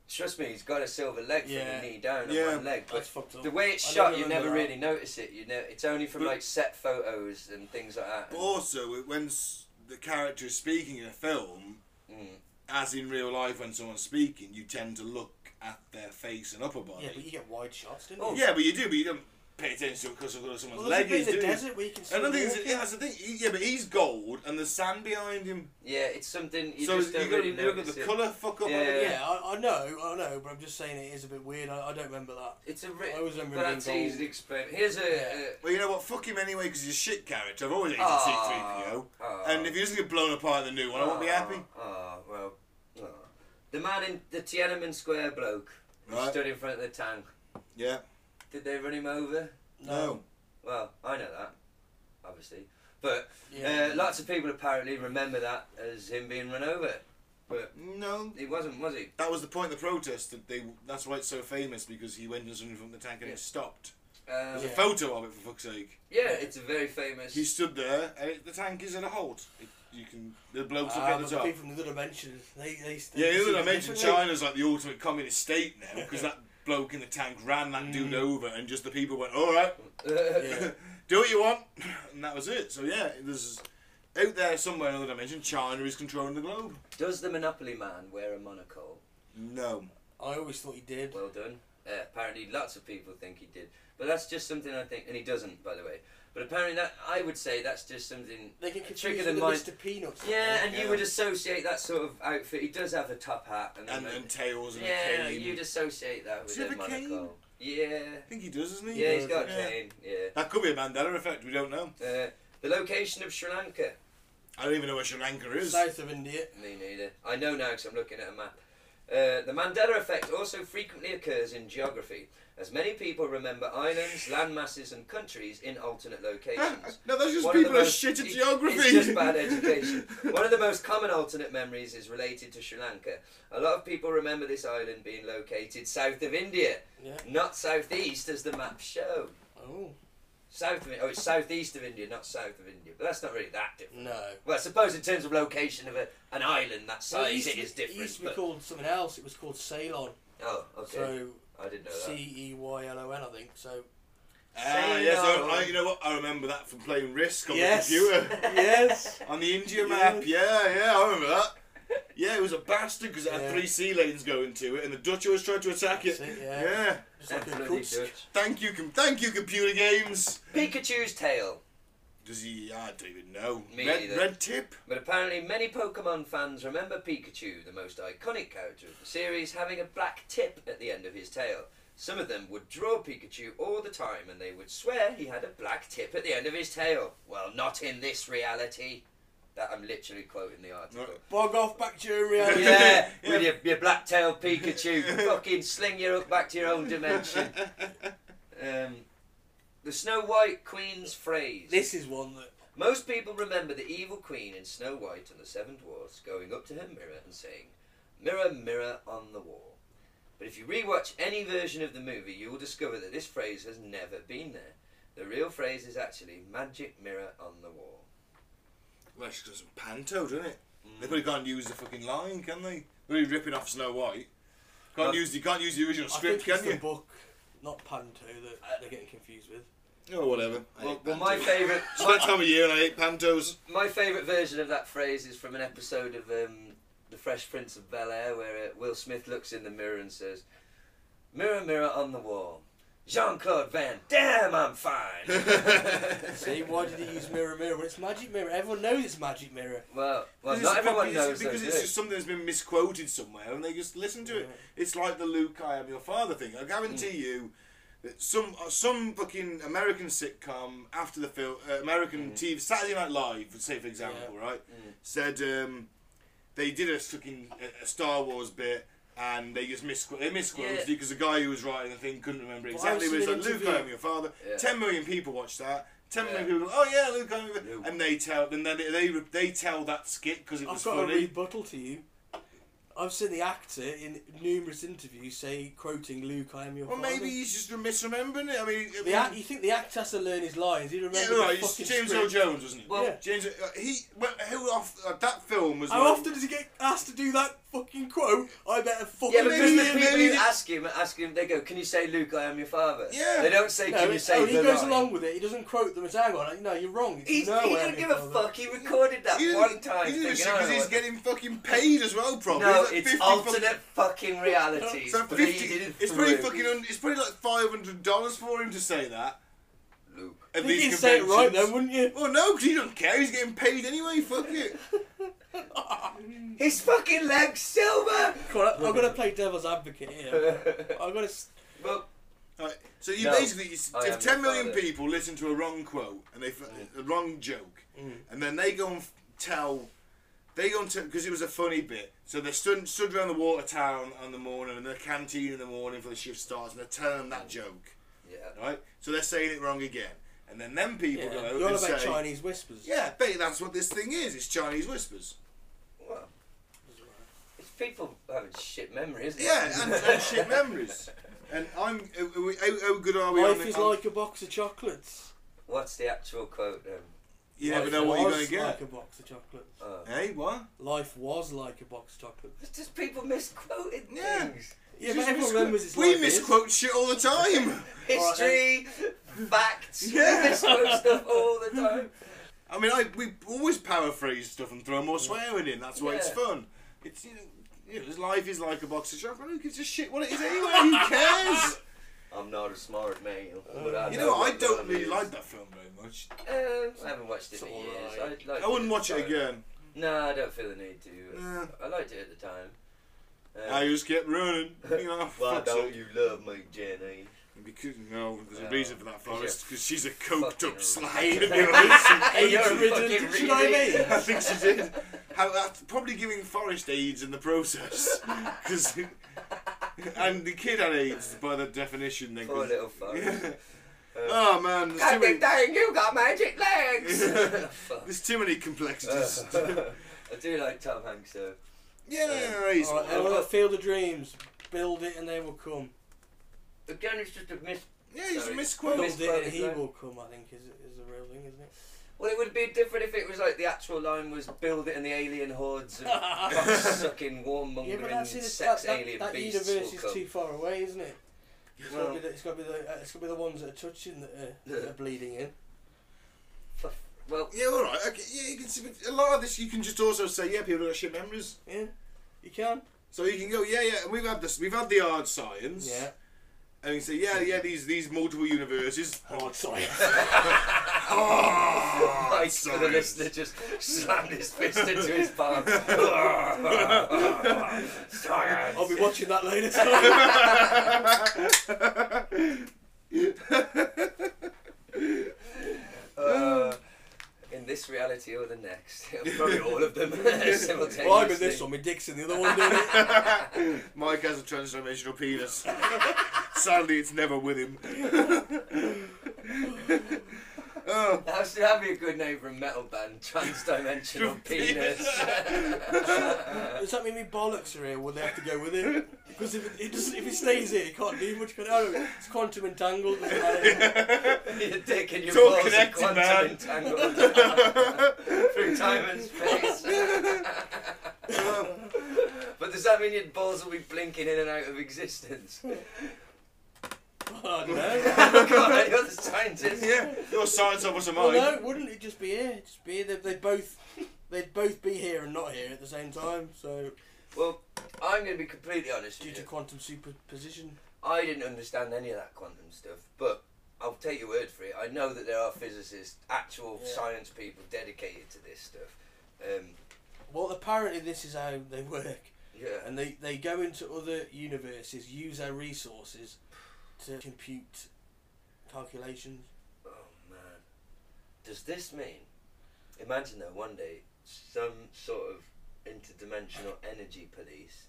[SPEAKER 3] trust me, he's got a silver leg
[SPEAKER 4] Yeah.
[SPEAKER 3] from the knee down
[SPEAKER 2] Yeah.
[SPEAKER 3] on one leg. But
[SPEAKER 4] That's fucked up.
[SPEAKER 3] the way it's
[SPEAKER 4] I
[SPEAKER 3] shot,
[SPEAKER 4] never
[SPEAKER 3] you never
[SPEAKER 4] remember that.
[SPEAKER 3] really notice it. You know, it's only from
[SPEAKER 2] But-
[SPEAKER 3] like set photos and things like that.
[SPEAKER 2] But also, it- when s- the character is speaking in a film,
[SPEAKER 3] Mm.
[SPEAKER 2] as in real life, when someone's speaking, you tend to look at their face and upper body.
[SPEAKER 4] Yeah, but you get wide shots, didn't
[SPEAKER 3] Oh,
[SPEAKER 4] you?
[SPEAKER 2] Yeah, but you do, but you don't pay attention because of someone's
[SPEAKER 4] Well, there's
[SPEAKER 2] leg
[SPEAKER 4] a bit
[SPEAKER 2] is.
[SPEAKER 4] in the
[SPEAKER 2] do you?
[SPEAKER 4] desert where you can see
[SPEAKER 2] And I think
[SPEAKER 4] walking.
[SPEAKER 2] it's- yeah, that's the thing. He- Yeah, but he's gold, and the sand behind him.
[SPEAKER 3] Yeah, it's something you
[SPEAKER 2] so
[SPEAKER 3] just
[SPEAKER 2] you
[SPEAKER 3] don't
[SPEAKER 2] got
[SPEAKER 3] really
[SPEAKER 2] to look at
[SPEAKER 3] notice.
[SPEAKER 2] the
[SPEAKER 3] it.
[SPEAKER 2] colour. Fuck up.
[SPEAKER 3] Yeah,
[SPEAKER 2] haven't you?
[SPEAKER 4] Yeah, I, I know, I know, but I'm just saying it is a bit weird. I, I don't remember that.
[SPEAKER 3] It's a ri-
[SPEAKER 4] I always remember
[SPEAKER 3] but
[SPEAKER 4] being
[SPEAKER 3] that's easy
[SPEAKER 4] bold.
[SPEAKER 3] to explain. Here's a.
[SPEAKER 4] Yeah.
[SPEAKER 2] Well, you know what? Fuck him anyway, because he's a shit character. I've always hated
[SPEAKER 3] Aw,
[SPEAKER 2] C-3PO.
[SPEAKER 3] aw.
[SPEAKER 2] And if he doesn't get blown apart in the new one, I won't be happy.
[SPEAKER 3] Oh, ah, well. aw. The man in the Tiananmen Square bloke who
[SPEAKER 2] Right.
[SPEAKER 3] stood in front of the tank.
[SPEAKER 2] Yeah.
[SPEAKER 3] Did they run him over?
[SPEAKER 2] No.
[SPEAKER 3] Well, I know that, obviously. But
[SPEAKER 4] Yeah.
[SPEAKER 3] uh, lots of people apparently remember that as him being run over. But
[SPEAKER 2] No.
[SPEAKER 3] he wasn't, was he?
[SPEAKER 2] That was the point of the protest. That they. That's why it's so famous because he went and was running from the tank and it
[SPEAKER 3] Yeah.
[SPEAKER 2] stopped.
[SPEAKER 3] Um,
[SPEAKER 2] There's
[SPEAKER 3] yeah.
[SPEAKER 2] a photo of it for fuck's sake.
[SPEAKER 3] it's a very famous.
[SPEAKER 2] He stood there, and it, the tank is at a halt. It, you can. The blokes up
[SPEAKER 4] Ah,
[SPEAKER 2] at
[SPEAKER 4] but
[SPEAKER 2] the
[SPEAKER 4] the
[SPEAKER 2] top.
[SPEAKER 4] people from the other dimensions, they, they
[SPEAKER 2] Yeah, the other
[SPEAKER 4] they-
[SPEAKER 2] I mentioned China's like the ultimate communist state now because that bloke in the tank ran that
[SPEAKER 3] Mm.
[SPEAKER 2] dude over, and just the people went, "All right,
[SPEAKER 3] uh,
[SPEAKER 4] Yeah.
[SPEAKER 2] do what you want," and that was it. So yeah, there's out there somewhere in another dimension, China is controlling the globe.
[SPEAKER 3] Does the Monopoly man wear a monocle?
[SPEAKER 2] No,
[SPEAKER 4] I always thought he did.
[SPEAKER 3] Well done. Uh, apparently, lots of people think he did, but that's just something I think, and he doesn't, by the way. But apparently, that I would say that's just something
[SPEAKER 4] They can
[SPEAKER 3] a trick
[SPEAKER 4] confuse
[SPEAKER 3] of
[SPEAKER 4] him
[SPEAKER 3] the
[SPEAKER 4] with
[SPEAKER 3] mind.
[SPEAKER 4] Mr. Peanuts.
[SPEAKER 3] Yeah, and
[SPEAKER 2] Yeah.
[SPEAKER 3] you would associate that sort of outfit. He does have a top hat, and,
[SPEAKER 2] and
[SPEAKER 3] then-
[SPEAKER 2] then tails and
[SPEAKER 3] yeah,
[SPEAKER 2] a cane.
[SPEAKER 3] you'd associate that with
[SPEAKER 2] Does he
[SPEAKER 3] a
[SPEAKER 2] have a cane?
[SPEAKER 3] monocle. Yeah,
[SPEAKER 2] I think he does, doesn't he?
[SPEAKER 3] yeah, he's got a
[SPEAKER 2] Yeah.
[SPEAKER 3] cane. Yeah.
[SPEAKER 2] That could be a Mandela effect. We don't know.
[SPEAKER 3] Uh, the location of Sri Lanka.
[SPEAKER 2] I don't even know where Sri Lanka is.
[SPEAKER 4] South of India.
[SPEAKER 3] Me neither. I know now because I'm looking at a map. Uh, the Mandela effect also frequently occurs in geography, as many people remember islands, landmasses, and countries in alternate locations.
[SPEAKER 2] No, that's just
[SPEAKER 3] One of the
[SPEAKER 2] people are
[SPEAKER 3] most-
[SPEAKER 2] shit at
[SPEAKER 3] it-
[SPEAKER 2] geography.
[SPEAKER 3] It's just bad education. One of the most common alternate memories is related to Sri Lanka. A lot of people remember this island being located south of India,
[SPEAKER 4] Yeah.
[SPEAKER 3] not southeast as the maps show.
[SPEAKER 4] Oh.
[SPEAKER 3] South of oh, it's southeast of India, not south of India. But that's not really that different.
[SPEAKER 4] No.
[SPEAKER 3] Well, I suppose in terms of location of a, an island that
[SPEAKER 4] Well,
[SPEAKER 3] size, it is
[SPEAKER 4] It used
[SPEAKER 3] different.
[SPEAKER 4] to be
[SPEAKER 3] but-
[SPEAKER 4] called something else. It was called Ceylon.
[SPEAKER 3] Oh, okay.
[SPEAKER 4] So
[SPEAKER 3] I didn't know that.
[SPEAKER 4] C E Y L O N, I think. So
[SPEAKER 2] Ah,
[SPEAKER 3] Say
[SPEAKER 2] yes,
[SPEAKER 3] no.
[SPEAKER 2] I, I, you know what? I remember that from playing Risk on
[SPEAKER 4] Yes.
[SPEAKER 2] the computer.
[SPEAKER 4] yes.
[SPEAKER 2] On the India map, yeah, yeah, I remember that. Yeah, it was a bastard because it had
[SPEAKER 4] Yeah.
[SPEAKER 2] three sea lanes going to it, and the Dutch always tried to attack it.
[SPEAKER 4] That's it, yeah. Just like a
[SPEAKER 3] Bloody
[SPEAKER 4] Kursk.
[SPEAKER 3] Dutch.
[SPEAKER 2] Thank you, com- thank you, computer games.
[SPEAKER 3] Pikachu's tail.
[SPEAKER 2] Does he? I don't even know.
[SPEAKER 3] Me
[SPEAKER 2] red,
[SPEAKER 3] either.
[SPEAKER 2] red tip.
[SPEAKER 3] But apparently, many Pokemon fans remember Pikachu, the most iconic character of the series, having a black tip at the end of his tail. Some of them would draw Pikachu all the time and they would swear he had a black tip at the end of his tail. Well, not in this reality. That I'm literally quoting the article.
[SPEAKER 4] Bog off back to your reality.
[SPEAKER 3] Yeah, with your, your black tailed Pikachu. Fucking sling you up back to your own dimension. Um, the Snow White Queen's phrase.
[SPEAKER 4] This is one that
[SPEAKER 3] Most people remember the evil queen in Snow White and the Seven Dwarfs going up to her mirror and saying, Mirror, mirror on the wall. But if you rewatch any version of the movie, you will discover that this phrase has never been there. The real phrase is actually magic mirror on the wall.
[SPEAKER 2] Well, she does some panto, doesn't it? They probably can't use the fucking line, can they? They're really ripping off Snow White. Can't
[SPEAKER 3] Well,
[SPEAKER 2] use you can't use the original
[SPEAKER 4] I
[SPEAKER 2] script, Uh,
[SPEAKER 4] think it's
[SPEAKER 2] can
[SPEAKER 4] the
[SPEAKER 2] you?
[SPEAKER 4] book, not Panto, that they're getting confused with.
[SPEAKER 2] Oh, whatever. I
[SPEAKER 3] Well,
[SPEAKER 2] hate
[SPEAKER 3] well my
[SPEAKER 2] pantos.
[SPEAKER 3] favourite
[SPEAKER 2] It's that
[SPEAKER 3] my,
[SPEAKER 2] time of year and I hate pantos.
[SPEAKER 3] my favourite version of that phrase is from an episode of um, The Fresh Prince of Bel Air, where uh, Will Smith looks in the mirror and says, "Mirror, mirror on the wall, Jean Claude Van Damme, I'm fine."
[SPEAKER 4] See, why did he use mirror, mirror? It's magic mirror. Everyone knows it's magic mirror.
[SPEAKER 3] well, well,
[SPEAKER 2] Because
[SPEAKER 3] not
[SPEAKER 2] it's
[SPEAKER 3] everyone
[SPEAKER 2] probably-
[SPEAKER 3] knows
[SPEAKER 2] it's, because
[SPEAKER 3] though,
[SPEAKER 2] it's
[SPEAKER 3] do
[SPEAKER 2] just something that's been misquoted somewhere, and they just listen to it. It's like the Luke, I am your father thing. I guarantee
[SPEAKER 3] Mm.
[SPEAKER 2] you that some uh, some fucking American sitcom after the film, uh, American
[SPEAKER 3] Mm.
[SPEAKER 2] TV, Saturday Night Live, say for example, right, said um, they did a fucking a, a Star Wars bit. And they just misquoted, they misquoted
[SPEAKER 3] Yeah.
[SPEAKER 2] it because the guy who was writing the thing couldn't remember
[SPEAKER 4] Well,
[SPEAKER 2] exactly.
[SPEAKER 4] I've
[SPEAKER 2] But it's
[SPEAKER 4] seen an
[SPEAKER 2] like Luke, I
[SPEAKER 4] interview-
[SPEAKER 2] am your father.
[SPEAKER 3] Yeah.
[SPEAKER 2] Ten million people watched that. Ten million
[SPEAKER 3] Yeah.
[SPEAKER 2] people. Oh yeah, Luke, I am your
[SPEAKER 3] Luke.
[SPEAKER 2] and they tell, and then they they, they tell that skit because it
[SPEAKER 4] I've
[SPEAKER 2] was
[SPEAKER 4] got
[SPEAKER 2] funny.
[SPEAKER 4] a rebuttal to you. I've seen the actor in numerous interviews say, quoting Luke, I am your
[SPEAKER 2] well,
[SPEAKER 4] father.
[SPEAKER 2] maybe he's just misremembering it. I mean,
[SPEAKER 4] The act, you think the actor has to learn his lines? He remembers
[SPEAKER 2] yeah, right,
[SPEAKER 4] the
[SPEAKER 2] it's
[SPEAKER 4] fucking
[SPEAKER 2] James Earl
[SPEAKER 4] script.
[SPEAKER 2] Jones, wasn't it?
[SPEAKER 3] Well-
[SPEAKER 4] Yeah.
[SPEAKER 2] James, uh, he well, who off uh, that film was.
[SPEAKER 4] How
[SPEAKER 2] like-
[SPEAKER 4] often does he get asked to do that fucking quote? I better fucking
[SPEAKER 3] Yeah, because
[SPEAKER 2] Maybe-
[SPEAKER 3] the
[SPEAKER 4] leave
[SPEAKER 3] people
[SPEAKER 4] it."
[SPEAKER 2] maybe
[SPEAKER 3] who
[SPEAKER 2] the-
[SPEAKER 3] ask him, ask him, they go, "Can you say Luke, I am your father?"
[SPEAKER 2] Yeah.
[SPEAKER 3] They don't say,
[SPEAKER 4] No,
[SPEAKER 3] "Can you
[SPEAKER 4] it's-
[SPEAKER 3] say?"
[SPEAKER 4] oh, he
[SPEAKER 3] the
[SPEAKER 4] goes
[SPEAKER 3] line?"
[SPEAKER 4] along with it. He doesn't quote them as hang on. like, No, you're wrong. It's
[SPEAKER 3] He, he
[SPEAKER 4] no, I am
[SPEAKER 3] didn't give
[SPEAKER 4] your
[SPEAKER 3] a
[SPEAKER 4] father."
[SPEAKER 3] fuck. He recorded that
[SPEAKER 2] He didn't-
[SPEAKER 3] one time.
[SPEAKER 2] He didn't
[SPEAKER 3] thinking,
[SPEAKER 2] because
[SPEAKER 3] "Oh,
[SPEAKER 2] he's
[SPEAKER 3] I-
[SPEAKER 2] getting fucking paid as well, probably.
[SPEAKER 3] No,
[SPEAKER 2] He's like
[SPEAKER 3] it's
[SPEAKER 2] 50
[SPEAKER 3] alternate
[SPEAKER 2] Fucking,
[SPEAKER 3] fucking reality.
[SPEAKER 2] so fifty. It's probably fucking. Un, it's probably like five hundred dollars for him to say that.
[SPEAKER 3] Luke.
[SPEAKER 2] At
[SPEAKER 4] I think
[SPEAKER 2] these
[SPEAKER 4] you'd say it right
[SPEAKER 2] conventions.
[SPEAKER 4] then, wouldn't you?
[SPEAKER 2] Well, no, because he doesn't care. He's getting paid anyway. Fuck it.
[SPEAKER 3] His fucking leg's silver.
[SPEAKER 4] Come on, I- I'm gonna play devil's advocate here. I'm gonna. s-
[SPEAKER 3] well,
[SPEAKER 2] Right, so you
[SPEAKER 3] No,
[SPEAKER 2] basically, you,
[SPEAKER 3] I
[SPEAKER 2] if
[SPEAKER 3] am
[SPEAKER 2] 10
[SPEAKER 3] your
[SPEAKER 2] million
[SPEAKER 3] father.
[SPEAKER 2] people listen to a wrong quote and they f-
[SPEAKER 4] Mm.
[SPEAKER 2] a wrong joke, and then they go and f- tell, they go and tell because it was a funny bit. So they stood stood around the water tower on, on the morning and the canteen in the morning for the shift starts, and they tell them that joke,
[SPEAKER 3] yeah.
[SPEAKER 2] right? So they're saying it wrong again, and then them people
[SPEAKER 4] Yeah.
[SPEAKER 2] go out
[SPEAKER 4] You're all
[SPEAKER 2] and
[SPEAKER 4] about
[SPEAKER 2] say,
[SPEAKER 4] Chinese whispers.
[SPEAKER 2] "Yeah, bet that's what this thing is. It's Chinese whispers."
[SPEAKER 3] Well, it's people having shit memory, isn't it?
[SPEAKER 2] Yeah, and, and shit memories. And I'm, uh, uh, we- how, how good are we? on
[SPEAKER 4] Life
[SPEAKER 2] the-
[SPEAKER 4] is
[SPEAKER 2] on-
[SPEAKER 4] like a box of chocolates.
[SPEAKER 3] What's the actual quote then?
[SPEAKER 2] you never
[SPEAKER 4] Life
[SPEAKER 2] know what you're
[SPEAKER 4] was
[SPEAKER 2] gonna
[SPEAKER 4] Like
[SPEAKER 2] get.
[SPEAKER 4] a box of chocolates.
[SPEAKER 3] Oh.
[SPEAKER 2] Hey, what?
[SPEAKER 4] Life was like a box of chocolates.
[SPEAKER 3] It's just people misquoted
[SPEAKER 2] Yeah.
[SPEAKER 3] things.
[SPEAKER 4] Yeah, but
[SPEAKER 2] Just
[SPEAKER 4] everyone
[SPEAKER 2] misquote-
[SPEAKER 4] remembers it's
[SPEAKER 2] We
[SPEAKER 4] life is.
[SPEAKER 2] misquote shit all the time.
[SPEAKER 3] History, facts.
[SPEAKER 2] Yeah.
[SPEAKER 3] We misquote stuff all the time.
[SPEAKER 2] I mean, I we always paraphrase stuff and throw more swearing in. That's why it's
[SPEAKER 3] Yeah.
[SPEAKER 2] fun. It's you know, you know, life is like a box of chocolate. Who gives a shit what it is anyway? Who cares?
[SPEAKER 3] I'm not a smart man, but I
[SPEAKER 2] you know, I
[SPEAKER 3] what
[SPEAKER 2] don't
[SPEAKER 3] love
[SPEAKER 2] really
[SPEAKER 3] is.
[SPEAKER 2] like that film very much.
[SPEAKER 3] Um, I haven't watched it
[SPEAKER 4] It's
[SPEAKER 3] for
[SPEAKER 4] all
[SPEAKER 3] years.
[SPEAKER 4] right.
[SPEAKER 3] I, liked
[SPEAKER 2] I wouldn't
[SPEAKER 3] at
[SPEAKER 2] watch
[SPEAKER 3] the
[SPEAKER 2] it
[SPEAKER 3] time.
[SPEAKER 2] again.
[SPEAKER 3] No, I don't feel the need to.
[SPEAKER 2] Nah.
[SPEAKER 3] I liked it at the time. Um,
[SPEAKER 2] I just kept running. You know,
[SPEAKER 3] why
[SPEAKER 2] fuck
[SPEAKER 3] don't
[SPEAKER 2] it.
[SPEAKER 3] you love me, Jenny?
[SPEAKER 2] Because no, there's a
[SPEAKER 3] No.
[SPEAKER 2] reason for that,
[SPEAKER 3] you're
[SPEAKER 2] Forrest. Because she's a coked
[SPEAKER 3] fucking
[SPEAKER 2] up slag.
[SPEAKER 3] right.
[SPEAKER 2] you know, it's-
[SPEAKER 4] Hey, you're
[SPEAKER 3] Fucking
[SPEAKER 4] original.
[SPEAKER 3] reading.
[SPEAKER 4] Did you know what I
[SPEAKER 2] I
[SPEAKER 4] mean?
[SPEAKER 2] think she did. How that's probably giving Forrest AIDS in the process, 'Cause- and the kid had AIDS by the definition. Then,
[SPEAKER 3] Poor
[SPEAKER 2] 'cause-
[SPEAKER 3] little Forrest.
[SPEAKER 2] oh man, there's too,
[SPEAKER 3] Fucking
[SPEAKER 2] many,
[SPEAKER 3] dang, you got magic legs! Fuck.
[SPEAKER 2] there's too many complexities.
[SPEAKER 3] I do like Tom Hanks though.
[SPEAKER 2] yeah, he's
[SPEAKER 4] Alright, everyone at Field of Dreams, build it and they will come.
[SPEAKER 3] Again, it's just a mis.
[SPEAKER 2] yeah, he's
[SPEAKER 3] Sorry.
[SPEAKER 2] misquoted.
[SPEAKER 4] Build
[SPEAKER 3] Miss
[SPEAKER 4] it
[SPEAKER 3] Buzz's
[SPEAKER 4] and he
[SPEAKER 3] line.
[SPEAKER 4] will come. I think is is the real thing, isn't it?
[SPEAKER 3] Well, it would be different if it was like the actual line was "build it and the alien hordes of sucking,
[SPEAKER 4] Yeah, but
[SPEAKER 3] warmongering,
[SPEAKER 4] that's it. it's- That,
[SPEAKER 3] sex
[SPEAKER 4] that,
[SPEAKER 3] alien
[SPEAKER 4] that
[SPEAKER 3] beasts
[SPEAKER 4] universe
[SPEAKER 3] will
[SPEAKER 4] is
[SPEAKER 3] come."
[SPEAKER 4] too far away, isn't it? It's
[SPEAKER 3] Well-
[SPEAKER 4] got to be the it's gotta be the, uh, it's gotta be the ones that are touching that are, that are bleeding in.
[SPEAKER 3] F- well,
[SPEAKER 2] Yeah, all right. Okay, yeah, you can see a lot of this. You can just also say, yeah, people got shit memories.
[SPEAKER 4] Yeah, you can.
[SPEAKER 2] So you can go, yeah, yeah. And we've had this. We've had the hard science.
[SPEAKER 4] Yeah.
[SPEAKER 2] And you say, yeah, yeah. These these multiple universes.
[SPEAKER 4] Oh, sorry.
[SPEAKER 2] Oh,
[SPEAKER 3] Mike, for the
[SPEAKER 2] science.
[SPEAKER 3] listener, just slammed his fist into his palm. Science.
[SPEAKER 4] I'll be watching that later. Sorry.
[SPEAKER 3] Uh, in this reality or the next, probably all of them simultaneously.
[SPEAKER 4] well, I'm in this one. My dick's in the other one. Doing it.
[SPEAKER 2] Mike has a transformational penis. Sadly, it's never with him. Oh.
[SPEAKER 3] That should that be a good name for a metal band, Transdimensional Penis.
[SPEAKER 4] Does that mean me bollocks are here? Would they have to go with it? Because if it, it doesn't, if it stays here, it can't do much. Can it? Oh, no, it's quantum entangled. doesn't matter.
[SPEAKER 3] your dick and your
[SPEAKER 2] It's all
[SPEAKER 3] balls are
[SPEAKER 2] connected,
[SPEAKER 3] quantum
[SPEAKER 2] man.
[SPEAKER 3] entangled through time and space. but does that mean your balls will be blinking in and out of existence?
[SPEAKER 4] I don't know.
[SPEAKER 3] God, you're the scientist.
[SPEAKER 2] Yeah, your science of us am
[SPEAKER 4] Well,
[SPEAKER 2] I.
[SPEAKER 4] no, wouldn't it just be here? Just be here. They, they both, they'd both be here and not here at the same time. So
[SPEAKER 3] Well, I'm going to be completely honest
[SPEAKER 4] due
[SPEAKER 3] with
[SPEAKER 4] to
[SPEAKER 3] you.
[SPEAKER 4] quantum superposition,
[SPEAKER 3] I didn't understand any of that quantum stuff, but I'll take your word for it. I know that there are physicists, actual
[SPEAKER 4] Yeah.
[SPEAKER 3] science people dedicated to this stuff. Um,
[SPEAKER 4] well, apparently this is how they work,
[SPEAKER 3] yeah.
[SPEAKER 4] and they they go into other universes, use their resources to compute calculations.
[SPEAKER 3] Oh man. Does this mean? Imagine though, one day some sort of interdimensional energy police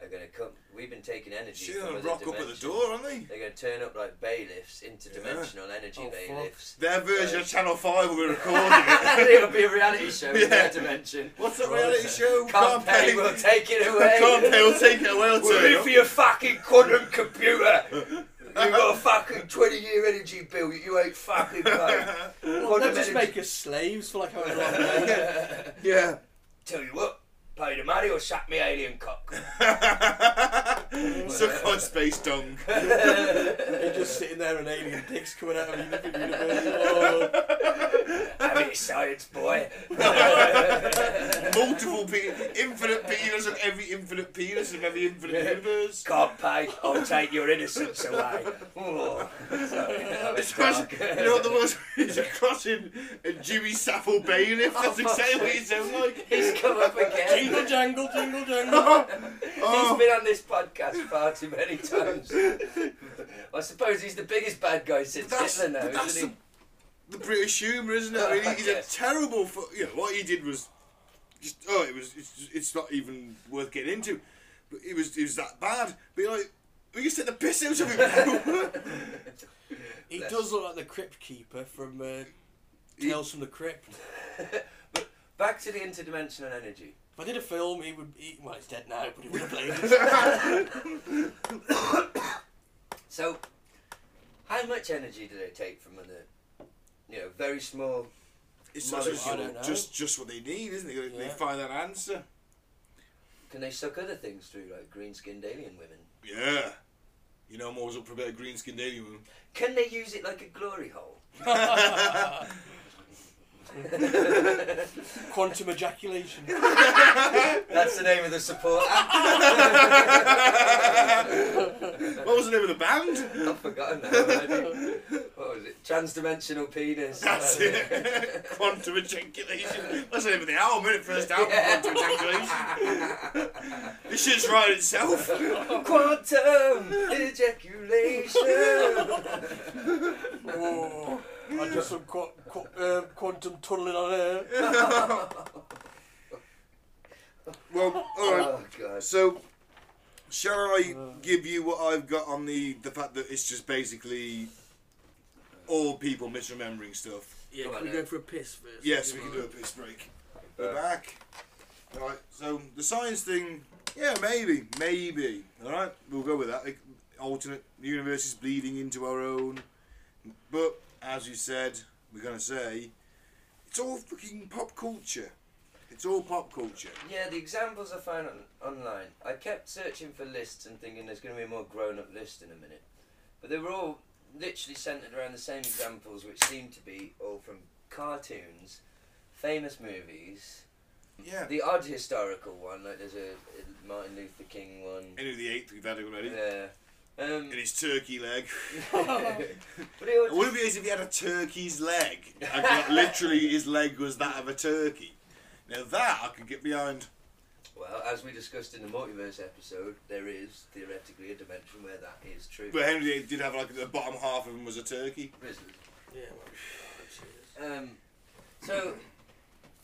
[SPEAKER 3] are going to come. We've been taking energy.
[SPEAKER 2] She's
[SPEAKER 3] from
[SPEAKER 2] gonna
[SPEAKER 3] other
[SPEAKER 2] rock up at the
[SPEAKER 3] dimensions.
[SPEAKER 2] door, aren't they?
[SPEAKER 3] They're going to turn up like bailiffs, interdimensional energy
[SPEAKER 4] Oh, fuck.
[SPEAKER 3] bailiffs.
[SPEAKER 2] Their version
[SPEAKER 3] Uh,
[SPEAKER 2] of Channel 5 will be recording it.
[SPEAKER 3] It'll be a reality show in their
[SPEAKER 2] Yeah.
[SPEAKER 3] dimension.
[SPEAKER 2] What's that reality show?
[SPEAKER 3] Can't pay, we'll take it away.
[SPEAKER 2] Can't pay, we'll take it away. I'll
[SPEAKER 3] We're
[SPEAKER 2] turn
[SPEAKER 3] in
[SPEAKER 2] up.
[SPEAKER 3] for your fucking quantum computer. You've got a fucking 20 year energy bill that you ain't fucking paying.
[SPEAKER 4] Well, they
[SPEAKER 3] Quantum
[SPEAKER 4] just
[SPEAKER 3] energy.
[SPEAKER 4] make us slaves for like however long. they want.
[SPEAKER 2] Yeah.
[SPEAKER 3] Tell you what, pay the money or shut me alien cock.
[SPEAKER 2] Suck on space dung.
[SPEAKER 4] They're just sitting there and alien dicks coming out of the universe. Oh,
[SPEAKER 3] Have it, science boy.
[SPEAKER 2] Multiple penis, infinite penis of every infinite penis of every infinite universe.
[SPEAKER 3] Can't pay, I'll take your innocence away. Oh, sorry, that was
[SPEAKER 2] It's crossing,
[SPEAKER 3] dark.
[SPEAKER 2] you know what the worst is? A crossing a Jimmy Savile bailiff. That's exactly what he sounds like.
[SPEAKER 3] He's come up again.
[SPEAKER 4] jingle jangle, jingle jangle.
[SPEAKER 3] He's been on this podcast far too many times. I suppose he's the biggest bad guy since
[SPEAKER 2] That's,
[SPEAKER 3] Hitler now,
[SPEAKER 2] that's
[SPEAKER 3] isn't
[SPEAKER 2] the, the British humour, isn't it? I mean, he's
[SPEAKER 3] Yes.
[SPEAKER 2] a terrible. Fu- you know, what he did was just. Oh, it was. It's, it's not even worth getting into. But it was. It was that bad. But you're like, we just take the piss out of him.
[SPEAKER 4] He does look like the crypt keeper from uh, Tales from the Crypt.
[SPEAKER 3] he? Back to the interdimensional energy.
[SPEAKER 4] If I did a film, he would. He, well, he's dead now, but he would have played it.
[SPEAKER 3] So, how much energy do they take from the, you know, very small?
[SPEAKER 2] it's
[SPEAKER 3] Mother-
[SPEAKER 2] just,
[SPEAKER 4] I don't know.
[SPEAKER 2] just just what they need, isn't it? They- They
[SPEAKER 4] Yeah.
[SPEAKER 2] find that answer.
[SPEAKER 3] Can they suck other things through, like green-skinned alien women?
[SPEAKER 2] Yeah. You know, I'm always up for a bit of green skinned alien woman.
[SPEAKER 3] Can they use it like a glory hole?
[SPEAKER 4] Quantum ejaculation.
[SPEAKER 3] That's the name of the support act.
[SPEAKER 2] What was the name of the band?
[SPEAKER 3] I've forgotten that already. What was it? Transdimensional penis.
[SPEAKER 2] That's it. Quantum ejaculation. That's the name of the album, isn't it? First album, Quantum ejaculation. this shit's right itself.
[SPEAKER 3] Quantum ejaculation.
[SPEAKER 4] Oh, I just some qu- qu- uh, quantum tunneling on air.
[SPEAKER 2] Well, all right.
[SPEAKER 3] Oh god.
[SPEAKER 2] So, shall I give you what I've got on the the fact that it's just basically all people misremembering stuff?
[SPEAKER 4] Yeah,
[SPEAKER 3] Go
[SPEAKER 4] can
[SPEAKER 3] on
[SPEAKER 4] we
[SPEAKER 3] then.
[SPEAKER 4] go for a piss first?
[SPEAKER 2] Yes, we can do a piss break. We're back. All right. So the science thing, yeah, maybe, maybe. All right, we'll go with that. Like, alternate universes bleeding into our own, but as you said, we're gonna say it's all fucking pop culture. It's all pop culture.
[SPEAKER 3] Yeah, the examples I found on, online. I kept searching for lists and thinking there's going to be a more grown-up list in a minute, but they were all literally centered around the same examples, which seemed to be all from cartoons, famous movies,
[SPEAKER 2] Yeah.
[SPEAKER 3] the odd historical one, like there's a a Martin Luther King one.
[SPEAKER 2] Any of the eighth we've had already.
[SPEAKER 3] Yeah. Um,
[SPEAKER 2] And his turkey leg.
[SPEAKER 3] but it
[SPEAKER 2] It
[SPEAKER 3] was,
[SPEAKER 2] would be as if he had a turkey's leg. I got, literally, his leg was that of a turkey. Now that I could get behind.
[SPEAKER 3] well, as we discussed in the multiverse episode, there is theoretically a dimension where that is true.
[SPEAKER 2] But Henry VIII did have like the bottom half of him was a turkey.
[SPEAKER 3] Isn't it?
[SPEAKER 4] Yeah, well, cheers.
[SPEAKER 3] Um, so,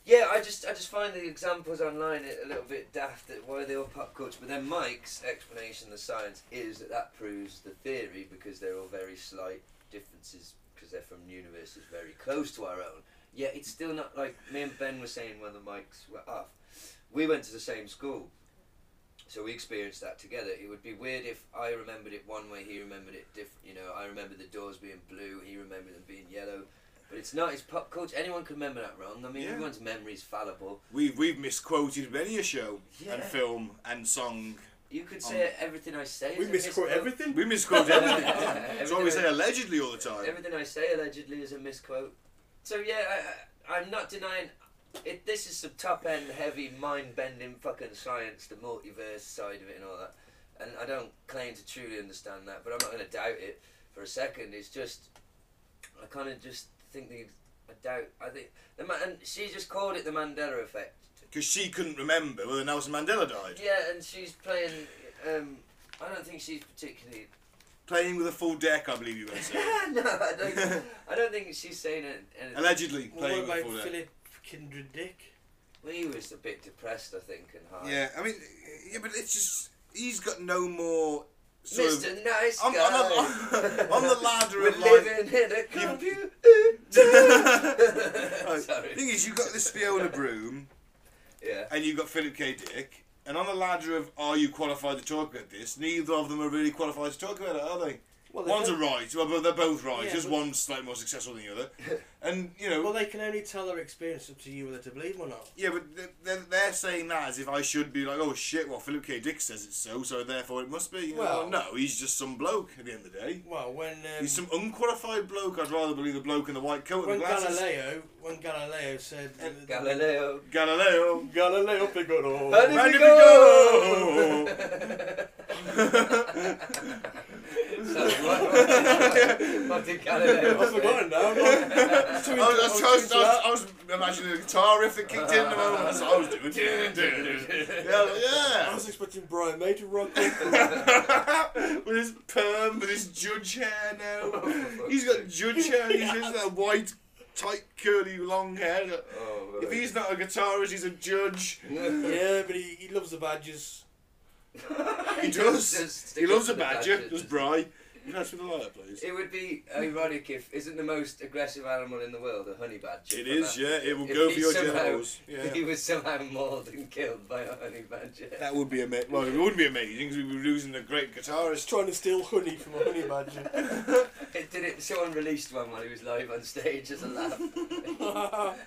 [SPEAKER 3] yeah, I just I just find the examples online a a little bit daft. That why they all pop culture, but then Mike's explanation, of the science is that that proves the theory because they're all very slight differences because they're from universes very close to our own. Yet it's still not like me and Ben were saying when the mics were off. We went to the same school, so we experienced that together. It would be weird if I remembered it one way, he remembered it different. You know, I remember the doors being blue, he remembered them being yellow. But it's not. It's pop culture. Anyone can remember that wrong. I mean,
[SPEAKER 2] Yeah.
[SPEAKER 3] everyone's memory is fallible.
[SPEAKER 2] We've we've misquoted many a show and
[SPEAKER 3] Yeah.
[SPEAKER 2] film and song.
[SPEAKER 3] You could say everything I say.
[SPEAKER 4] Um, We
[SPEAKER 3] is a
[SPEAKER 4] misquote
[SPEAKER 3] misquote.
[SPEAKER 4] everything.
[SPEAKER 2] We misquote
[SPEAKER 3] Yeah,
[SPEAKER 2] everything.
[SPEAKER 3] yeah, yeah.
[SPEAKER 2] That's why we
[SPEAKER 3] Everything
[SPEAKER 2] say allegedly all the time.
[SPEAKER 3] Everything I say allegedly is a misquote. So yeah, I, I, I'm not denying. It, this is some top end heavy mind bending fucking science, the multiverse side of it and all that. And I don't claim to truly understand that, but I'm not going to doubt it for a second. It's just I kind of just think the I doubt. I think the man. And she just called it the Mandela effect.
[SPEAKER 2] Because she couldn't remember whether Nelson Mandela died.
[SPEAKER 3] Yeah, and she's playing. Um, I don't think she's particularly
[SPEAKER 2] Playing with a full deck, I believe you were
[SPEAKER 3] no,
[SPEAKER 2] saying.
[SPEAKER 3] I don't. I don't think she's saying it. And
[SPEAKER 2] Allegedly
[SPEAKER 4] Well,
[SPEAKER 2] playing with
[SPEAKER 4] what
[SPEAKER 2] a
[SPEAKER 4] about
[SPEAKER 2] full deck.
[SPEAKER 4] Philip Kindred Dick?
[SPEAKER 3] well, he was a bit depressed, I think, and hard.
[SPEAKER 2] Yeah, I mean, yeah, but it's just he's got no more. Sort of-
[SPEAKER 3] Mr. Nice
[SPEAKER 2] I'm-
[SPEAKER 3] Guy.
[SPEAKER 2] I'm a- I'm the ladder
[SPEAKER 3] We're
[SPEAKER 2] of life.
[SPEAKER 3] living in a computer.
[SPEAKER 2] Right, thing is, you've got this Fiona Broom
[SPEAKER 3] Yeah.
[SPEAKER 2] and you've got Philip K. Dick, and on the ladder of are you qualified to talk about this, neither of them are really qualified to talk about it, are they?
[SPEAKER 4] Well, they
[SPEAKER 2] One's a
[SPEAKER 4] don't-
[SPEAKER 2] right, well, but they're both right,
[SPEAKER 4] Yeah,
[SPEAKER 2] just
[SPEAKER 4] but-
[SPEAKER 2] one's slightly more successful than the other. And, you know,
[SPEAKER 4] Well, they can only tell their experience up to you whether to believe or not.
[SPEAKER 2] yeah, but they're- they're, they're saying that as if I should be like, oh shit, well, Philip K. Dick says it's so, so therefore it must be. You know,
[SPEAKER 4] Well-
[SPEAKER 2] no, he's just some bloke at the end of the day.
[SPEAKER 4] Well, when um,
[SPEAKER 2] He's some unqualified bloke. I'd rather believe the bloke in the white coat
[SPEAKER 4] when
[SPEAKER 2] and the glasses.
[SPEAKER 4] Galileo when Galileo said
[SPEAKER 3] Galileo.
[SPEAKER 2] Galileo.
[SPEAKER 4] Galileo Figaro.
[SPEAKER 3] How did
[SPEAKER 2] Round
[SPEAKER 3] we
[SPEAKER 2] it we
[SPEAKER 3] go?
[SPEAKER 2] go!
[SPEAKER 3] So what? what did Galileo
[SPEAKER 4] I've
[SPEAKER 3] say?
[SPEAKER 4] forgotten now. That's
[SPEAKER 2] I was, I, was, I, was, I, was, I was imagining a guitar riff that kicked in and I was, I was doing.
[SPEAKER 4] I
[SPEAKER 2] yeah,
[SPEAKER 4] was expecting Brian May to rock up.
[SPEAKER 2] yeah. with his perm, with his judge hair now. He's got judge hair. He's just that white, tight, curly, long hair.
[SPEAKER 3] Oh,
[SPEAKER 2] If he's not a guitarist, he's a judge.
[SPEAKER 4] yeah, but he, he loves the badges.
[SPEAKER 2] He does. He loves a badger. Does Bry? Can you ask me the lighter, please?
[SPEAKER 3] It would be ironic if isn't the most aggressive animal in the world a honey badger.
[SPEAKER 2] It
[SPEAKER 3] but
[SPEAKER 2] is,
[SPEAKER 3] that-
[SPEAKER 2] yeah. It will
[SPEAKER 3] if
[SPEAKER 2] go
[SPEAKER 3] he
[SPEAKER 2] for your
[SPEAKER 3] somehow-
[SPEAKER 2] genitals.
[SPEAKER 3] if He
[SPEAKER 2] Yeah.
[SPEAKER 3] was somehow mauled and killed by a honey badger.
[SPEAKER 2] That would be amazing. Well, it would be amazing because we'd be losing a great
[SPEAKER 4] He's
[SPEAKER 2] guitarist.
[SPEAKER 4] trying to steal honey from a honey badger.
[SPEAKER 3] It did it. Someone released one while he was live on stage as a laugh. it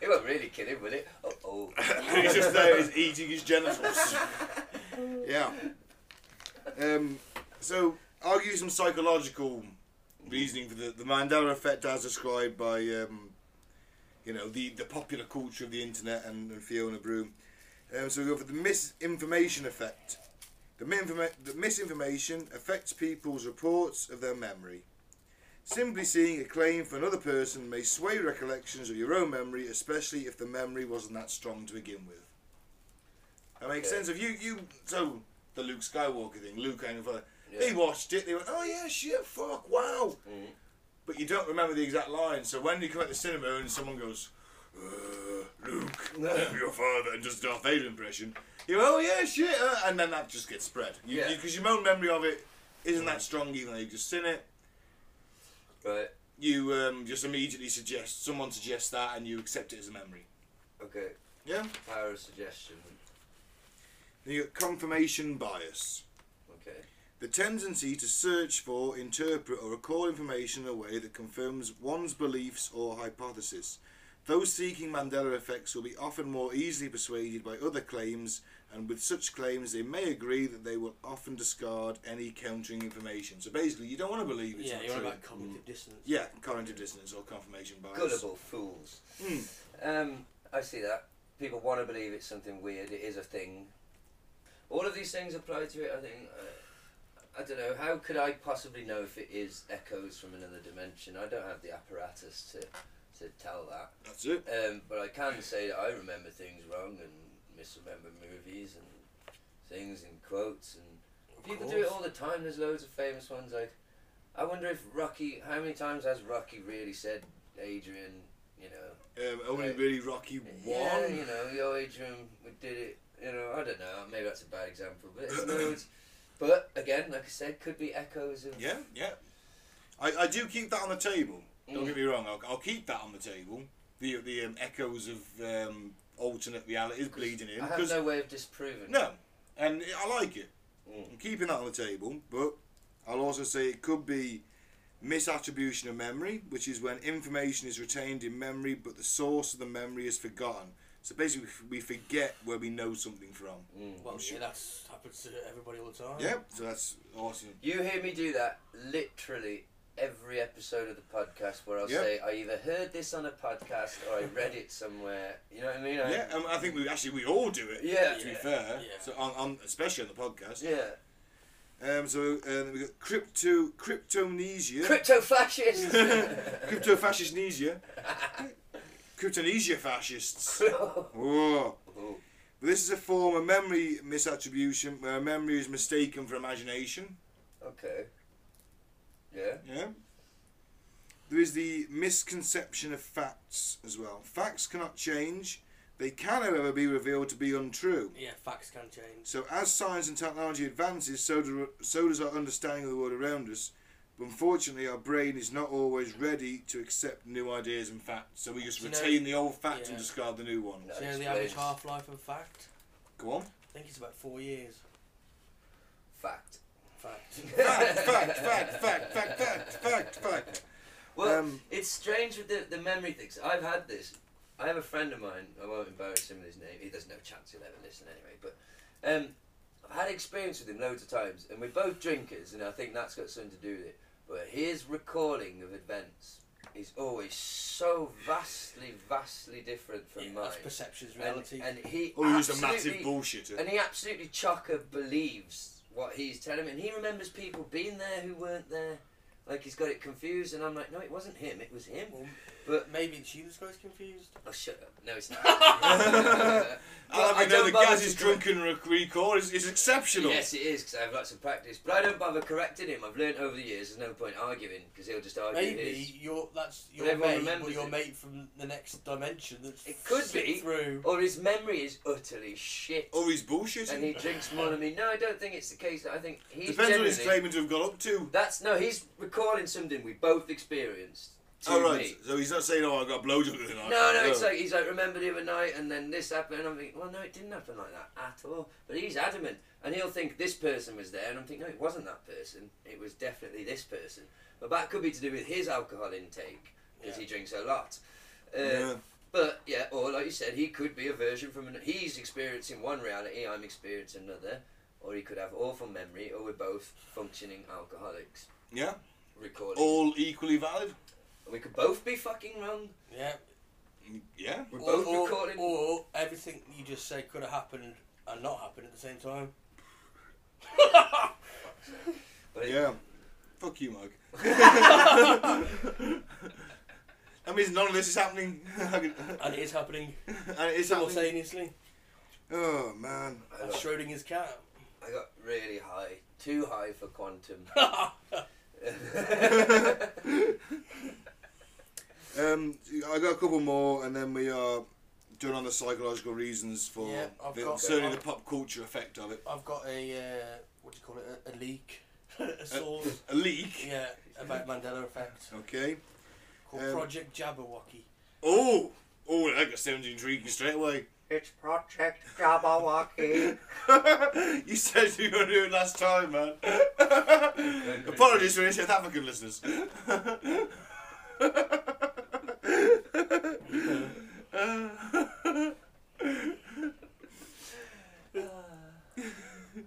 [SPEAKER 3] won't really kill him, will it? Oh, oh.
[SPEAKER 2] he's just there, he's eating his genitals. yeah. Um, so, argue some psychological reasoning for the, the Mandela effect as described by, um, you know, the, the popular culture of the internet and, and Fiona Broom. Um, so we go for the misinformation effect. The, minforma- the misinformation affects people's reports of their memory. Simply seeing a claim for another person may sway recollections of your own memory, especially if the memory wasn't that strong to begin with. That makes
[SPEAKER 3] Okay.
[SPEAKER 2] sense. If you, you so the Luke Skywalker thing, Luke and uh,
[SPEAKER 3] Yeah.
[SPEAKER 2] they watched it, they went, oh yeah, shit, fuck, wow.
[SPEAKER 3] Mhm.
[SPEAKER 2] But you don't remember the exact line. So when you come at the cinema and someone goes, uh, Luke, I'm your father, and does a Darth Vader impression, you go, oh yeah, shit, uh, and then that just gets spread.
[SPEAKER 3] Yeah.
[SPEAKER 2] Because your own memory of it isn't that strong, even though you've just seen it
[SPEAKER 3] Right.
[SPEAKER 2] you um, just immediately suggest someone suggests that and you accept it as a memory.
[SPEAKER 3] Okay.
[SPEAKER 2] Yeah.
[SPEAKER 3] Power of suggestion.
[SPEAKER 2] Then you got confirmation bias.
[SPEAKER 3] Okay.
[SPEAKER 2] The tendency to search for, interpret, or recall information in a way that confirms one's beliefs or hypothesis. Those seeking Mandela effects will be often more easily persuaded by other claims, and with such claims, they may agree that they will often discard any countering information. So basically, you don't want to believe it's
[SPEAKER 4] yeah,
[SPEAKER 2] not
[SPEAKER 4] you're on
[SPEAKER 2] true.
[SPEAKER 4] about
[SPEAKER 3] Mm.
[SPEAKER 4] cognitive dissonance.
[SPEAKER 2] yeah, cognitive dissonance or confirmation bias.
[SPEAKER 3] Gullible fools. Um, I see that. People want to believe it's something weird. It is a thing. All of these things apply to it. I think. Uh, I don't know. How could I possibly know if it is echoes from another dimension? I don't have the apparatus to to tell that.
[SPEAKER 2] That's it.
[SPEAKER 3] Um, but I can say that I remember things wrong and misremember movies and things and quotes and people do it
[SPEAKER 4] course.
[SPEAKER 3] all the time. There's loads of famous ones. Like, I wonder if Rocky. How many times has Rocky really said Adrian? You know,
[SPEAKER 2] Um, only
[SPEAKER 3] Right.
[SPEAKER 2] really Rocky
[SPEAKER 3] yeah,
[SPEAKER 2] one.
[SPEAKER 3] you know, yo Adrian, we did it. You know, I don't know. Maybe that's a bad example, but it's loads. But again, like I said, could be echoes of
[SPEAKER 2] Yeah, yeah. I, I do keep that on the table. Don't get me wrong. I'll, I'll keep that on the table. The the um, echoes of um, alternate realities bleeding in.
[SPEAKER 3] I have
[SPEAKER 2] 'cause-
[SPEAKER 3] no way of disproving.
[SPEAKER 2] no, and I like it. I'm keeping that on the table, but I'll also say it could be misattribution of memory, which is when information is retained in memory but the source of the memory is forgotten. So basically, we forget where we know something from.
[SPEAKER 3] Mm.
[SPEAKER 4] Well, yeah, that's happens to everybody all the time.
[SPEAKER 2] Yep. So that's awesome.
[SPEAKER 3] You hear me do that literally every episode of the podcast where I'll
[SPEAKER 2] Yeah.
[SPEAKER 3] say, I either heard this on a podcast or I read it somewhere. You know what I mean? I-
[SPEAKER 2] Yeah, um, I think we actually we all do it.
[SPEAKER 3] Yeah.
[SPEAKER 2] To be
[SPEAKER 4] Yeah,
[SPEAKER 2] fair,
[SPEAKER 4] yeah.
[SPEAKER 2] so on, on especially on the podcast.
[SPEAKER 3] Yeah.
[SPEAKER 2] Um. So uh, then we got crypto cryptomnesia.
[SPEAKER 3] Crypto fascists!
[SPEAKER 2] crypto fascistnesia. Cryptonesia fascists. Whoa.
[SPEAKER 3] Oh.
[SPEAKER 2] But this is a form of memory misattribution where memory is mistaken for imagination.
[SPEAKER 3] okay. Yeah.
[SPEAKER 2] Yeah. There is the misconception of facts as well. Facts cannot change. They can, however, be revealed to be untrue.
[SPEAKER 4] Yeah, facts can change.
[SPEAKER 2] So as science and technology advances, so, do, so does our understanding of the world around us. But unfortunately, our brain is not always ready to accept new ideas and facts. So we just
[SPEAKER 4] Do you know-
[SPEAKER 2] retain the old fact
[SPEAKER 4] yeah.
[SPEAKER 2] and discard the new one.
[SPEAKER 3] No.
[SPEAKER 4] Do you
[SPEAKER 3] That
[SPEAKER 4] know the average
[SPEAKER 3] explains-
[SPEAKER 4] half life of fact?
[SPEAKER 2] Go on.
[SPEAKER 4] I think it's about four years.
[SPEAKER 3] Fact.
[SPEAKER 4] Fact.
[SPEAKER 2] Fact, fact, fact, fact, fact, fact, fact, fact.
[SPEAKER 3] Well,
[SPEAKER 2] Um,
[SPEAKER 3] it's strange with the, the memory things. I've had this. I have a friend of mine. I won't embarrass him with his name. He there's no chance he'll ever listen anyway. But um, I've had experience with him loads of times, and we're both drinkers, and I think that's got something to do with it. But his recalling of events is always so vastly, vastly different from
[SPEAKER 4] Yeah,
[SPEAKER 3] mine.
[SPEAKER 4] that's perception's
[SPEAKER 3] and,
[SPEAKER 4] reality.
[SPEAKER 3] and he
[SPEAKER 2] Oh, he's a massive
[SPEAKER 3] absolutely-
[SPEAKER 2] bullshitter.
[SPEAKER 3] and he absolutely chocker believes what he's telling him, and he remembers people being there who weren't there. Like he's got it confused, and I'm like, no, it wasn't him. It was him.
[SPEAKER 4] but maybe it's you that's got us confused.
[SPEAKER 3] Oh, shut up. No, it's not. But
[SPEAKER 2] I'll have
[SPEAKER 3] I
[SPEAKER 2] you know
[SPEAKER 3] don't
[SPEAKER 2] the
[SPEAKER 3] bother
[SPEAKER 2] Gaz's
[SPEAKER 3] to-
[SPEAKER 2] drunken rec- recall is, is exceptional.
[SPEAKER 3] Yes, it is, because I have lots of practice. But I don't bother correcting him. I've learned over the years there's no point arguing, because he'll just argue his.
[SPEAKER 4] Maybe your that's your
[SPEAKER 3] everyone
[SPEAKER 4] mate,
[SPEAKER 3] remembers
[SPEAKER 4] but your
[SPEAKER 3] it.
[SPEAKER 4] mate from the next dimension. That's
[SPEAKER 3] It could
[SPEAKER 4] slipped
[SPEAKER 3] be.
[SPEAKER 4] through.
[SPEAKER 3] Or his memory is utterly shit.
[SPEAKER 2] Or he's
[SPEAKER 3] and he
[SPEAKER 2] bullshitting.
[SPEAKER 3] drinks more than me. No, I don't think it's the case. I think he's
[SPEAKER 2] Depends what he's
[SPEAKER 3] generally-
[SPEAKER 2] claiming to have got up to.
[SPEAKER 3] That's no. He's recalling something we both experienced. To
[SPEAKER 2] All right,
[SPEAKER 3] me.
[SPEAKER 2] so he's not saying, "Oh, I got blowjob the other night."
[SPEAKER 3] No, no, it's like he's like, remember the other night, and then this happened. And I'm thinking, well, no, it didn't happen like that at all. But he's adamant, and he'll think this person was there, and I'm thinking, no, it wasn't that person. It was definitely this person. But that could be to do with his alcohol intake because he drinks a lot. Uh,
[SPEAKER 2] Yeah.
[SPEAKER 3] But yeah, or like you said, he could be a version from an. He's experiencing one reality, I'm experiencing another, or he could have awful memory, or we're both functioning alcoholics.
[SPEAKER 2] yeah,
[SPEAKER 3] Recording.
[SPEAKER 2] all equally valid.
[SPEAKER 3] we could both be fucking wrong.
[SPEAKER 4] Yeah.
[SPEAKER 2] Yeah,
[SPEAKER 3] We're
[SPEAKER 4] Or,
[SPEAKER 3] both
[SPEAKER 4] or,
[SPEAKER 3] recording.
[SPEAKER 4] or everything you just said could have happened and not happened at the same time.
[SPEAKER 3] but it-
[SPEAKER 2] yeah. Fuck you, Mug. that means none of this is happening. I can-
[SPEAKER 4] And it is happening
[SPEAKER 2] and it is happening.
[SPEAKER 4] simultaneously.
[SPEAKER 2] Oh man.
[SPEAKER 3] I
[SPEAKER 4] Like
[SPEAKER 3] don't-
[SPEAKER 4] Schrodinger's cat.
[SPEAKER 3] I got really high, too high for quantum.
[SPEAKER 2] Um, I got a couple more, and then we are doing on the psychological reasons for
[SPEAKER 4] Yeah, I've
[SPEAKER 2] the,
[SPEAKER 4] got-
[SPEAKER 2] certainly
[SPEAKER 4] I've-
[SPEAKER 2] the pop culture effect of it.
[SPEAKER 4] I've got a uh, what do you call it? A, a leak. a source.
[SPEAKER 2] A leak.
[SPEAKER 4] yeah, about Mandela effect.
[SPEAKER 2] Okay.
[SPEAKER 4] Called
[SPEAKER 2] Um,
[SPEAKER 4] Project Jabberwocky.
[SPEAKER 2] Oh, oh, that got sounds intriguing straight away.
[SPEAKER 1] It's Project Jabberwocky.
[SPEAKER 2] you said you were doing last time, man. Apologies for any South African listeners.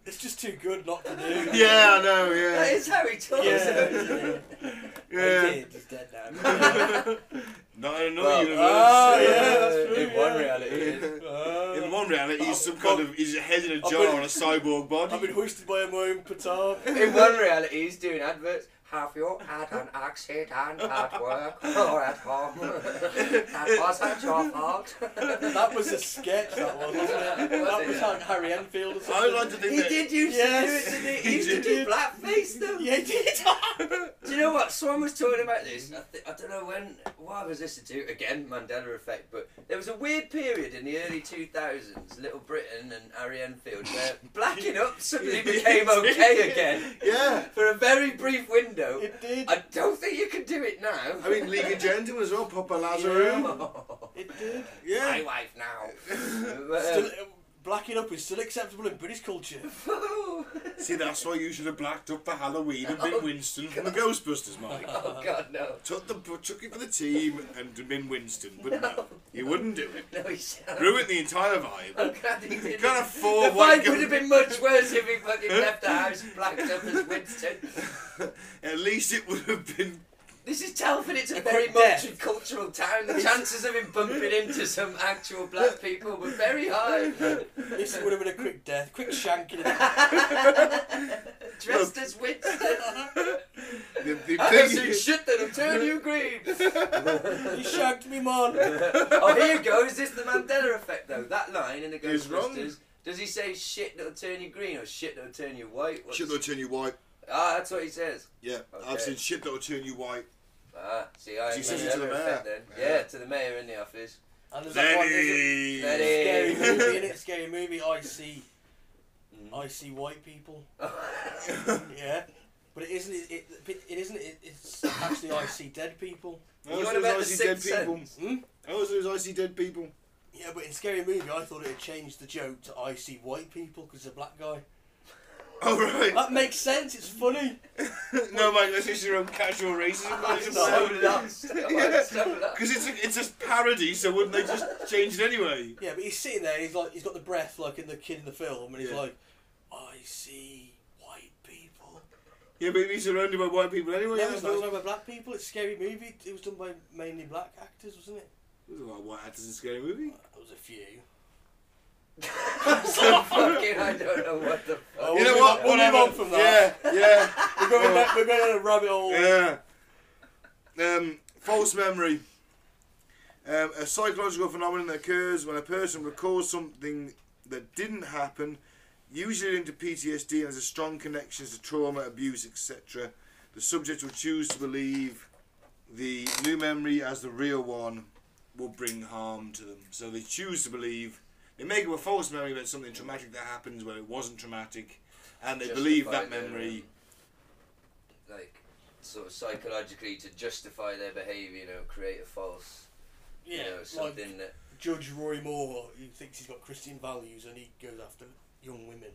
[SPEAKER 4] It's just too good not to do.
[SPEAKER 2] yeah, I know. Yeah,
[SPEAKER 3] that is how he talks.
[SPEAKER 4] Yeah.
[SPEAKER 2] yeah.
[SPEAKER 4] He did. He's dead now.
[SPEAKER 2] Not in another
[SPEAKER 3] Well,
[SPEAKER 2] universe.
[SPEAKER 4] ah, yeah, that's true,
[SPEAKER 3] In one
[SPEAKER 4] yeah.
[SPEAKER 3] reality. it is.
[SPEAKER 4] Uh,
[SPEAKER 2] In one reality, he's some
[SPEAKER 4] I've
[SPEAKER 2] kind of his head in a
[SPEAKER 4] I've
[SPEAKER 2] jar
[SPEAKER 4] been-
[SPEAKER 2] on a cyborg
[SPEAKER 4] I've been
[SPEAKER 2] body.
[SPEAKER 4] hoisted by my own petard.
[SPEAKER 3] In one reality, he's doing adverts.
[SPEAKER 1] Have you had an accident at work or at home? that wasn't your fault.
[SPEAKER 4] That was a sketch, that was, wasn't it?
[SPEAKER 3] Was
[SPEAKER 4] that
[SPEAKER 3] it,
[SPEAKER 4] was
[SPEAKER 3] yeah.
[SPEAKER 4] like Harry Enfield or
[SPEAKER 2] I
[SPEAKER 4] something.
[SPEAKER 2] would like to think
[SPEAKER 3] He
[SPEAKER 2] that
[SPEAKER 3] did used
[SPEAKER 4] Yes.
[SPEAKER 3] to do it, didn't he? He
[SPEAKER 2] He
[SPEAKER 3] used to do
[SPEAKER 4] did.
[SPEAKER 3] blackface, though.
[SPEAKER 4] Yeah, he did.
[SPEAKER 3] Do you you know what? Someone was talking about this. I, th- I don't know when. What I was listening to again, Mandela effect. But there was a weird period in the early two thousands, Little Britain and Harry Enfield, where blacking up suddenly became okay again
[SPEAKER 2] Yeah.
[SPEAKER 3] for a very brief window.
[SPEAKER 4] It did.
[SPEAKER 3] I don't think you can do it now.
[SPEAKER 2] I mean, League of Gentlemen as well, Papa Lazarou.
[SPEAKER 3] Oh,
[SPEAKER 4] It did.
[SPEAKER 2] Yeah.
[SPEAKER 3] My wife now. But,
[SPEAKER 4] Still,
[SPEAKER 3] um,
[SPEAKER 4] uh, blacking up is still acceptable in British culture.
[SPEAKER 2] See, that's why you should have blacked up for Halloween and been Winston from the Ghostbusters, Mike.
[SPEAKER 3] oh God, no.
[SPEAKER 2] Took the took it for the team and been Winston, but no, you wouldn't do it.
[SPEAKER 3] No, he's.
[SPEAKER 2] Ruined the entire vibe.
[SPEAKER 3] I'm glad he didn't.
[SPEAKER 2] Kind of four
[SPEAKER 3] the
[SPEAKER 2] white
[SPEAKER 3] vibe would have
[SPEAKER 2] guys.
[SPEAKER 3] been much worse if he fucking left the house blacked up as Winston.
[SPEAKER 2] At least it would have been.
[SPEAKER 3] This is Telford, it's a
[SPEAKER 4] quick
[SPEAKER 3] very
[SPEAKER 4] death.
[SPEAKER 3] multicultural town. The chances of him bumping into some actual black people were very high.
[SPEAKER 4] This would have been a quick death, quick shanking.
[SPEAKER 3] Dressed as Winston.
[SPEAKER 2] The, the
[SPEAKER 3] I haven't
[SPEAKER 2] thing
[SPEAKER 3] seen
[SPEAKER 2] is,
[SPEAKER 3] shit that'll turn you green.
[SPEAKER 4] you shanked me, man.
[SPEAKER 3] oh, here you go. Is this the Mandela effect, though? That line in the
[SPEAKER 2] It's wrong.
[SPEAKER 3] Ghostbusters. Does he say shit that'll turn you green or shit that'll turn you white? What's-
[SPEAKER 2] shit that'll turn you white.
[SPEAKER 3] Ah, that's what he says.
[SPEAKER 2] Yeah,
[SPEAKER 3] Okay.
[SPEAKER 2] I've seen shit that'll turn you white.
[SPEAKER 3] Ah, see, I
[SPEAKER 2] She
[SPEAKER 3] ain't
[SPEAKER 2] says
[SPEAKER 3] Mandela
[SPEAKER 2] it to the
[SPEAKER 3] effect
[SPEAKER 2] mayor.
[SPEAKER 3] then. Yeah.
[SPEAKER 2] Yeah.
[SPEAKER 3] to the mayor in the office.
[SPEAKER 4] And there's that one. There's
[SPEAKER 2] Lenny.
[SPEAKER 3] Lenny.
[SPEAKER 4] a scary movie, innit? Scary movie. I see. I see white people. Yeah. But it isn't. It, it, it isn't. It, it's actually I see dead people.
[SPEAKER 2] I always
[SPEAKER 3] You
[SPEAKER 2] thought
[SPEAKER 3] on
[SPEAKER 2] it
[SPEAKER 3] about
[SPEAKER 2] was I
[SPEAKER 3] the
[SPEAKER 2] see dead
[SPEAKER 3] Sixth
[SPEAKER 2] people.
[SPEAKER 3] Sense?
[SPEAKER 4] Hmm?
[SPEAKER 2] I always thought it was I see dead people.
[SPEAKER 4] Yeah, but in Scary Movie, I thought it had changed the joke to I see white people because a black guy.
[SPEAKER 2] Oh right.
[SPEAKER 4] That makes sense. It's funny.
[SPEAKER 2] no, Mike, that's just your own casual racism.
[SPEAKER 3] I'm
[SPEAKER 2] That's
[SPEAKER 4] It's
[SPEAKER 3] so
[SPEAKER 2] absurd.
[SPEAKER 3] lost. I'm so lost.
[SPEAKER 2] Because it's a, it's a parody, so wouldn't they just change it anyway?
[SPEAKER 4] Yeah, but he's sitting there. And he's like, he's got the breath like in the kid in the film, and he's
[SPEAKER 2] Yeah.
[SPEAKER 4] like, I see white people.
[SPEAKER 2] Yeah, but he's surrounded by white people anyway.
[SPEAKER 4] No,
[SPEAKER 2] that's
[SPEAKER 4] it's not. It's
[SPEAKER 2] all.
[SPEAKER 4] not by black people. It's a scary movie. It was done by mainly black actors, wasn't it?
[SPEAKER 2] There's a lot of white actors in Scary Movie.
[SPEAKER 4] There was a few.
[SPEAKER 3] Fucking, I don't know what the fuck.
[SPEAKER 4] Oh,
[SPEAKER 2] you know
[SPEAKER 4] we'll
[SPEAKER 2] what?
[SPEAKER 4] move on- We'll
[SPEAKER 2] Whatever.
[SPEAKER 4] move on from that.
[SPEAKER 2] Yeah, yeah,
[SPEAKER 4] We're going back. We're going down a rabbit hole.
[SPEAKER 2] yeah. Um, false memory. Um, a psychological phenomenon that occurs when a person recalls something that didn't happen, usually linked to PTSD and has a strong connection to trauma, abuse, etc. The subject will choose to believe the new memory as the real one will bring harm to them. So they choose to believe they make up a false memory about something traumatic that happens where it wasn't traumatic, and they believe that
[SPEAKER 3] Justify their,
[SPEAKER 2] memory.
[SPEAKER 3] Like, sort of psychologically to justify their behaviour, you know, create a false,
[SPEAKER 4] Yeah,
[SPEAKER 3] you know,
[SPEAKER 4] like
[SPEAKER 3] something that.
[SPEAKER 4] Judge Roy Moore, who thinks he's got Christian values and he goes after young women.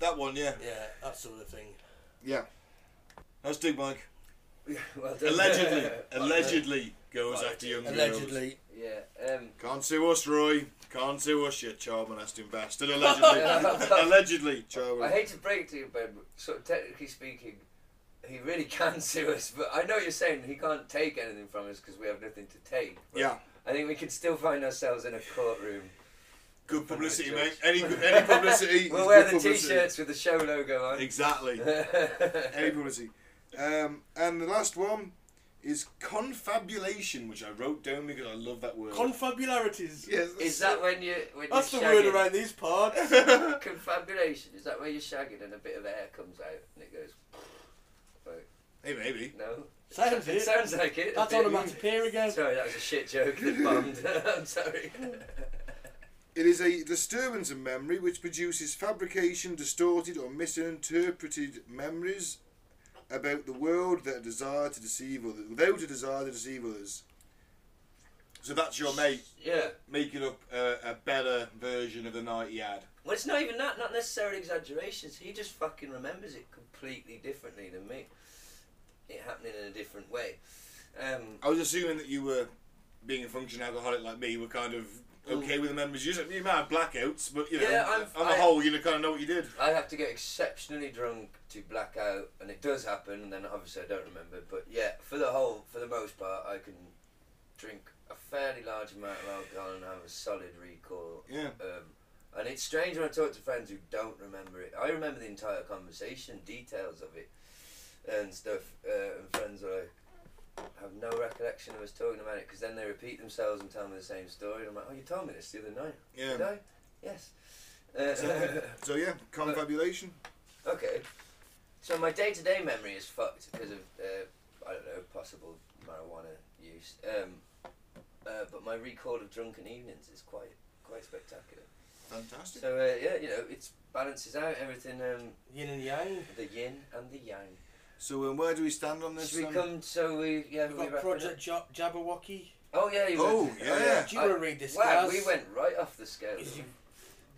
[SPEAKER 2] That one, yeah.
[SPEAKER 4] Yeah, that sort of thing.
[SPEAKER 2] Yeah. That's Dig Mike.
[SPEAKER 3] Well done.
[SPEAKER 2] Allegedly,
[SPEAKER 3] Well done.
[SPEAKER 2] allegedly goes after young girls.
[SPEAKER 4] Allegedly.
[SPEAKER 3] Yeah. Um,
[SPEAKER 2] Can't sue us, Roy. Can't sue us, you child molesting bastard. Allegedly. allegedly, child
[SPEAKER 3] I
[SPEAKER 2] molesting.
[SPEAKER 3] hate to break it to you, Ben, but sort of technically speaking, he really can sue us. But I know what you're saying he can't take anything from us because we have nothing to take. But
[SPEAKER 2] Yeah.
[SPEAKER 3] I think we can still find ourselves in a courtroom.
[SPEAKER 2] Good publicity, mate. Any,
[SPEAKER 3] judge.
[SPEAKER 2] any publicity.
[SPEAKER 3] We'll
[SPEAKER 2] is
[SPEAKER 3] wear
[SPEAKER 2] good
[SPEAKER 3] the
[SPEAKER 2] publicity.
[SPEAKER 3] t-shirts with the show logo on.
[SPEAKER 2] Exactly. any publicity. Um, and the last one is confabulation, which I wrote down because I love that word.
[SPEAKER 4] Confabularities.
[SPEAKER 2] yes,
[SPEAKER 3] Is that when you when
[SPEAKER 4] That's the
[SPEAKER 3] you're
[SPEAKER 4] word
[SPEAKER 3] shagging?
[SPEAKER 4] around these parts.
[SPEAKER 3] confabulation? Is that where you're shagging and a bit of air comes out and it goes? Like,
[SPEAKER 2] Hey, maybe.
[SPEAKER 3] no.
[SPEAKER 4] Sounds
[SPEAKER 3] it.
[SPEAKER 4] it.
[SPEAKER 3] sounds like it.
[SPEAKER 4] That's
[SPEAKER 3] A bit.
[SPEAKER 4] onomatopoeia again.
[SPEAKER 3] Sorry, that was a shit joke that bombed. I'm sorry.
[SPEAKER 2] It is a disturbance of memory which produces fabrication, distorted or misinterpreted memories about the world that are desired to deceive others, without a desire to deceive others. So that's your mate
[SPEAKER 3] Yeah.
[SPEAKER 2] making up a, a better version of the night he had.
[SPEAKER 3] Well, it's not even that, not necessarily exaggerations. He just fucking remembers it completely differently than me. It happening in a different way. Um,
[SPEAKER 2] I was assuming that you were, being a functioning alcoholic like me, were kind of okay with the memories. You, you might have blackouts, but you know,
[SPEAKER 3] Mm. Yeah, I'm-
[SPEAKER 2] on the
[SPEAKER 3] I-
[SPEAKER 2] whole, you kind of know what you did.
[SPEAKER 3] I have to get exceptionally drunk to black out, and it does happen, and then obviously I don't remember. But yeah, for the whole, for the most part, I can drink a fairly large amount of alcohol and have a solid recall.
[SPEAKER 2] Yeah.
[SPEAKER 3] Um, and it's strange when I talk to friends who don't remember it. I remember the entire conversation, details of it, and stuff. Uh, and friends are like, have no recollection of us talking about it because then they repeat themselves and tell me the same story. And I'm like, oh, you told me this the other night.
[SPEAKER 2] Yeah.
[SPEAKER 3] Did I? Yes. Uh,
[SPEAKER 2] So yeah, confabulation.
[SPEAKER 3] Okay. So my day-to-day memory is fucked because of uh, possible marijuana use. Um, uh, but my recall of drunken evenings is quite quite spectacular.
[SPEAKER 2] Fantastic.
[SPEAKER 3] So uh, yeah, you know, it balances out everything, um,
[SPEAKER 4] Yin and Yang.
[SPEAKER 3] the yin and the yang.
[SPEAKER 2] So um, where do we stand on this?
[SPEAKER 3] Should we
[SPEAKER 2] um,
[SPEAKER 3] come? So we yeah.
[SPEAKER 4] We've
[SPEAKER 3] we
[SPEAKER 4] got
[SPEAKER 3] wrapping
[SPEAKER 4] Project
[SPEAKER 3] up?
[SPEAKER 4] jo- Jabberwocky.
[SPEAKER 3] Oh yeah. You
[SPEAKER 2] Oh,
[SPEAKER 3] went-
[SPEAKER 2] yeah.
[SPEAKER 4] Do you wanna
[SPEAKER 3] I-
[SPEAKER 4] read this,
[SPEAKER 3] Wow,
[SPEAKER 4] Gaz?
[SPEAKER 3] we went right off the scale.
[SPEAKER 4] Is you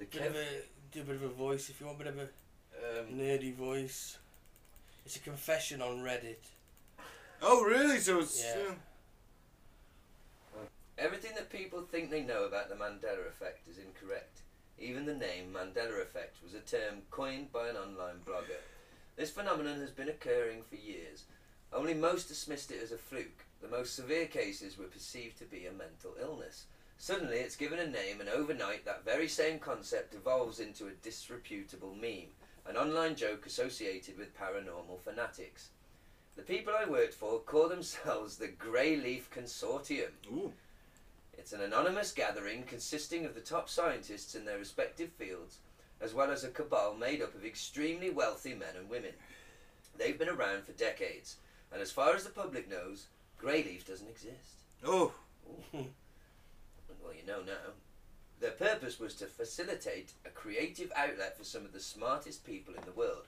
[SPEAKER 3] The
[SPEAKER 4] bit of
[SPEAKER 3] Kev,
[SPEAKER 4] a, do a bit of a voice if you want a bit of a
[SPEAKER 3] um,
[SPEAKER 4] nerdy voice. It's a confession on Reddit.
[SPEAKER 2] Oh really? So it's
[SPEAKER 4] Yeah.
[SPEAKER 2] yeah.
[SPEAKER 3] everything that people think they know about the Mandela effect is incorrect. Even the name Mandela effect was a term coined by an online blogger. This phenomenon has been occurring for years. Only most dismissed it as a fluke. The most severe cases were perceived to be a mental illness. Suddenly, it's given a name, and overnight, that very same concept evolves into a disreputable meme, an online joke associated with paranormal fanatics. The people I worked for call themselves the Grey Leaf Consortium.
[SPEAKER 2] Ooh.
[SPEAKER 3] It's an anonymous gathering consisting of the top scientists in their respective fields, as well as a cabal made up of extremely wealthy men and women. They've been around for decades, and as far as the public knows, Greyleaf doesn't exist.
[SPEAKER 2] Oh.
[SPEAKER 3] Well, you know now. Their purpose was to facilitate a creative outlet for some of the smartest people in the world.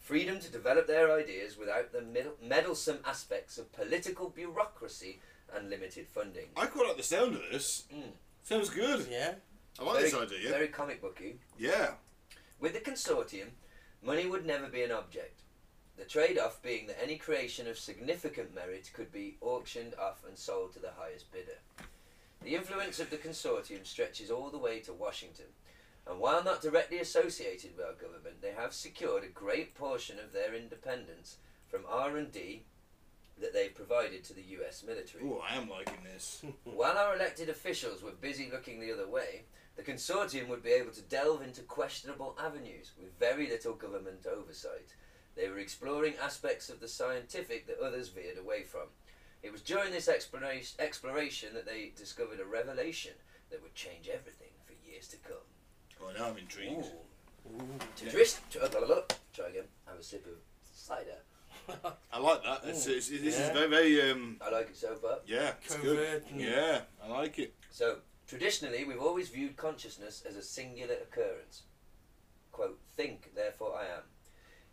[SPEAKER 3] Freedom to develop their ideas without the meddle- meddlesome aspects of political bureaucracy and limited funding.
[SPEAKER 2] I quite like the sound of this.
[SPEAKER 3] Mm.
[SPEAKER 2] Sounds good.
[SPEAKER 4] Yeah?
[SPEAKER 2] I like this
[SPEAKER 3] Very-
[SPEAKER 2] idea.
[SPEAKER 3] Very comic booky.
[SPEAKER 2] yeah.
[SPEAKER 3] With the consortium, money would never be an object. The trade off being that any creation of significant merit could be auctioned off and sold to the highest bidder. The influence of the consortium stretches all the way to Washington, and while not directly associated with our government, they have secured a great portion of their independence from R&D that they've provided to the US military.
[SPEAKER 2] Oh, I am liking this.
[SPEAKER 3] While our elected officials were busy looking the other way, the consortium would be able to delve into questionable avenues with very little government oversight. They were exploring aspects of the scientific that others veered away from. It was during this explora- exploration that they discovered a revelation that would change everything for years to come.
[SPEAKER 2] Oh, now I'm intrigued.
[SPEAKER 3] To dris- to- uh, blah, blah, blah. Try again. Have a sip of cider.
[SPEAKER 2] I like that. It's,
[SPEAKER 4] Ooh.
[SPEAKER 2] it's, it's, this
[SPEAKER 4] Yeah.
[SPEAKER 2] is very, very, um,
[SPEAKER 3] I like it so far.
[SPEAKER 2] yeah, it's
[SPEAKER 4] Covert
[SPEAKER 2] good.
[SPEAKER 4] and-
[SPEAKER 2] Yeah, I like it.
[SPEAKER 3] So, traditionally, we've always viewed consciousness as a singular occurrence. Quote, think, therefore I am.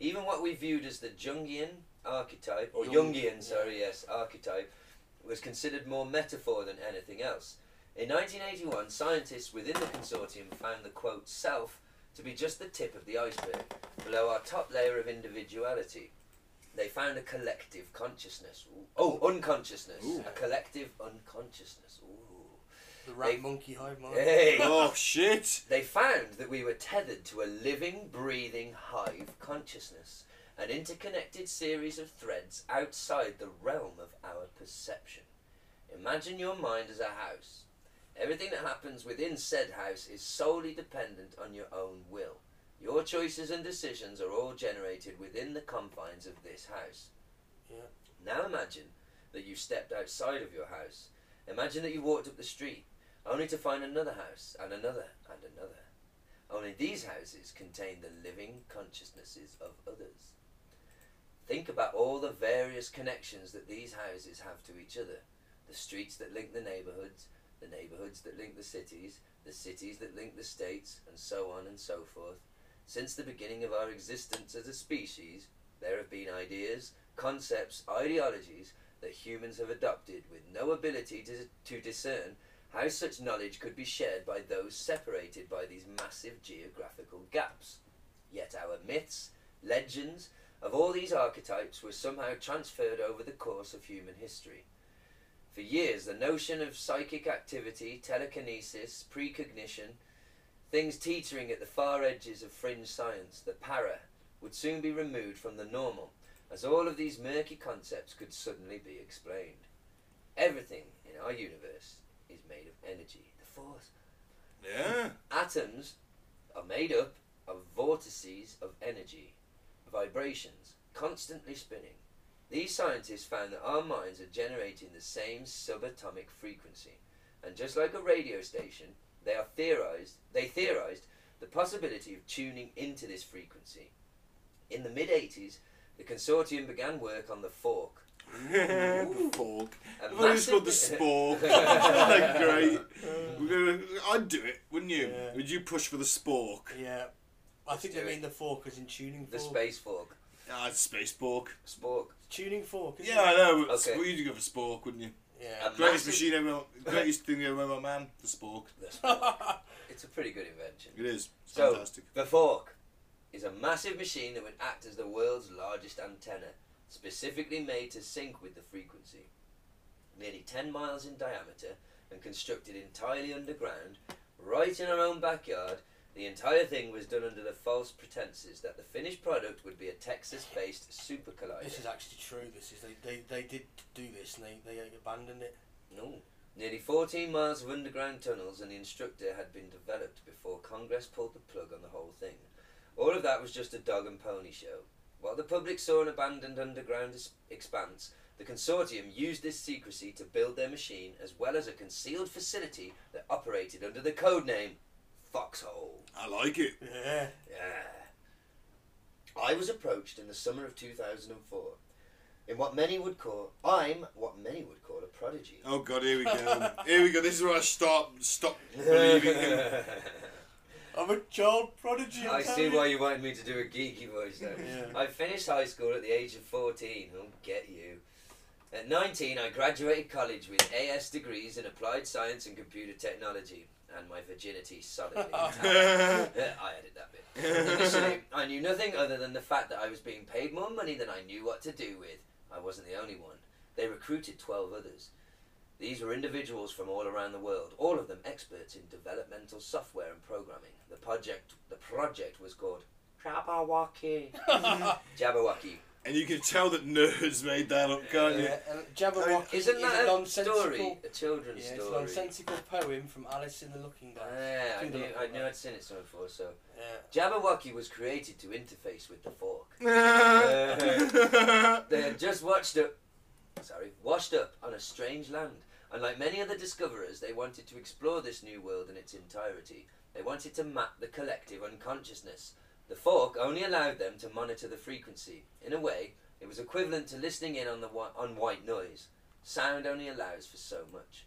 [SPEAKER 3] Even what we viewed as the Jungian archetype, or
[SPEAKER 2] Jung-
[SPEAKER 3] Jungian, sorry, yes, archetype, was considered more metaphor than anything else. In 1981, scientists within the consortium found the quote self to be just the tip of the iceberg, below our top layer of individuality. They found a collective consciousness. Ooh. Oh, unconsciousness.
[SPEAKER 2] Ooh.
[SPEAKER 3] A collective unconsciousness. Ooh.
[SPEAKER 4] The rat
[SPEAKER 3] Hey.
[SPEAKER 4] monkey hive mind.
[SPEAKER 3] Hey.
[SPEAKER 2] Oh, shit.
[SPEAKER 3] They found that we were tethered to a living, breathing hive consciousness, an interconnected series of threads outside the realm of our perception. Imagine your mind as a house. Everything that happens within said house is solely dependent on your own will. Your choices and decisions are all generated within the confines of this house.
[SPEAKER 4] Yeah.
[SPEAKER 3] Now imagine that you stepped outside of your house. Imagine that you walked up the street, only to find another house, and another, and another. Only these houses contain the living consciousnesses of others. Think about all the various connections that these houses have to each other the streets that link the neighbourhoods, the neighbourhoods that link the cities, the cities that link the states, and so on and so forth. Since the beginning of our existence as a species, there have been ideas, concepts, ideologies that humans have adopted with no ability to, to discern how such knowledge could be shared by those separated by these massive geographical gaps. Yet our myths, legends, of all these archetypes were somehow transferred over the course of human history. For years, the notion of psychic activity, telekinesis, precognition, things teetering at the far edges of fringe science, the para, would soon be removed from the normal, as all of these murky concepts could suddenly be explained. Everything in our universe is made of energy, the force.
[SPEAKER 2] Yeah.
[SPEAKER 3] Atoms are made up of vortices of energy, vibrations, constantly spinning. These scientists found that our minds are generating the same subatomic frequency, and just like a radio station, they are theorized. They theorized the possibility of tuning into this frequency. In the mid 80s, the consortium began work on the fork,
[SPEAKER 2] the fork.
[SPEAKER 3] A
[SPEAKER 2] I've always
[SPEAKER 3] massive-
[SPEAKER 2] called the spork. like, great. We're gonna, I'd do it, wouldn't you?
[SPEAKER 4] Yeah.
[SPEAKER 2] Would you push for the spork?
[SPEAKER 4] Yeah. I think they
[SPEAKER 3] Do it.
[SPEAKER 4] mean the fork as in tuning fork.
[SPEAKER 3] The space fork.
[SPEAKER 2] Ah, it's space spork.
[SPEAKER 3] Spork.
[SPEAKER 4] Tuning fork. Isn't
[SPEAKER 2] Yeah, I
[SPEAKER 4] It?
[SPEAKER 2] know. But
[SPEAKER 3] Okay.
[SPEAKER 2] well, you'd go for spork, wouldn't you?
[SPEAKER 4] Yeah.
[SPEAKER 2] Greatest
[SPEAKER 3] Massive-
[SPEAKER 2] machine ever, greatest thing ever, ever man. The spork.
[SPEAKER 3] The spork. it's a pretty good invention.
[SPEAKER 2] It is It's
[SPEAKER 3] So,
[SPEAKER 2] fantastic.
[SPEAKER 3] the fork is a massive machine that would act as the world's largest antenna, specifically made to sync with the frequency. Nearly 10 miles in diameter and constructed entirely underground, right in our own backyard, the entire thing was done under the false pretenses that the finished product would be a Texas based super collider.
[SPEAKER 4] This is actually true. This is they, they, they did do this and they, they abandoned it.
[SPEAKER 3] No. Nearly 14 miles of underground tunnels and the instructor had been developed before Congress pulled the plug on the whole thing. All of that was just a dog and pony show. While the public saw an abandoned underground es- expanse, the consortium used this secrecy to build their machine as well as a concealed facility that operated under the codename Foxhole.
[SPEAKER 2] I like it.
[SPEAKER 4] Yeah.
[SPEAKER 3] Yeah. I was approached in the summer of 2004 in what many would call, I'm what many would call a prodigy.
[SPEAKER 2] Oh god, here we go. here we go. This is where I stop stop believing him.
[SPEAKER 4] I'm a child prodigy.
[SPEAKER 3] I
[SPEAKER 4] I'm
[SPEAKER 3] see
[SPEAKER 4] telling you.
[SPEAKER 3] why you wanted me to do a geeky voice there.
[SPEAKER 4] Yeah.
[SPEAKER 3] I finished high school at the age of 14. I'll get you. At 19, I graduated college with AS degrees in applied science and computer technology, and my virginity solidly intact. Yeah, I added that bit. Initially, I knew nothing other than the fact that I was being paid more money than I knew what to do with. I wasn't the only one. They recruited 12 others. These were individuals from all around the world, all of them experts in developmental software and programming. The project, the project was called Jabberwocky. Jabberwocky.
[SPEAKER 2] and you can tell that nerds made that up, can't you?
[SPEAKER 4] Yeah, and Jabberwocky
[SPEAKER 3] Isn't
[SPEAKER 4] is
[SPEAKER 3] that
[SPEAKER 4] a
[SPEAKER 3] a
[SPEAKER 4] nonsensical
[SPEAKER 3] story? A children's
[SPEAKER 4] Yeah, it's a
[SPEAKER 3] story.
[SPEAKER 4] nonsensical poem from Alice in the Looking Glass.
[SPEAKER 3] yeah, I
[SPEAKER 4] To the
[SPEAKER 3] knew,
[SPEAKER 4] Looking
[SPEAKER 3] I knew I'd
[SPEAKER 4] Glass.
[SPEAKER 3] seen it somewhere before. So
[SPEAKER 4] Yeah.
[SPEAKER 3] Jabberwocky was created to interface with the fork. They had just watched up, sorry, washed up on a strange land, and like many other discoverers, they wanted to explore this new world in its entirety. They wanted to map the collective unconsciousness. The fork only allowed them to monitor the frequency. In a way, it was equivalent to listening in on the whi- on white noise. Sound only allows for so much.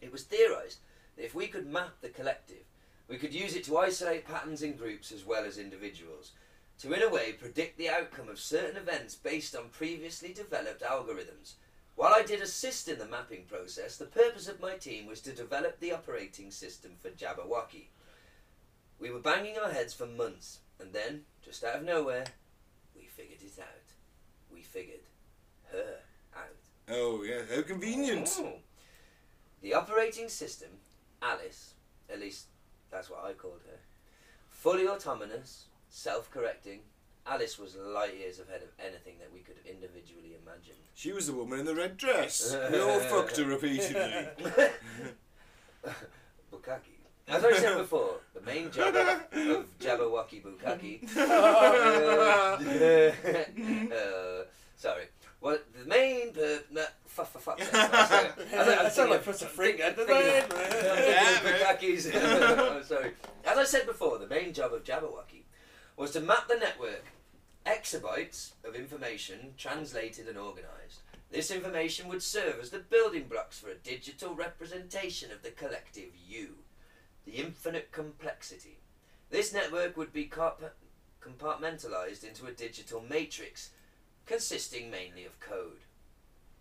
[SPEAKER 3] It was theorized that if we could map the collective, we could use it to isolate patterns in groups as well as individuals to in a way predict the outcome of certain events based on previously developed algorithms. While I did assist in the mapping process, the purpose of my team was to develop the operating system for Jabberwocky. We were banging our heads for months, and then, just out of nowhere, we figured it out. We figured her out.
[SPEAKER 2] oh yeah, how convenient.
[SPEAKER 3] Oh. The operating system, Alice, at least that's what I called her, fully autonomous, self correcting. Alice was light years ahead of anything that we could individually imagine.
[SPEAKER 2] She was the woman in the red dress. We all fucked her repeatedly.
[SPEAKER 3] Bukaki. As I said before, the main job of Jabberwocky Bukaki. uh, uh, sorry. Well, the main purpose. No, fuck, fuck, fuck.
[SPEAKER 4] That sounded like Professor Frink, hadn't it?
[SPEAKER 2] Yeah, mate.
[SPEAKER 3] Bukaki's. I'm Oh, sorry. As I said before, the main job of Jabberwocky was to map the network, exabytes of information translated and organised. This information would serve as the building blocks for a digital representation of the collective you, the infinite complexity. This network would be carp- compartmentalized into a digital matrix consisting mainly of code.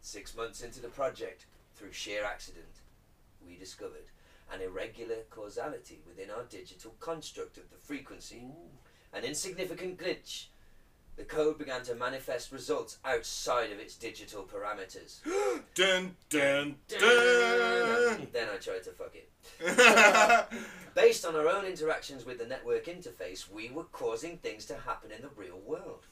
[SPEAKER 3] Six months into the project, through sheer accident, we discovered an irregular causality within our digital construct of the frequency. An insignificant glitch. The code began to manifest results outside of its digital parameters.
[SPEAKER 2] dun dun dun.
[SPEAKER 3] then I tried to fuck it. Based on our own interactions with the network interface, we were causing things to happen in the real world.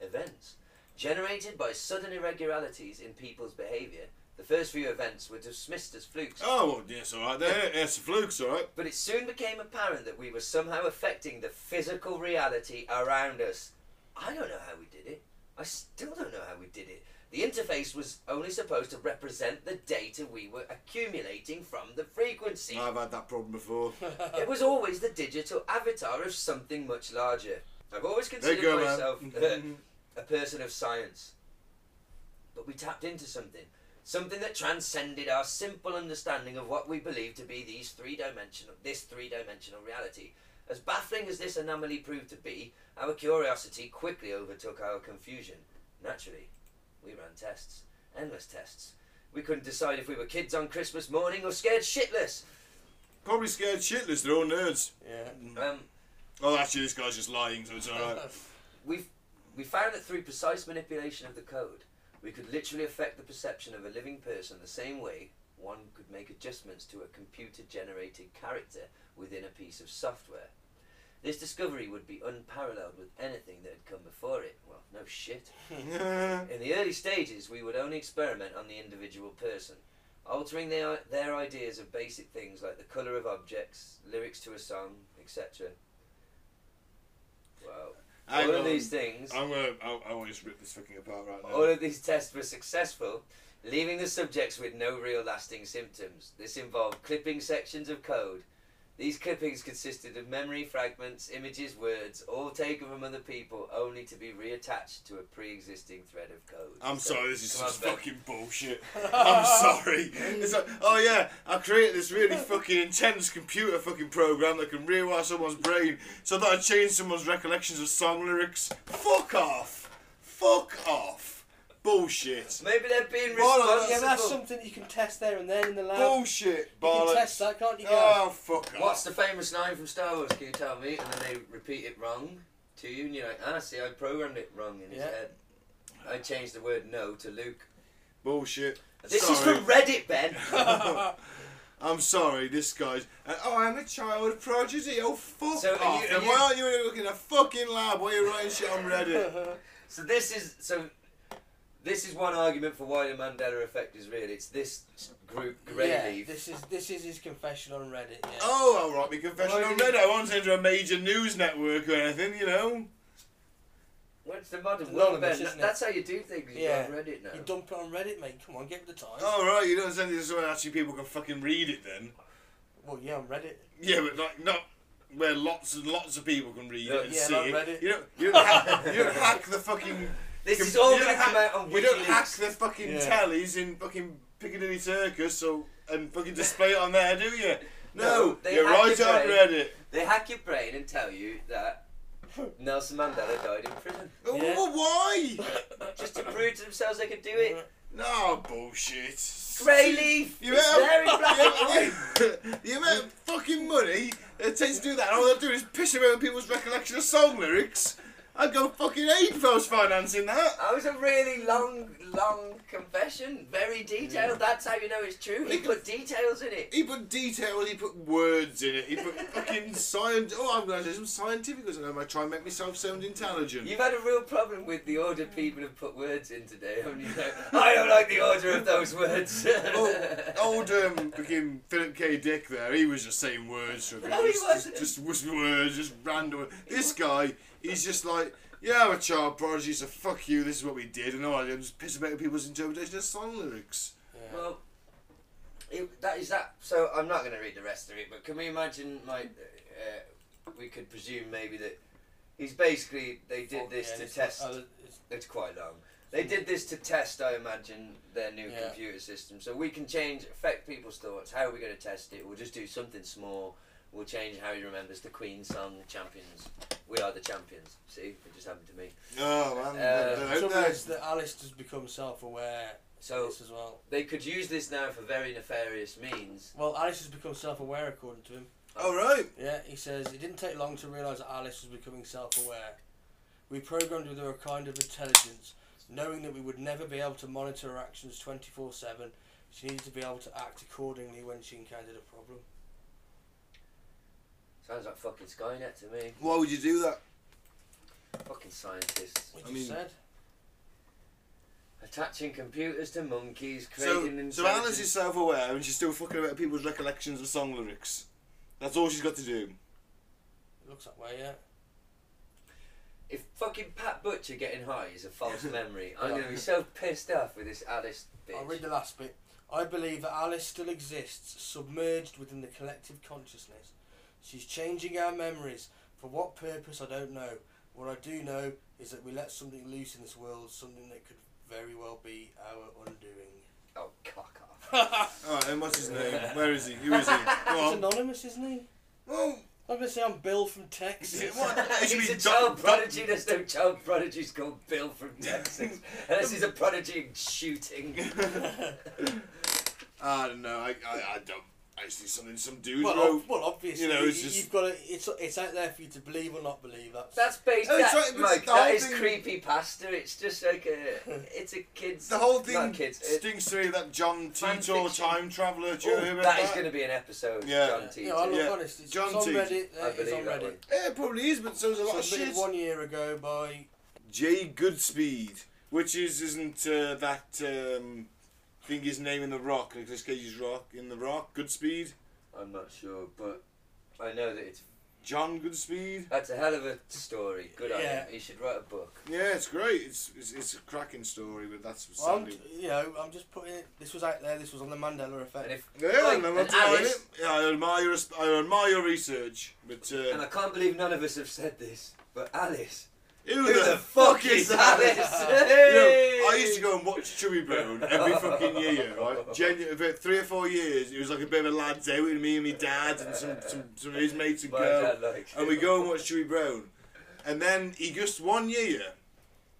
[SPEAKER 3] Events. Generated by sudden irregularities in people's behaviour, the first few events were dismissed as flukes.
[SPEAKER 2] oh well, yes, all right. There, it's a fluke's all right.
[SPEAKER 3] But it soon became apparent that we were somehow affecting the physical reality around us. I don't know how we did it. I still don't know how we did it. The interface was only supposed to represent the data we were accumulating from the frequency.
[SPEAKER 2] I've had that problem before.
[SPEAKER 3] It was always the digital avatar of something much larger. I've always
[SPEAKER 2] There you Mm-hmm.
[SPEAKER 3] considered
[SPEAKER 2] go,
[SPEAKER 3] myself
[SPEAKER 2] man.
[SPEAKER 3] a person of science. But we tapped into something. Something that transcended our simple understanding of what we believe to be these three dimensional this three dimensional reality. As baffling as this anomaly proved to be, our curiosity quickly overtook our confusion. Naturally, we ran tests. Endless tests. We couldn't decide if we were kids on Christmas morning or scared shitless.
[SPEAKER 2] Probably scared shitless. They're all nerds.
[SPEAKER 4] Yeah.
[SPEAKER 3] Um,
[SPEAKER 2] Oh, actually, this guy's just lying, so it's all right.
[SPEAKER 3] we we found that through precise manipulation of the code, we could literally affect the perception of a living person the same way one could make adjustments to a computer-generated character within a piece of software. This discovery would be unparalleled with anything that had come before it. Well, no shit. In the early stages, we would only experiment on the individual person, altering their, their ideas of basic things like the colour of objects, lyrics to a song, etc. Wow.
[SPEAKER 2] Hang
[SPEAKER 3] all of
[SPEAKER 2] on.
[SPEAKER 3] these Oh, things,
[SPEAKER 2] I'm gonna. I, I want to just rip this fucking apart right now.
[SPEAKER 3] all of these tests were successful, leaving the subjects with no real lasting symptoms. This involved clipping sections of code. These clippings consisted of memory fragments, images, words, all taken from other people, only to be reattached to a pre-existing thread of code.
[SPEAKER 2] I'm
[SPEAKER 3] So-
[SPEAKER 2] sorry, this is
[SPEAKER 3] come on,
[SPEAKER 2] just
[SPEAKER 3] Ben.
[SPEAKER 2] fucking bullshit. I'm sorry. It's like, oh yeah, I created this really fucking intense computer fucking program that can rewire someone's brain so that I change someone's recollections of song lyrics. Fuck off. Fuck off. Bullshit.
[SPEAKER 3] Maybe they're being
[SPEAKER 2] Well,
[SPEAKER 3] responsible.
[SPEAKER 4] Yeah, that's something you can test there and then in the lab.
[SPEAKER 2] Bullshit,
[SPEAKER 4] you uh, can
[SPEAKER 2] bollocks.
[SPEAKER 4] test that, can't you? guys?
[SPEAKER 2] Oh, fuck off.
[SPEAKER 3] What's the famous line from Star Wars? Can you tell me? And then they repeat it wrong to you, and you're like, ah, see, I programmed it wrong in his
[SPEAKER 4] Yeah.
[SPEAKER 3] head. I changed the word no to Luke.
[SPEAKER 2] Bullshit.
[SPEAKER 3] This
[SPEAKER 2] Sorry.
[SPEAKER 3] is from Reddit, Ben.
[SPEAKER 2] I'm sorry, this guy's. Uh, oh, I'm a child prodigy. Oh, fuck
[SPEAKER 3] So are
[SPEAKER 2] off.
[SPEAKER 3] you- are
[SPEAKER 2] then
[SPEAKER 3] you-
[SPEAKER 2] why aren't you looking at a fucking lab while you're writing shit on Reddit?
[SPEAKER 3] so this is so. This is one argument for why the Mandela effect is real. It's this group
[SPEAKER 4] yeah,
[SPEAKER 3] Greyleaf.
[SPEAKER 4] this is this is his confession on Reddit. Yeah.
[SPEAKER 2] oh, I'll write me confession
[SPEAKER 3] Why
[SPEAKER 2] on
[SPEAKER 3] did you-
[SPEAKER 2] Reddit. I won't send to a major news network or anything, you know?
[SPEAKER 3] What's the modern world,
[SPEAKER 4] Anonymous,
[SPEAKER 3] Ben?
[SPEAKER 4] isn't
[SPEAKER 3] That-
[SPEAKER 4] it?
[SPEAKER 3] That's how you do things. You
[SPEAKER 4] Yeah.
[SPEAKER 3] yeah. Reddit now.
[SPEAKER 4] You dump it on Reddit, mate. Come on, give it the time.
[SPEAKER 2] Oh, right, you don't send it to someone actually people can fucking read it then.
[SPEAKER 4] Well, yeah, on Reddit.
[SPEAKER 2] Yeah, but like, not. Where lots and lots of people can read it and
[SPEAKER 4] Yeah,
[SPEAKER 2] see
[SPEAKER 4] like
[SPEAKER 2] it.
[SPEAKER 4] Reddit.
[SPEAKER 2] You don't, you, don't hack, you don't hack the fucking.
[SPEAKER 3] This
[SPEAKER 2] com-
[SPEAKER 3] is all
[SPEAKER 2] you
[SPEAKER 3] going
[SPEAKER 2] don't
[SPEAKER 3] to come
[SPEAKER 2] hack-
[SPEAKER 3] out on
[SPEAKER 2] We don't hack
[SPEAKER 3] WikiLeaks.
[SPEAKER 2] the fucking
[SPEAKER 4] Yeah.
[SPEAKER 2] tallies in fucking Piccadilly Circus so, and fucking display it on there, do you? No,
[SPEAKER 3] No, they
[SPEAKER 2] you're
[SPEAKER 3] hack
[SPEAKER 2] right
[SPEAKER 3] your
[SPEAKER 2] on
[SPEAKER 3] brain.
[SPEAKER 2] Reddit.
[SPEAKER 3] They hack your brain and tell you that Nelson Mandela died in prison
[SPEAKER 4] Yeah.
[SPEAKER 2] Oh, why?
[SPEAKER 3] just to prove to themselves they could do it.
[SPEAKER 2] No bullshit.
[SPEAKER 3] Grey leaf.
[SPEAKER 2] You
[SPEAKER 3] It's very black and white.
[SPEAKER 2] amount, the amount of fucking money it takes to do that, all they're doing is pissing around people's recollection of song lyrics. I'd go fucking aid if I was financing that.
[SPEAKER 3] That was a really long, long confession. Very detailed. That's how you know it's true. He put details in it.
[SPEAKER 2] He put details, he put words in it, he put fucking science. Oh, I'm going to do some scientific because I might try and make myself sound intelligent.
[SPEAKER 3] You've had a real problem with the order people have put words in today, haven't you? I don't like the order of those words.
[SPEAKER 2] Oh, old um, fucking Philip K. Dick there, he was just saying words to
[SPEAKER 3] No, he
[SPEAKER 2] just,
[SPEAKER 3] wasn't.
[SPEAKER 2] Just, just words, just random. This guy, he's just like, yeah, I'm a child prodigy, so fuck you, this is what we did, and all I did was piss about people's interpretation of song lyrics.
[SPEAKER 3] Well, it, that is that. So I'm not going to read the rest of it, but can we imagine, like, uh, we could presume maybe that he's basically they did
[SPEAKER 4] Fuck,
[SPEAKER 3] this
[SPEAKER 4] yeah,
[SPEAKER 3] to
[SPEAKER 4] it's-
[SPEAKER 3] test.
[SPEAKER 4] oh, it's-
[SPEAKER 3] It's quite long. They did this to test, I imagine, their new
[SPEAKER 4] Yeah.
[SPEAKER 3] computer system. So we can change, affect people's thoughts. How are we going to test it? We'll just do something small. We'll change how he remembers the Queen song, Champions. We are the champions. See, it just happened to me.
[SPEAKER 2] Oh, man.
[SPEAKER 3] Uh,
[SPEAKER 2] they're out
[SPEAKER 4] Trouble
[SPEAKER 2] there.
[SPEAKER 4] is that Alice has become self-aware.
[SPEAKER 3] So-
[SPEAKER 4] this as well.
[SPEAKER 3] They could use this now for very nefarious means.
[SPEAKER 4] Well, Alice has become self-aware according to him.
[SPEAKER 2] All right.
[SPEAKER 4] Yeah, he says it didn't take long to realise that Alice was becoming self-aware. We programmed her with a kind of intelligence, knowing that we would never be able to monitor her actions 24/7. She needed to be able to act accordingly when she encountered a problem.
[SPEAKER 3] Sounds like fucking Skynet to me.
[SPEAKER 2] Why would you do that?
[SPEAKER 3] Fucking scientists.
[SPEAKER 4] Which
[SPEAKER 2] I
[SPEAKER 4] I
[SPEAKER 2] mean-
[SPEAKER 4] said.
[SPEAKER 3] Attaching computers to monkeys,
[SPEAKER 2] So,
[SPEAKER 3] creating
[SPEAKER 2] so
[SPEAKER 3] intelligent-
[SPEAKER 2] Alice is self aware and she's still fucking about people's recollections of song lyrics. That's all she's got to do.
[SPEAKER 4] It looks that way, yeah.
[SPEAKER 3] If fucking Pat Butcher getting high is a false memory, I'm gonna be so pissed off with this Alice bitch.
[SPEAKER 4] I'll read the last bit. I believe that Alice still exists, submerged within the collective consciousness. She's changing our memories. For what purpose, I don't know. What I do know is that we let something loose in this world, something that could very well be our undoing.
[SPEAKER 3] Oh, cock off.
[SPEAKER 2] Alright, then Oh, what's his name? Where is he? Who is he? Come
[SPEAKER 4] It's
[SPEAKER 2] on.
[SPEAKER 4] anonymous, isn't he?
[SPEAKER 2] Oh,
[SPEAKER 4] I'm gonna say I'm Bill from Texas.
[SPEAKER 2] what? It should
[SPEAKER 3] He's
[SPEAKER 2] be
[SPEAKER 3] a child
[SPEAKER 2] Doc-
[SPEAKER 3] prodigy. There's no child prodigies called Bill from Texas. Unless he's a prodigy in shooting.
[SPEAKER 2] I don't know. I, I, I don't. I just think something some dude
[SPEAKER 4] Well,
[SPEAKER 2] wrote.
[SPEAKER 4] ob- well, obviously,
[SPEAKER 2] you know, it's
[SPEAKER 4] you-
[SPEAKER 2] just-
[SPEAKER 4] you've got to, it's it's out there for you to believe or not believe. That's,
[SPEAKER 3] That's based.
[SPEAKER 2] Oh, it's
[SPEAKER 3] That's,
[SPEAKER 2] right, but
[SPEAKER 3] Mike,
[SPEAKER 2] the
[SPEAKER 3] that
[SPEAKER 2] whole
[SPEAKER 3] is
[SPEAKER 2] thing-
[SPEAKER 3] creepy pasta. It's just like a. It's a kids.
[SPEAKER 2] the whole thing
[SPEAKER 3] Not kids. It,
[SPEAKER 2] stinks to me. That John
[SPEAKER 3] Fan
[SPEAKER 2] Titor
[SPEAKER 3] fiction.
[SPEAKER 2] time traveler. Do you
[SPEAKER 3] oh,
[SPEAKER 2] know who
[SPEAKER 3] that is going to be an episode.
[SPEAKER 2] Yeah.
[SPEAKER 3] John
[SPEAKER 4] you know, I'm
[SPEAKER 2] Yeah.
[SPEAKER 4] honest. It's,
[SPEAKER 2] John
[SPEAKER 4] it's on
[SPEAKER 2] T.
[SPEAKER 4] Reddit.
[SPEAKER 3] I
[SPEAKER 4] Uh, it's on
[SPEAKER 3] believe that
[SPEAKER 4] Reddit.
[SPEAKER 3] one.
[SPEAKER 2] Yeah, it probably is, but so there's a lot of
[SPEAKER 4] Submitted
[SPEAKER 2] shit.
[SPEAKER 4] one year ago by
[SPEAKER 2] J. Goodspeed, which is isn't uh, that um, thing his name in the Rock? Nicholas Cage's Rock in the Rock. Goodspeed,
[SPEAKER 3] I'm not sure, but I know that it's.
[SPEAKER 2] John Goodspeed.
[SPEAKER 3] That's a hell of a story. Good on
[SPEAKER 4] Yeah.
[SPEAKER 3] him. He should write a book.
[SPEAKER 2] Yeah, it's great. It's it's, it's a cracking story, but that's
[SPEAKER 4] Well, I'm,
[SPEAKER 2] sadly.
[SPEAKER 4] you know, I'm just putting it. This was out there. This was on the Mandela effect.
[SPEAKER 3] And if
[SPEAKER 2] Yeah,
[SPEAKER 3] like,
[SPEAKER 2] no, I'm
[SPEAKER 3] and
[SPEAKER 2] not denying
[SPEAKER 3] Alice-
[SPEAKER 2] it. Yeah, I admire your sp- I admire your research, but
[SPEAKER 3] And I
[SPEAKER 2] uh,
[SPEAKER 3] can't believe none of us have said this, but Alice.
[SPEAKER 2] who,
[SPEAKER 3] Who the fuck is Alice?
[SPEAKER 2] You know, I used to go and watch Chubby Brown every fucking year, right? Genu- about three or four years, it was like a bit of a lads out with me and my dad and some, some, some of his mates and
[SPEAKER 3] My
[SPEAKER 2] girl.
[SPEAKER 3] dad likes
[SPEAKER 2] And
[SPEAKER 3] it.
[SPEAKER 2] we go and watch Chubby Brown. And then he just, one year,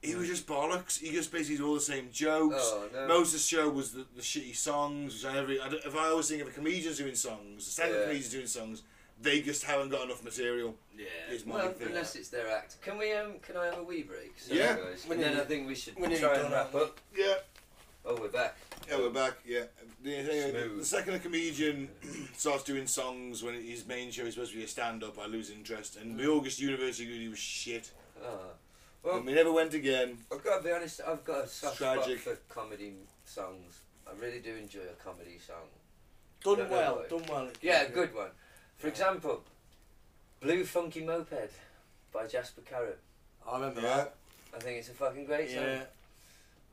[SPEAKER 2] he was just bollocks. He just basically did all the same jokes.
[SPEAKER 3] Oh, no.
[SPEAKER 2] Most of the show was the, the shitty songs. Which I every, I don't, if I always think of a comedian's doing songs, the stand-up
[SPEAKER 3] Yeah.
[SPEAKER 2] comedian's doing songs, they just haven't got enough material.
[SPEAKER 3] Yeah.
[SPEAKER 2] It's my
[SPEAKER 3] Well,
[SPEAKER 2] big thing.
[SPEAKER 3] unless it's their act. Can we um? Can I have a wee break? Sorry,
[SPEAKER 2] Yeah.
[SPEAKER 3] Guys.
[SPEAKER 4] We
[SPEAKER 3] And then
[SPEAKER 4] need-
[SPEAKER 3] I think we should
[SPEAKER 4] we need
[SPEAKER 3] try
[SPEAKER 4] done,
[SPEAKER 3] and wrap
[SPEAKER 4] haven't we?
[SPEAKER 3] up.
[SPEAKER 2] Yeah.
[SPEAKER 3] Oh, we're back.
[SPEAKER 2] Yeah, we're back. Yeah, the, anyway, the-
[SPEAKER 3] Smooth.
[SPEAKER 2] the second a comedian starts doing songs when his main show is supposed to be a stand-up, I lose interest. And the August University Guru was shit,
[SPEAKER 3] Ah. Well,
[SPEAKER 2] and we never went again.
[SPEAKER 3] I've got to be honest. I've got a soft spot
[SPEAKER 2] tragic.
[SPEAKER 3] for comedy songs. I really do enjoy a comedy song.
[SPEAKER 4] done
[SPEAKER 3] don't know
[SPEAKER 4] well,
[SPEAKER 3] why.
[SPEAKER 4] done well.
[SPEAKER 3] Yeah, a good one. For example, Blue Funky Moped by Jasper Carrot.
[SPEAKER 4] I remember
[SPEAKER 2] Yeah,
[SPEAKER 4] that.
[SPEAKER 3] I think it's a fucking great song.
[SPEAKER 4] Yeah.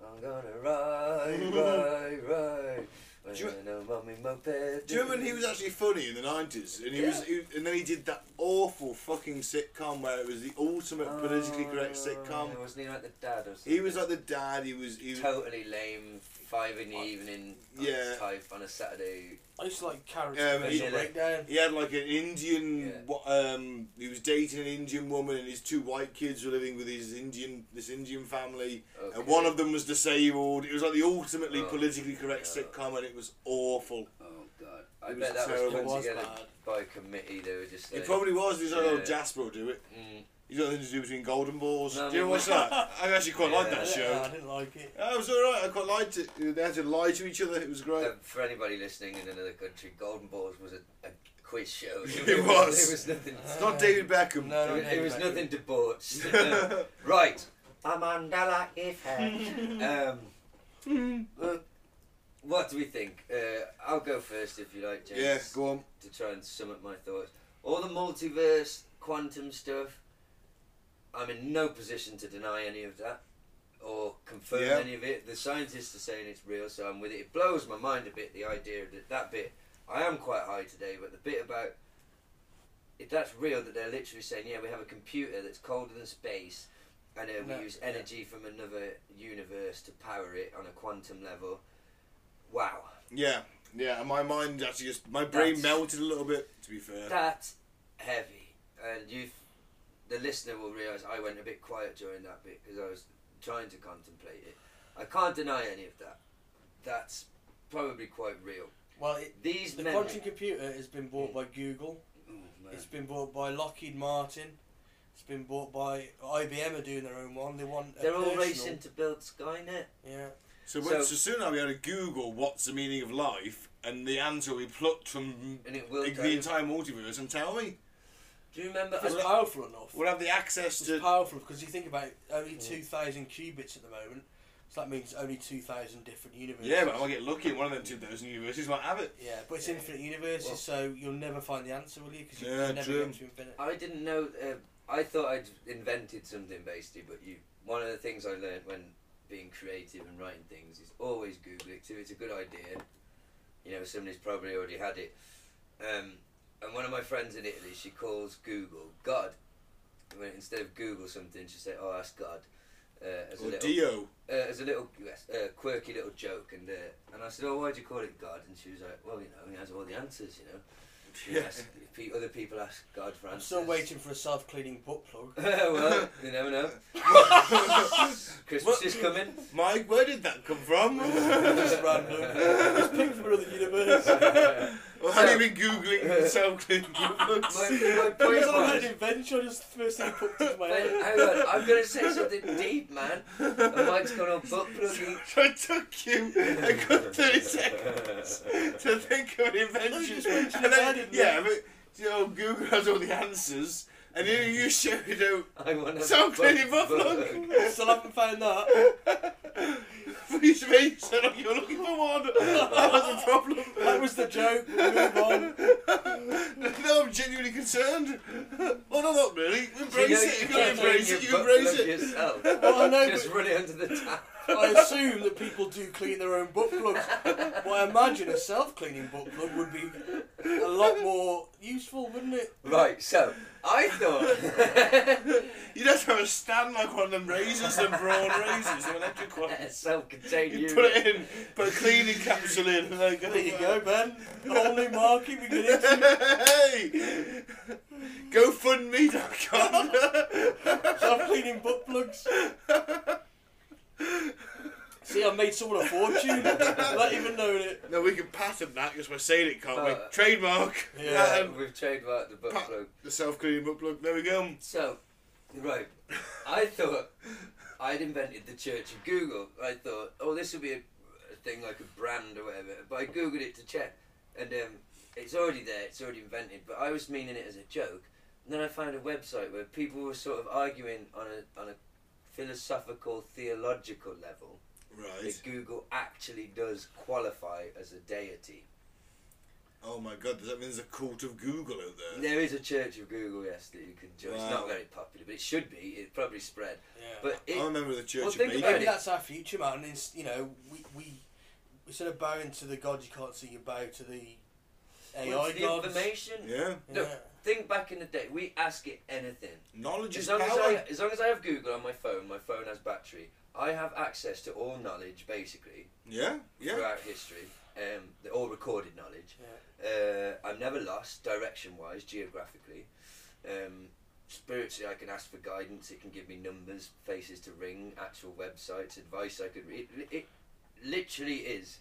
[SPEAKER 3] I'm gonna ride, ride, ride. When
[SPEAKER 2] Do you-
[SPEAKER 3] I know mommy moped.
[SPEAKER 2] do you remember when he was actually funny in the nineties, and he was, he, and then he did that awful fucking sitcom where it was the ultimate politically correct sitcom.
[SPEAKER 3] Oh, uh, Wasn't he like the dad or something?
[SPEAKER 2] He was like the dad. He was, he was
[SPEAKER 3] totally lame, five in the evening
[SPEAKER 2] Yeah.
[SPEAKER 3] type on a Saturday.
[SPEAKER 4] I used to like carrots
[SPEAKER 2] Yeah,
[SPEAKER 4] and
[SPEAKER 2] but
[SPEAKER 4] vegetable
[SPEAKER 3] he-
[SPEAKER 4] breakdown.
[SPEAKER 2] He had like an Indian.
[SPEAKER 3] Yeah.
[SPEAKER 2] wa- Um, he was dating an Indian woman, and his two white kids were living with his Indian this Indian family, and
[SPEAKER 3] Okay.
[SPEAKER 2] one of them was disabled. It was like the ultimately
[SPEAKER 3] Oh,
[SPEAKER 2] politically correct
[SPEAKER 3] yeah.
[SPEAKER 2] sitcom, and it was awful.
[SPEAKER 3] Oh god, I
[SPEAKER 2] It
[SPEAKER 3] bet
[SPEAKER 2] was
[SPEAKER 3] that was
[SPEAKER 2] terrible.
[SPEAKER 3] put
[SPEAKER 4] It was
[SPEAKER 3] together
[SPEAKER 4] bad.
[SPEAKER 3] by committee. They were just.
[SPEAKER 2] It
[SPEAKER 3] like,
[SPEAKER 2] probably was. He's like, oh,
[SPEAKER 3] Yeah.
[SPEAKER 2] Jasper will do it.
[SPEAKER 3] Mm,
[SPEAKER 2] He's got nothing to do between Golden Balls.
[SPEAKER 3] No, I
[SPEAKER 2] do you ever
[SPEAKER 3] mean,
[SPEAKER 2] watch that? I actually quite liked
[SPEAKER 3] Yeah.
[SPEAKER 4] I
[SPEAKER 2] that
[SPEAKER 4] didn't-
[SPEAKER 2] show.
[SPEAKER 4] I didn't like it.
[SPEAKER 2] I was alright. I quite liked it. They had to lie to each other. It was great.
[SPEAKER 3] uh, for anybody listening in another country, Golden Balls was a, a quiz show.
[SPEAKER 2] It
[SPEAKER 3] There
[SPEAKER 2] was.
[SPEAKER 3] It was nothing.
[SPEAKER 2] it's not David Beckham.
[SPEAKER 4] No, no,
[SPEAKER 3] It, it was
[SPEAKER 4] David Beckham.
[SPEAKER 3] nothing debauched. No. right, a Mandela effect. um, well, Um, what do we think? Uh, I'll go first if you like, James.
[SPEAKER 2] Yeah, go on.
[SPEAKER 3] to try and sum up my thoughts. All the multiverse, quantum stuff, I'm in no position to deny any of that or confirm
[SPEAKER 2] Yeah.
[SPEAKER 3] any of it. The scientists are saying it's real, so I'm with it. It blows my mind a bit, the idea that that bit, I am quite high today, but the bit about if that's real, that they're literally saying, yeah, we have a computer that's colder than space. And uh, we
[SPEAKER 4] No,
[SPEAKER 3] use
[SPEAKER 4] yeah.
[SPEAKER 3] energy from another universe to power it on a quantum level. Wow.
[SPEAKER 2] Yeah, yeah. And my mind actually just my brain
[SPEAKER 3] That's-
[SPEAKER 2] melted a little bit. To be fair.
[SPEAKER 3] that heavy, and you, the listener will realise I went a bit quiet during that bit because I was trying to contemplate it. I can't deny any of that. That's probably quite real.
[SPEAKER 4] Well, it,
[SPEAKER 3] These Hmm.
[SPEAKER 4] the
[SPEAKER 3] memory-
[SPEAKER 4] quantum computer has been bought by Google.
[SPEAKER 3] Ooh, man.
[SPEAKER 4] It's been bought by Lockheed Martin. It's been bought by IBM. Are doing their own one. They want. a
[SPEAKER 3] They're all
[SPEAKER 4] personal-
[SPEAKER 3] racing to build Skynet.
[SPEAKER 4] Yeah.
[SPEAKER 2] So,
[SPEAKER 3] So-
[SPEAKER 2] when, so soon I'll be able to Google what's the meaning of life, and the answer will be plucked from
[SPEAKER 3] And it will
[SPEAKER 2] the,
[SPEAKER 3] tell you.
[SPEAKER 2] entire multiverse and tell me.
[SPEAKER 3] Do you remember?
[SPEAKER 4] If it's
[SPEAKER 3] I-
[SPEAKER 4] powerful enough.
[SPEAKER 2] We'll Hmm. have the access
[SPEAKER 4] It's
[SPEAKER 2] to.
[SPEAKER 4] powerful because you think about it, only 2,000 qubits at the moment, so that means only 2,000 different universes.
[SPEAKER 2] Yeah, but I might get lucky in one of them 2,000 universes, might have it.
[SPEAKER 4] Yeah, but it's infinite universes,
[SPEAKER 3] Well-
[SPEAKER 4] so you'll never find the answer, will you? Because you
[SPEAKER 2] Yeah,
[SPEAKER 4] can never
[SPEAKER 2] true.
[SPEAKER 4] get to infinite.
[SPEAKER 3] I didn't know. Uh, I thought I'd invented something basically, but you. One of the things I learned when being creative and writing things is always Google it. Too. It's a good idea. You know, somebody's probably already had it. Um, and one of my friends in Italy, she calls Google God. When instead of Google something, she say, "Oh, that's God," uh, as a
[SPEAKER 2] Or
[SPEAKER 3] little
[SPEAKER 2] Dio.
[SPEAKER 3] uh, as a little uh, quirky little joke, and uh, and I said, "Oh, why do you call it God?" And she was like, "Well, you know, he has all the answers, you know." You
[SPEAKER 2] Yeah.
[SPEAKER 3] ask- pe- other people ask God for
[SPEAKER 4] I'm
[SPEAKER 3] answers.
[SPEAKER 4] still waiting for a self-cleaning butt plug.
[SPEAKER 3] well, you never know. Christmas
[SPEAKER 2] What?
[SPEAKER 3] is coming.
[SPEAKER 2] Mike, where did that come from?
[SPEAKER 4] Just random. Just picked from another universe.
[SPEAKER 2] well, have you been googling self-cleaning books?
[SPEAKER 3] My, my
[SPEAKER 4] That was
[SPEAKER 3] point
[SPEAKER 4] all an
[SPEAKER 3] was,
[SPEAKER 4] adventure. Just the first thing popped into my
[SPEAKER 3] Wait,
[SPEAKER 4] head.
[SPEAKER 3] hang on, I'm going to say something deep, man. And Mike's gone on butt plugging.
[SPEAKER 2] It took you a good 30 seconds to think of an invention.
[SPEAKER 4] just mentioned
[SPEAKER 2] And
[SPEAKER 4] that,
[SPEAKER 2] then,
[SPEAKER 4] didn't
[SPEAKER 2] yeah,
[SPEAKER 4] you?
[SPEAKER 2] but you know, Google has all the answers, and then you showed out
[SPEAKER 3] I want to
[SPEAKER 2] self-cleaning butt plug.
[SPEAKER 4] Still haven't found that.
[SPEAKER 2] Please me, so like you were looking for one. That was a problem.
[SPEAKER 4] That was the joke. We'll move on.
[SPEAKER 2] No, I'm genuinely concerned. Well, no, not really.
[SPEAKER 3] You
[SPEAKER 2] Embrace
[SPEAKER 3] know,
[SPEAKER 2] it.
[SPEAKER 3] you
[SPEAKER 2] You
[SPEAKER 3] can
[SPEAKER 2] gotta embrace it. You embrace it.
[SPEAKER 3] Yourself.
[SPEAKER 4] Well, I know,
[SPEAKER 3] Just
[SPEAKER 4] but-
[SPEAKER 3] run it under the tap.
[SPEAKER 4] I assume that people do clean their own butt plugs. But I imagine a self-cleaning butt plug would be a lot more useful, wouldn't it?
[SPEAKER 3] Right, so I thought
[SPEAKER 2] You'd have to have a stand like one of them razors, them brawn razors, them electric ones.
[SPEAKER 3] self-contained
[SPEAKER 2] You
[SPEAKER 3] unit.
[SPEAKER 2] put it in, put a cleaning capsule in, and then go.
[SPEAKER 4] There you go, man. Whole new market we get into.
[SPEAKER 2] Hey! GoFundMe.com.
[SPEAKER 4] Self-cleaning butt plugs. See, I've made someone a fortune without even knowing it.
[SPEAKER 2] no, we can patent that because we're saying it, can't we?
[SPEAKER 3] Uh,
[SPEAKER 2] Trademark.
[SPEAKER 4] Yeah.
[SPEAKER 2] Patent.
[SPEAKER 3] We've trademarked the butt
[SPEAKER 2] Pa-
[SPEAKER 3] plug.
[SPEAKER 2] the self-cleaning butt plug. There we go.
[SPEAKER 3] So, right, I thought I'd invented the Church of Google. I thought, oh, this would be a, a thing like a brand or whatever. But I googled it to check, and um, it's already there. It's already invented. But I was meaning it as a joke. And then I found a website where people were sort of arguing on a on a philosophical, theological level
[SPEAKER 2] Right.
[SPEAKER 3] that Google actually does qualify as a deity.
[SPEAKER 2] Oh my god, does that mean there's a cult of Google out there?
[SPEAKER 3] There is a Church of Google, yes, that you can join. It's
[SPEAKER 2] Uh. Wow.
[SPEAKER 3] not very popular, but it should be. It probably spread.
[SPEAKER 4] Yeah.
[SPEAKER 3] But it,
[SPEAKER 2] I remember the Church
[SPEAKER 3] Well,
[SPEAKER 2] of
[SPEAKER 3] think
[SPEAKER 2] Bacon.
[SPEAKER 3] about
[SPEAKER 4] Maybe
[SPEAKER 3] it.
[SPEAKER 4] that's our future, man. It's, you know, we, we instead of bowing to the god you can't see, you bow to the AI
[SPEAKER 3] Well, it's the
[SPEAKER 4] gods.
[SPEAKER 3] information.
[SPEAKER 2] Yeah.
[SPEAKER 3] Look,
[SPEAKER 4] Yeah.
[SPEAKER 3] think back in the day, we ask it anything.
[SPEAKER 2] Knowledge is
[SPEAKER 3] As
[SPEAKER 2] power.
[SPEAKER 3] long as, I, as long as I have Google on my phone, my phone has battery. I have access to all knowledge, basically,
[SPEAKER 2] Yeah, yeah.
[SPEAKER 3] throughout history, um, the- all recorded knowledge. Uh, I'm never lost, direction-wise, geographically. Um, spiritually, I can ask for guidance. It can give me numbers, faces to ring, actual websites, advice I could read. It, it literally is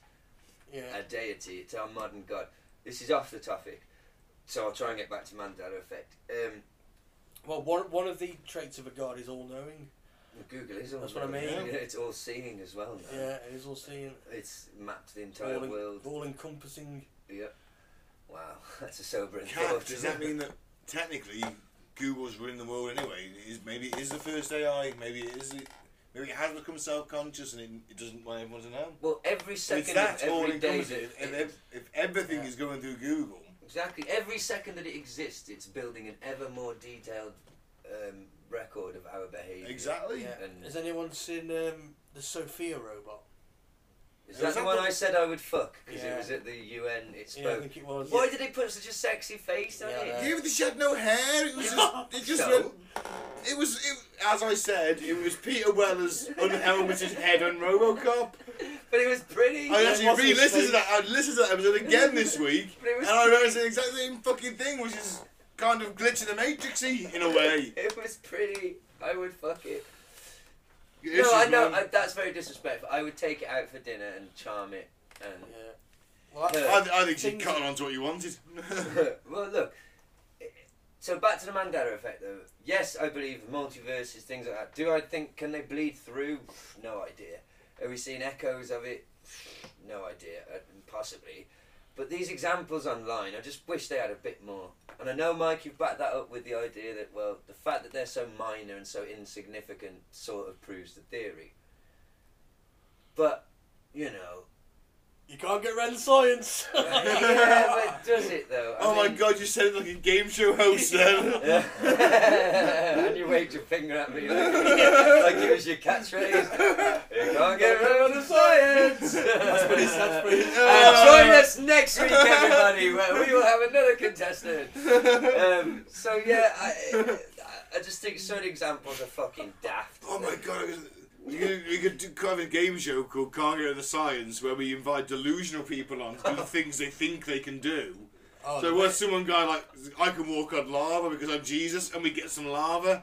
[SPEAKER 4] Yeah.
[SPEAKER 3] a deity. It's our modern god. This is off the topic, so I'll try and get back to Mandela effect. Um,
[SPEAKER 4] Well, one, one of the traits of a god is all knowing.
[SPEAKER 3] Google is all.
[SPEAKER 4] That's what I mean.
[SPEAKER 3] knowing. It's all seeing as well now.
[SPEAKER 4] Yeah, it is all seeing,
[SPEAKER 3] It's mapped the entire
[SPEAKER 4] all, en-
[SPEAKER 3] world.
[SPEAKER 4] all encompassing.
[SPEAKER 3] Wow, that's a sobering
[SPEAKER 2] Cat,
[SPEAKER 3] thought.
[SPEAKER 2] does that mean that technically Google's running the world anyway? It is, maybe it is the first AI. Maybe it is. It, maybe it has become self-conscious and it, it doesn't want everyone to know.
[SPEAKER 3] Well, every
[SPEAKER 2] So it's
[SPEAKER 3] second of
[SPEAKER 2] that all
[SPEAKER 3] every day
[SPEAKER 2] encompassing. If,
[SPEAKER 3] that
[SPEAKER 2] if, if everything
[SPEAKER 4] Yeah.
[SPEAKER 2] is going through Google,
[SPEAKER 3] exactly every second that it exists, it's building an ever more detailed um, record of our behaviour.
[SPEAKER 2] exactly.
[SPEAKER 4] Yeah.
[SPEAKER 3] And-
[SPEAKER 4] Has anyone seen um, the Sophia robot?
[SPEAKER 3] Is that
[SPEAKER 2] Is
[SPEAKER 3] the
[SPEAKER 2] that
[SPEAKER 3] one
[SPEAKER 2] the-
[SPEAKER 3] I said I would fuck because
[SPEAKER 4] Yeah.
[SPEAKER 3] it was at the UN? It
[SPEAKER 4] Yeah, I
[SPEAKER 3] spoke.
[SPEAKER 4] think it was.
[SPEAKER 3] Why did they put such a sexy face on
[SPEAKER 4] Yeah, I
[SPEAKER 3] it?
[SPEAKER 4] know.
[SPEAKER 2] Yeah, but she had no hair. It was just. It just
[SPEAKER 3] So?
[SPEAKER 2] went. It was. It, as I said, it was Peter Weller's unhelmeted head on RoboCop.
[SPEAKER 3] But it was pretty.
[SPEAKER 2] I
[SPEAKER 4] Oh, Yeah,
[SPEAKER 2] actually
[SPEAKER 4] what's his
[SPEAKER 2] re-listened to
[SPEAKER 4] face?
[SPEAKER 2] that. I listened to that episode again this week,
[SPEAKER 3] But it was-
[SPEAKER 2] and I noticed the exact same fucking thing, which is kind of glitching the matrixy in a way.
[SPEAKER 3] It was pretty. I would fuck it.
[SPEAKER 2] Issues,
[SPEAKER 3] no, I know
[SPEAKER 2] man.
[SPEAKER 3] I, that's very disrespectful. I would take it out for dinner and charm it.
[SPEAKER 4] Yeah.
[SPEAKER 3] And
[SPEAKER 4] Well, that's,
[SPEAKER 3] Yeah.
[SPEAKER 2] I, I think she
[SPEAKER 4] Things-
[SPEAKER 2] caught on to what you wanted.
[SPEAKER 3] well, look. So back to the Mandela effect, though. Yes, I believe multiverses, things like that. Do I think can they bleed through? No idea. Are we seeing echoes of it? No idea, uh, possibly. But these examples online, I just wish they had a bit more. And I know, Mike, you've backed that up with the idea that, well, the fact that they're so minor and so insignificant sort of proves the theory. But, you know,
[SPEAKER 4] you can't get around science.
[SPEAKER 3] yeah, but does it though? I
[SPEAKER 2] oh my
[SPEAKER 3] mean-
[SPEAKER 2] god, you sounded like a game show host then.
[SPEAKER 3] and you waved your finger at me like, like it was your catchphrase. You can't get rid of the science.
[SPEAKER 4] that's pretty. That's pretty.
[SPEAKER 3] And
[SPEAKER 2] Oh.
[SPEAKER 3] join us next week, everybody, where we will have another contestant. Um, so yeah, I, I- I just think certain examples are fucking daft.
[SPEAKER 2] oh my god, I was- You could, you could do, have a game show called Can't Get the Science where we invite delusional people on to do things they think they can do.
[SPEAKER 4] Oh,
[SPEAKER 2] so
[SPEAKER 4] the
[SPEAKER 2] where
[SPEAKER 4] best-
[SPEAKER 2] someone guy like I can walk on lava because I'm Jesus, and we get some lava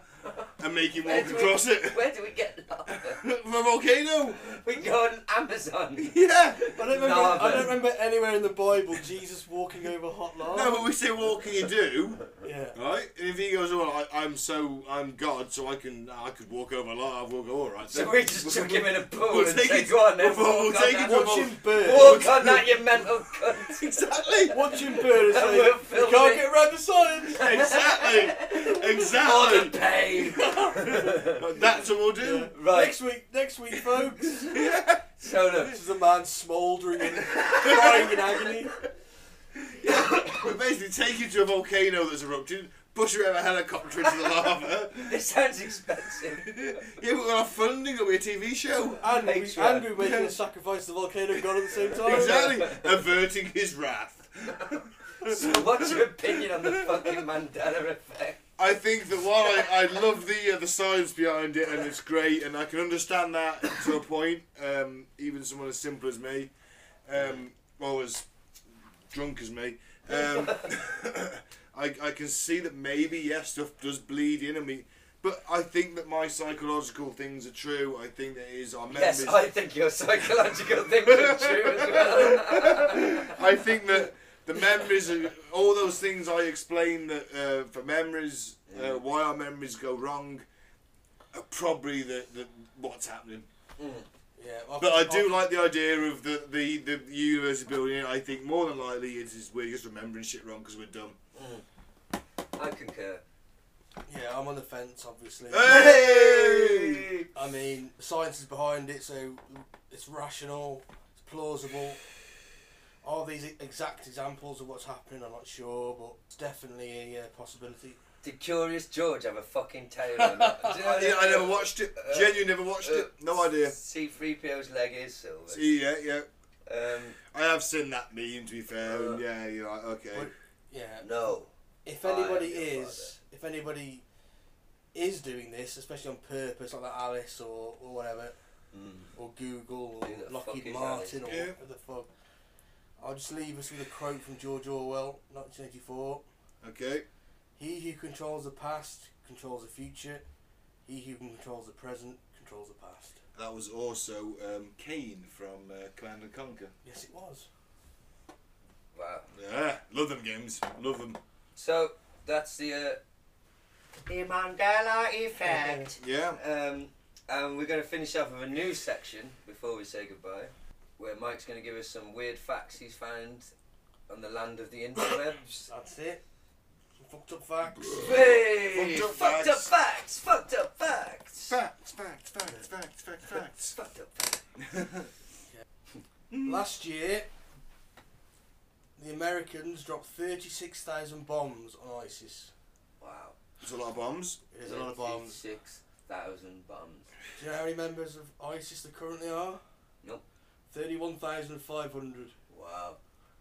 [SPEAKER 2] and make him walk
[SPEAKER 3] do
[SPEAKER 2] across
[SPEAKER 3] we,
[SPEAKER 2] it
[SPEAKER 3] Where do we get lava?
[SPEAKER 2] from a volcano.
[SPEAKER 3] We go on Amazon.
[SPEAKER 2] Yeah.
[SPEAKER 4] I don't, remember,
[SPEAKER 3] Lava.
[SPEAKER 4] I don't remember anywhere in the Bible Jesus walking over hot lava.
[SPEAKER 2] No, but we say, "What can you do?"
[SPEAKER 4] yeah.
[SPEAKER 2] Right? And if he goes, "Well, I, I'm so I'm God, so I can I could walk over lava," we'll go, "All right."
[SPEAKER 3] So
[SPEAKER 2] then."
[SPEAKER 3] we just chuck him in a pool
[SPEAKER 2] We'll
[SPEAKER 3] and
[SPEAKER 2] take
[SPEAKER 3] say,
[SPEAKER 2] it-
[SPEAKER 3] go on
[SPEAKER 2] we'll-
[SPEAKER 3] then,
[SPEAKER 2] we'll
[SPEAKER 3] walk on
[SPEAKER 2] take
[SPEAKER 3] that.
[SPEAKER 2] it to
[SPEAKER 4] Watch him burn.
[SPEAKER 3] Walk on that, you mental cunt.
[SPEAKER 2] exactly.
[SPEAKER 4] Watching Burn
[SPEAKER 3] And
[SPEAKER 4] say,
[SPEAKER 3] we'll
[SPEAKER 4] we
[SPEAKER 3] film
[SPEAKER 4] can't
[SPEAKER 3] it."
[SPEAKER 4] get around the science.
[SPEAKER 2] Exactly.
[SPEAKER 3] For the
[SPEAKER 2] Exactly.
[SPEAKER 3] pain.
[SPEAKER 2] That's what we'll do.
[SPEAKER 3] Right.
[SPEAKER 4] Next week, next week, folks.
[SPEAKER 3] So look,
[SPEAKER 4] this is a man smouldering and crying in agony.
[SPEAKER 2] We basically take you to a volcano that's erupted, push you out of a helicopter into the lava.
[SPEAKER 3] this sounds expensive.
[SPEAKER 2] Yeah, we're on funding, it'll be a TV show.
[SPEAKER 4] And we,
[SPEAKER 3] Extra.
[SPEAKER 4] and we making a sacrifice to the volcano god at the same time.
[SPEAKER 2] Exactly. Averting his wrath.
[SPEAKER 3] So what's your opinion on the fucking Mandela effect?
[SPEAKER 2] I think that while I, I love the uh, the science behind it and it's great and I can understand that to a point, um, even someone as simple as me, um, or as drunk as me, um, I, I can see that maybe yes stuff does bleed in and we, but I think that my psychological things are true. I think that it is our memories.
[SPEAKER 3] Yes, I think your psychological things are true as well.
[SPEAKER 2] I think that the memories, are, all those things I explained that uh, for memories, uh, why our memories go wrong, are probably the, the what's happening.
[SPEAKER 4] Yeah, well,
[SPEAKER 2] But I do like the idea of the the the universe building. it. I think more than likely it is we're just remembering shit wrong because we're dumb.
[SPEAKER 3] I concur.
[SPEAKER 4] Yeah, I'm on the fence, obviously.
[SPEAKER 2] Hey!
[SPEAKER 4] I mean, science is behind it, so it's rational, it's plausible. Are these e-, exact examples of what's happening? I'm not sure, but it's definitely a uh, possibility.
[SPEAKER 3] Did Curious George have a fucking tail on that? Do you know
[SPEAKER 2] I,
[SPEAKER 3] what mean?
[SPEAKER 2] I never watched it. Genuinely never watched
[SPEAKER 3] Uh,
[SPEAKER 2] it. No idea.
[SPEAKER 3] C3PO's leg is silver.
[SPEAKER 2] See, yeah, yeah.
[SPEAKER 3] um,
[SPEAKER 2] I have seen that meme. To be fair,
[SPEAKER 3] Uh,
[SPEAKER 2] and yeah, you're like okay.
[SPEAKER 4] But- Yeah.
[SPEAKER 3] no.
[SPEAKER 4] If
[SPEAKER 3] I
[SPEAKER 4] anybody
[SPEAKER 3] am your
[SPEAKER 4] is, if anybody is doing this, especially on purpose, like that Alice or, or whatever, or Google or
[SPEAKER 3] Mm. Who the fuck
[SPEAKER 4] Lockheed
[SPEAKER 3] is
[SPEAKER 4] Martin
[SPEAKER 2] Alice?
[SPEAKER 4] or
[SPEAKER 2] Yeah.
[SPEAKER 4] whatever the fuck, I'll just leave us with a quote from George Orwell, 1984.
[SPEAKER 2] Okay.
[SPEAKER 4] He who controls the past controls the future. He who controls the present controls the past.
[SPEAKER 2] That was also um, Kane from uh, Command and Conquer.
[SPEAKER 4] Yes, it was.
[SPEAKER 3] Wow.
[SPEAKER 2] Yeah, love them games. Love them.
[SPEAKER 3] So, that's the... Uh, the Mandela effect.
[SPEAKER 2] Yeah.
[SPEAKER 3] Um, and we're going to finish off with a news section before we say goodbye, where Mike's going to give us some weird facts he's found on the land of the interwebs.
[SPEAKER 4] That's it. Some fucked up facts.
[SPEAKER 3] hey!
[SPEAKER 2] Fucked up
[SPEAKER 3] Fucked up facts! Fucked up facts!
[SPEAKER 2] Facts, facts, facts, facts, facts, facts.
[SPEAKER 3] Fucked up facts.
[SPEAKER 4] Last year, the Americans dropped 36,000 bombs on ISIS.
[SPEAKER 3] Wow.
[SPEAKER 2] There's a lot of bombs.
[SPEAKER 4] It is a lot of bombs.
[SPEAKER 3] 36,000 bombs.
[SPEAKER 4] Do you know how many members of ISIS there currently are?
[SPEAKER 3] Nope.
[SPEAKER 4] 31,500.
[SPEAKER 3] Wow.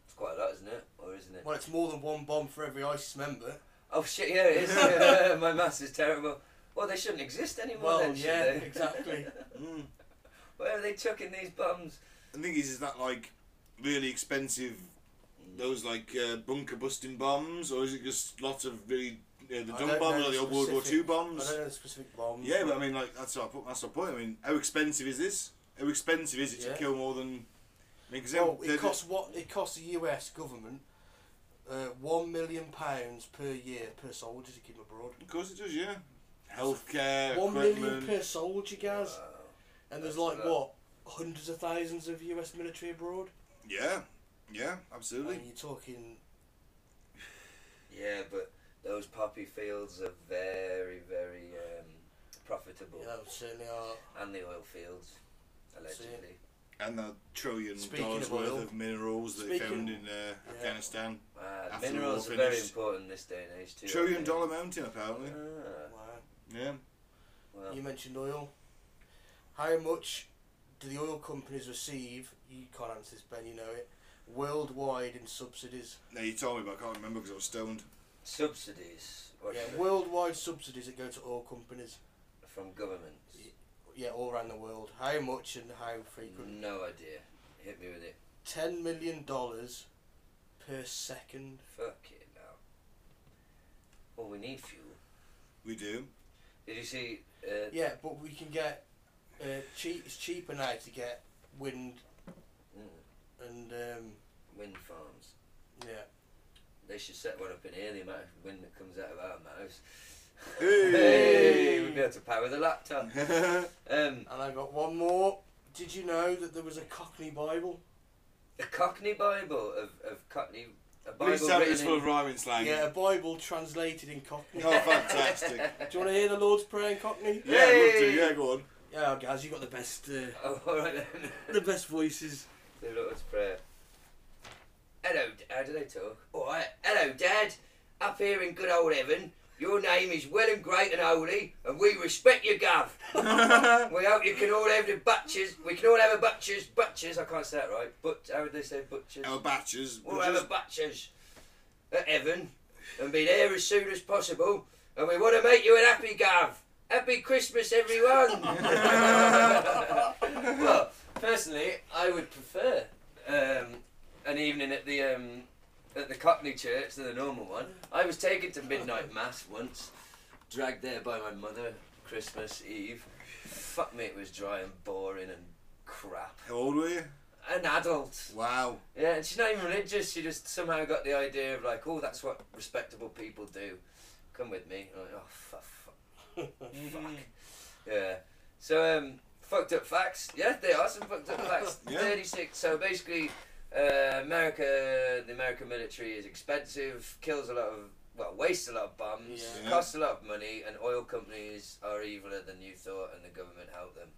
[SPEAKER 3] It's quite a lot, isn't it? Or isn't it?
[SPEAKER 4] Well, it's more than one bomb for every ISIS member.
[SPEAKER 3] Oh shit, yeah, it is. Uh, my maths is terrible. Well, they shouldn't exist anymore
[SPEAKER 4] Well, eh?
[SPEAKER 3] then, should
[SPEAKER 4] yeah,
[SPEAKER 3] they?
[SPEAKER 4] exactly.
[SPEAKER 3] Where are they chucking these bombs?
[SPEAKER 2] The thing is, is that like really expensive? Those like uh, bunker busting bombs, or is it just lots of really yeah, the
[SPEAKER 4] I
[SPEAKER 2] dumb
[SPEAKER 4] don't
[SPEAKER 2] bombs,
[SPEAKER 4] know
[SPEAKER 2] or the
[SPEAKER 4] the
[SPEAKER 2] old World War Two
[SPEAKER 4] specific- I
[SPEAKER 2] bombs?
[SPEAKER 4] don't know the specific bombs.
[SPEAKER 2] Yeah, but I mean, like that's our point. That's our point. I mean, how expensive is this? How expensive is it to
[SPEAKER 4] Yeah.
[SPEAKER 2] kill more than? I mean, 'cause
[SPEAKER 4] Well,
[SPEAKER 2] they're-
[SPEAKER 4] it costs what it costs the U.S. government uh, one million pounds per year per soldier to keep 'em abroad.
[SPEAKER 2] Of course it does. Yeah. Healthcare,
[SPEAKER 4] One million
[SPEAKER 2] equipment.
[SPEAKER 4] per soldier, guys. and there's
[SPEAKER 3] Uh, that's
[SPEAKER 4] like
[SPEAKER 3] a
[SPEAKER 4] what
[SPEAKER 3] lot.
[SPEAKER 4] hundreds of thousands of U.S. military abroad.
[SPEAKER 2] yeah, yeah,
[SPEAKER 4] I
[SPEAKER 2] absolutely.
[SPEAKER 4] mean, you're talking.
[SPEAKER 3] Yeah, but those poppy fields are very, very um, profitable.
[SPEAKER 4] You know, certainly uh, are.
[SPEAKER 3] And the oil fields, allegedly.
[SPEAKER 2] and the trillion
[SPEAKER 4] Speaking
[SPEAKER 2] dollars
[SPEAKER 4] of
[SPEAKER 2] worth
[SPEAKER 4] oil.
[SPEAKER 2] of minerals they
[SPEAKER 4] Speaking-
[SPEAKER 2] found in uh, Afghanistan.
[SPEAKER 3] Ah,
[SPEAKER 2] After the
[SPEAKER 3] minerals
[SPEAKER 2] war
[SPEAKER 3] are very
[SPEAKER 2] finished.
[SPEAKER 3] important this day and age, too. aren't
[SPEAKER 2] Trillion
[SPEAKER 3] they?
[SPEAKER 2] dollar mountain, apparently.
[SPEAKER 3] Ah,
[SPEAKER 4] Wow.
[SPEAKER 2] Yeah.
[SPEAKER 3] well,
[SPEAKER 4] You mentioned oil. How much do the oil companies receive? You can't answer this, Ben. You know it. Worldwide in subsidies.
[SPEAKER 2] No, you told me, but I can't remember because I was stoned.
[SPEAKER 3] subsidies what
[SPEAKER 4] Yeah,
[SPEAKER 3] should-
[SPEAKER 4] worldwide subsidies that go to oil companies.
[SPEAKER 3] from governments.
[SPEAKER 4] yeah, all around the world. How much and how frequent?
[SPEAKER 3] No idea. Hit me with it.
[SPEAKER 4] Ten million dollars per second.
[SPEAKER 3] Fuck it now. Well, we need fuel.
[SPEAKER 2] We do.
[SPEAKER 3] Did you see? Uh,
[SPEAKER 4] Yeah, but we can get uh, cheap. It's cheaper now to get wind
[SPEAKER 3] mm,
[SPEAKER 4] and um,
[SPEAKER 3] wind farms.
[SPEAKER 4] yeah.
[SPEAKER 3] They should set one up in here. The amount of wind that comes out of our mouths.
[SPEAKER 2] Hey!
[SPEAKER 3] we'd be able to power the laptop. Um,
[SPEAKER 4] And I got one more. Did you know that there was a Cockney Bible?
[SPEAKER 3] the Cockney Bible of of Cockney. A Bible
[SPEAKER 2] Please tell me
[SPEAKER 3] written
[SPEAKER 2] it's full
[SPEAKER 3] in-
[SPEAKER 2] of rhyming slang.
[SPEAKER 4] Yeah, a Bible translated in Cockney.
[SPEAKER 2] Oh, fantastic.
[SPEAKER 4] Do you want to hear the Lord's Prayer in Cockney?
[SPEAKER 2] Yeah, I'd love to.
[SPEAKER 3] Hey!
[SPEAKER 2] Yeah, go on.
[SPEAKER 4] Yeah, guys, you got the best, uh,
[SPEAKER 3] Oh, all right then.
[SPEAKER 4] the best voices.
[SPEAKER 3] the Lord's Prayer. Hello, D- how do they talk? All right, hello, Dad. Up here in good old heaven, your name is well and great and holy, and we respect you, Gov. we hope you can all have the butchers. We can all have a butchers, butchers. I can't say that right. But how would they say butchers?
[SPEAKER 2] Our batches.
[SPEAKER 3] We'll have a butchers at heaven and be there as soon as possible. And we want to make you an happy Gov. Happy Christmas, everyone! well, personally, I would prefer um, an evening at the um, at the Cockney Church than the normal one. I was taken to midnight mass once, dragged there by my mother Christmas Eve. Fuck me, it was dry and boring and crap.
[SPEAKER 2] How old were you?
[SPEAKER 3] An adult.
[SPEAKER 2] Wow.
[SPEAKER 3] Yeah, and she's not even religious. She just somehow got the idea of like, oh, that's what respectable people do. Come with me. And I'm like, oh, fuck, fuck. Yeah. So, um, fucked up facts. Yeah, they are some fucked up facts.
[SPEAKER 2] Yeah.
[SPEAKER 3] 36. So basically, uh, America, the American military is expensive, kills a lot of, well, wastes a lot of bombs,
[SPEAKER 2] Yeah.
[SPEAKER 3] costs a lot of money, and oil companies are eviler than you thought, and the government help them.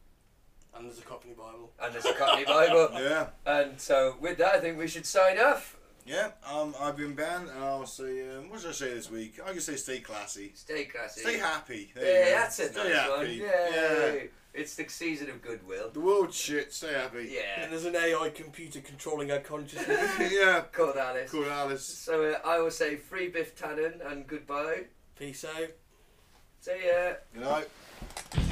[SPEAKER 4] And there's a Cockney Bible.
[SPEAKER 3] And there's a Cockney Bible.
[SPEAKER 2] Yeah.
[SPEAKER 3] And so, with that, I think we should sign off.
[SPEAKER 2] Yeah, um, I've been Ben, and I'll say, um, what should I say this week? I can say stay classy.
[SPEAKER 3] Stay classy.
[SPEAKER 2] Stay happy. There you
[SPEAKER 3] Yeah,
[SPEAKER 2] go.
[SPEAKER 3] that's a
[SPEAKER 2] Stay
[SPEAKER 3] nice
[SPEAKER 2] happy.
[SPEAKER 3] one.
[SPEAKER 2] Yeah.
[SPEAKER 3] Yeah. It's the season of goodwill.
[SPEAKER 2] The world's shit, stay happy.
[SPEAKER 3] Yeah.
[SPEAKER 4] And there's an AI computer controlling our consciousness.
[SPEAKER 2] yeah.
[SPEAKER 3] Cool, Alice.
[SPEAKER 2] Cool, Alice.
[SPEAKER 3] So uh, I will say free Biff Tannen and goodbye.
[SPEAKER 4] Peace out.
[SPEAKER 3] See ya.
[SPEAKER 2] Good night.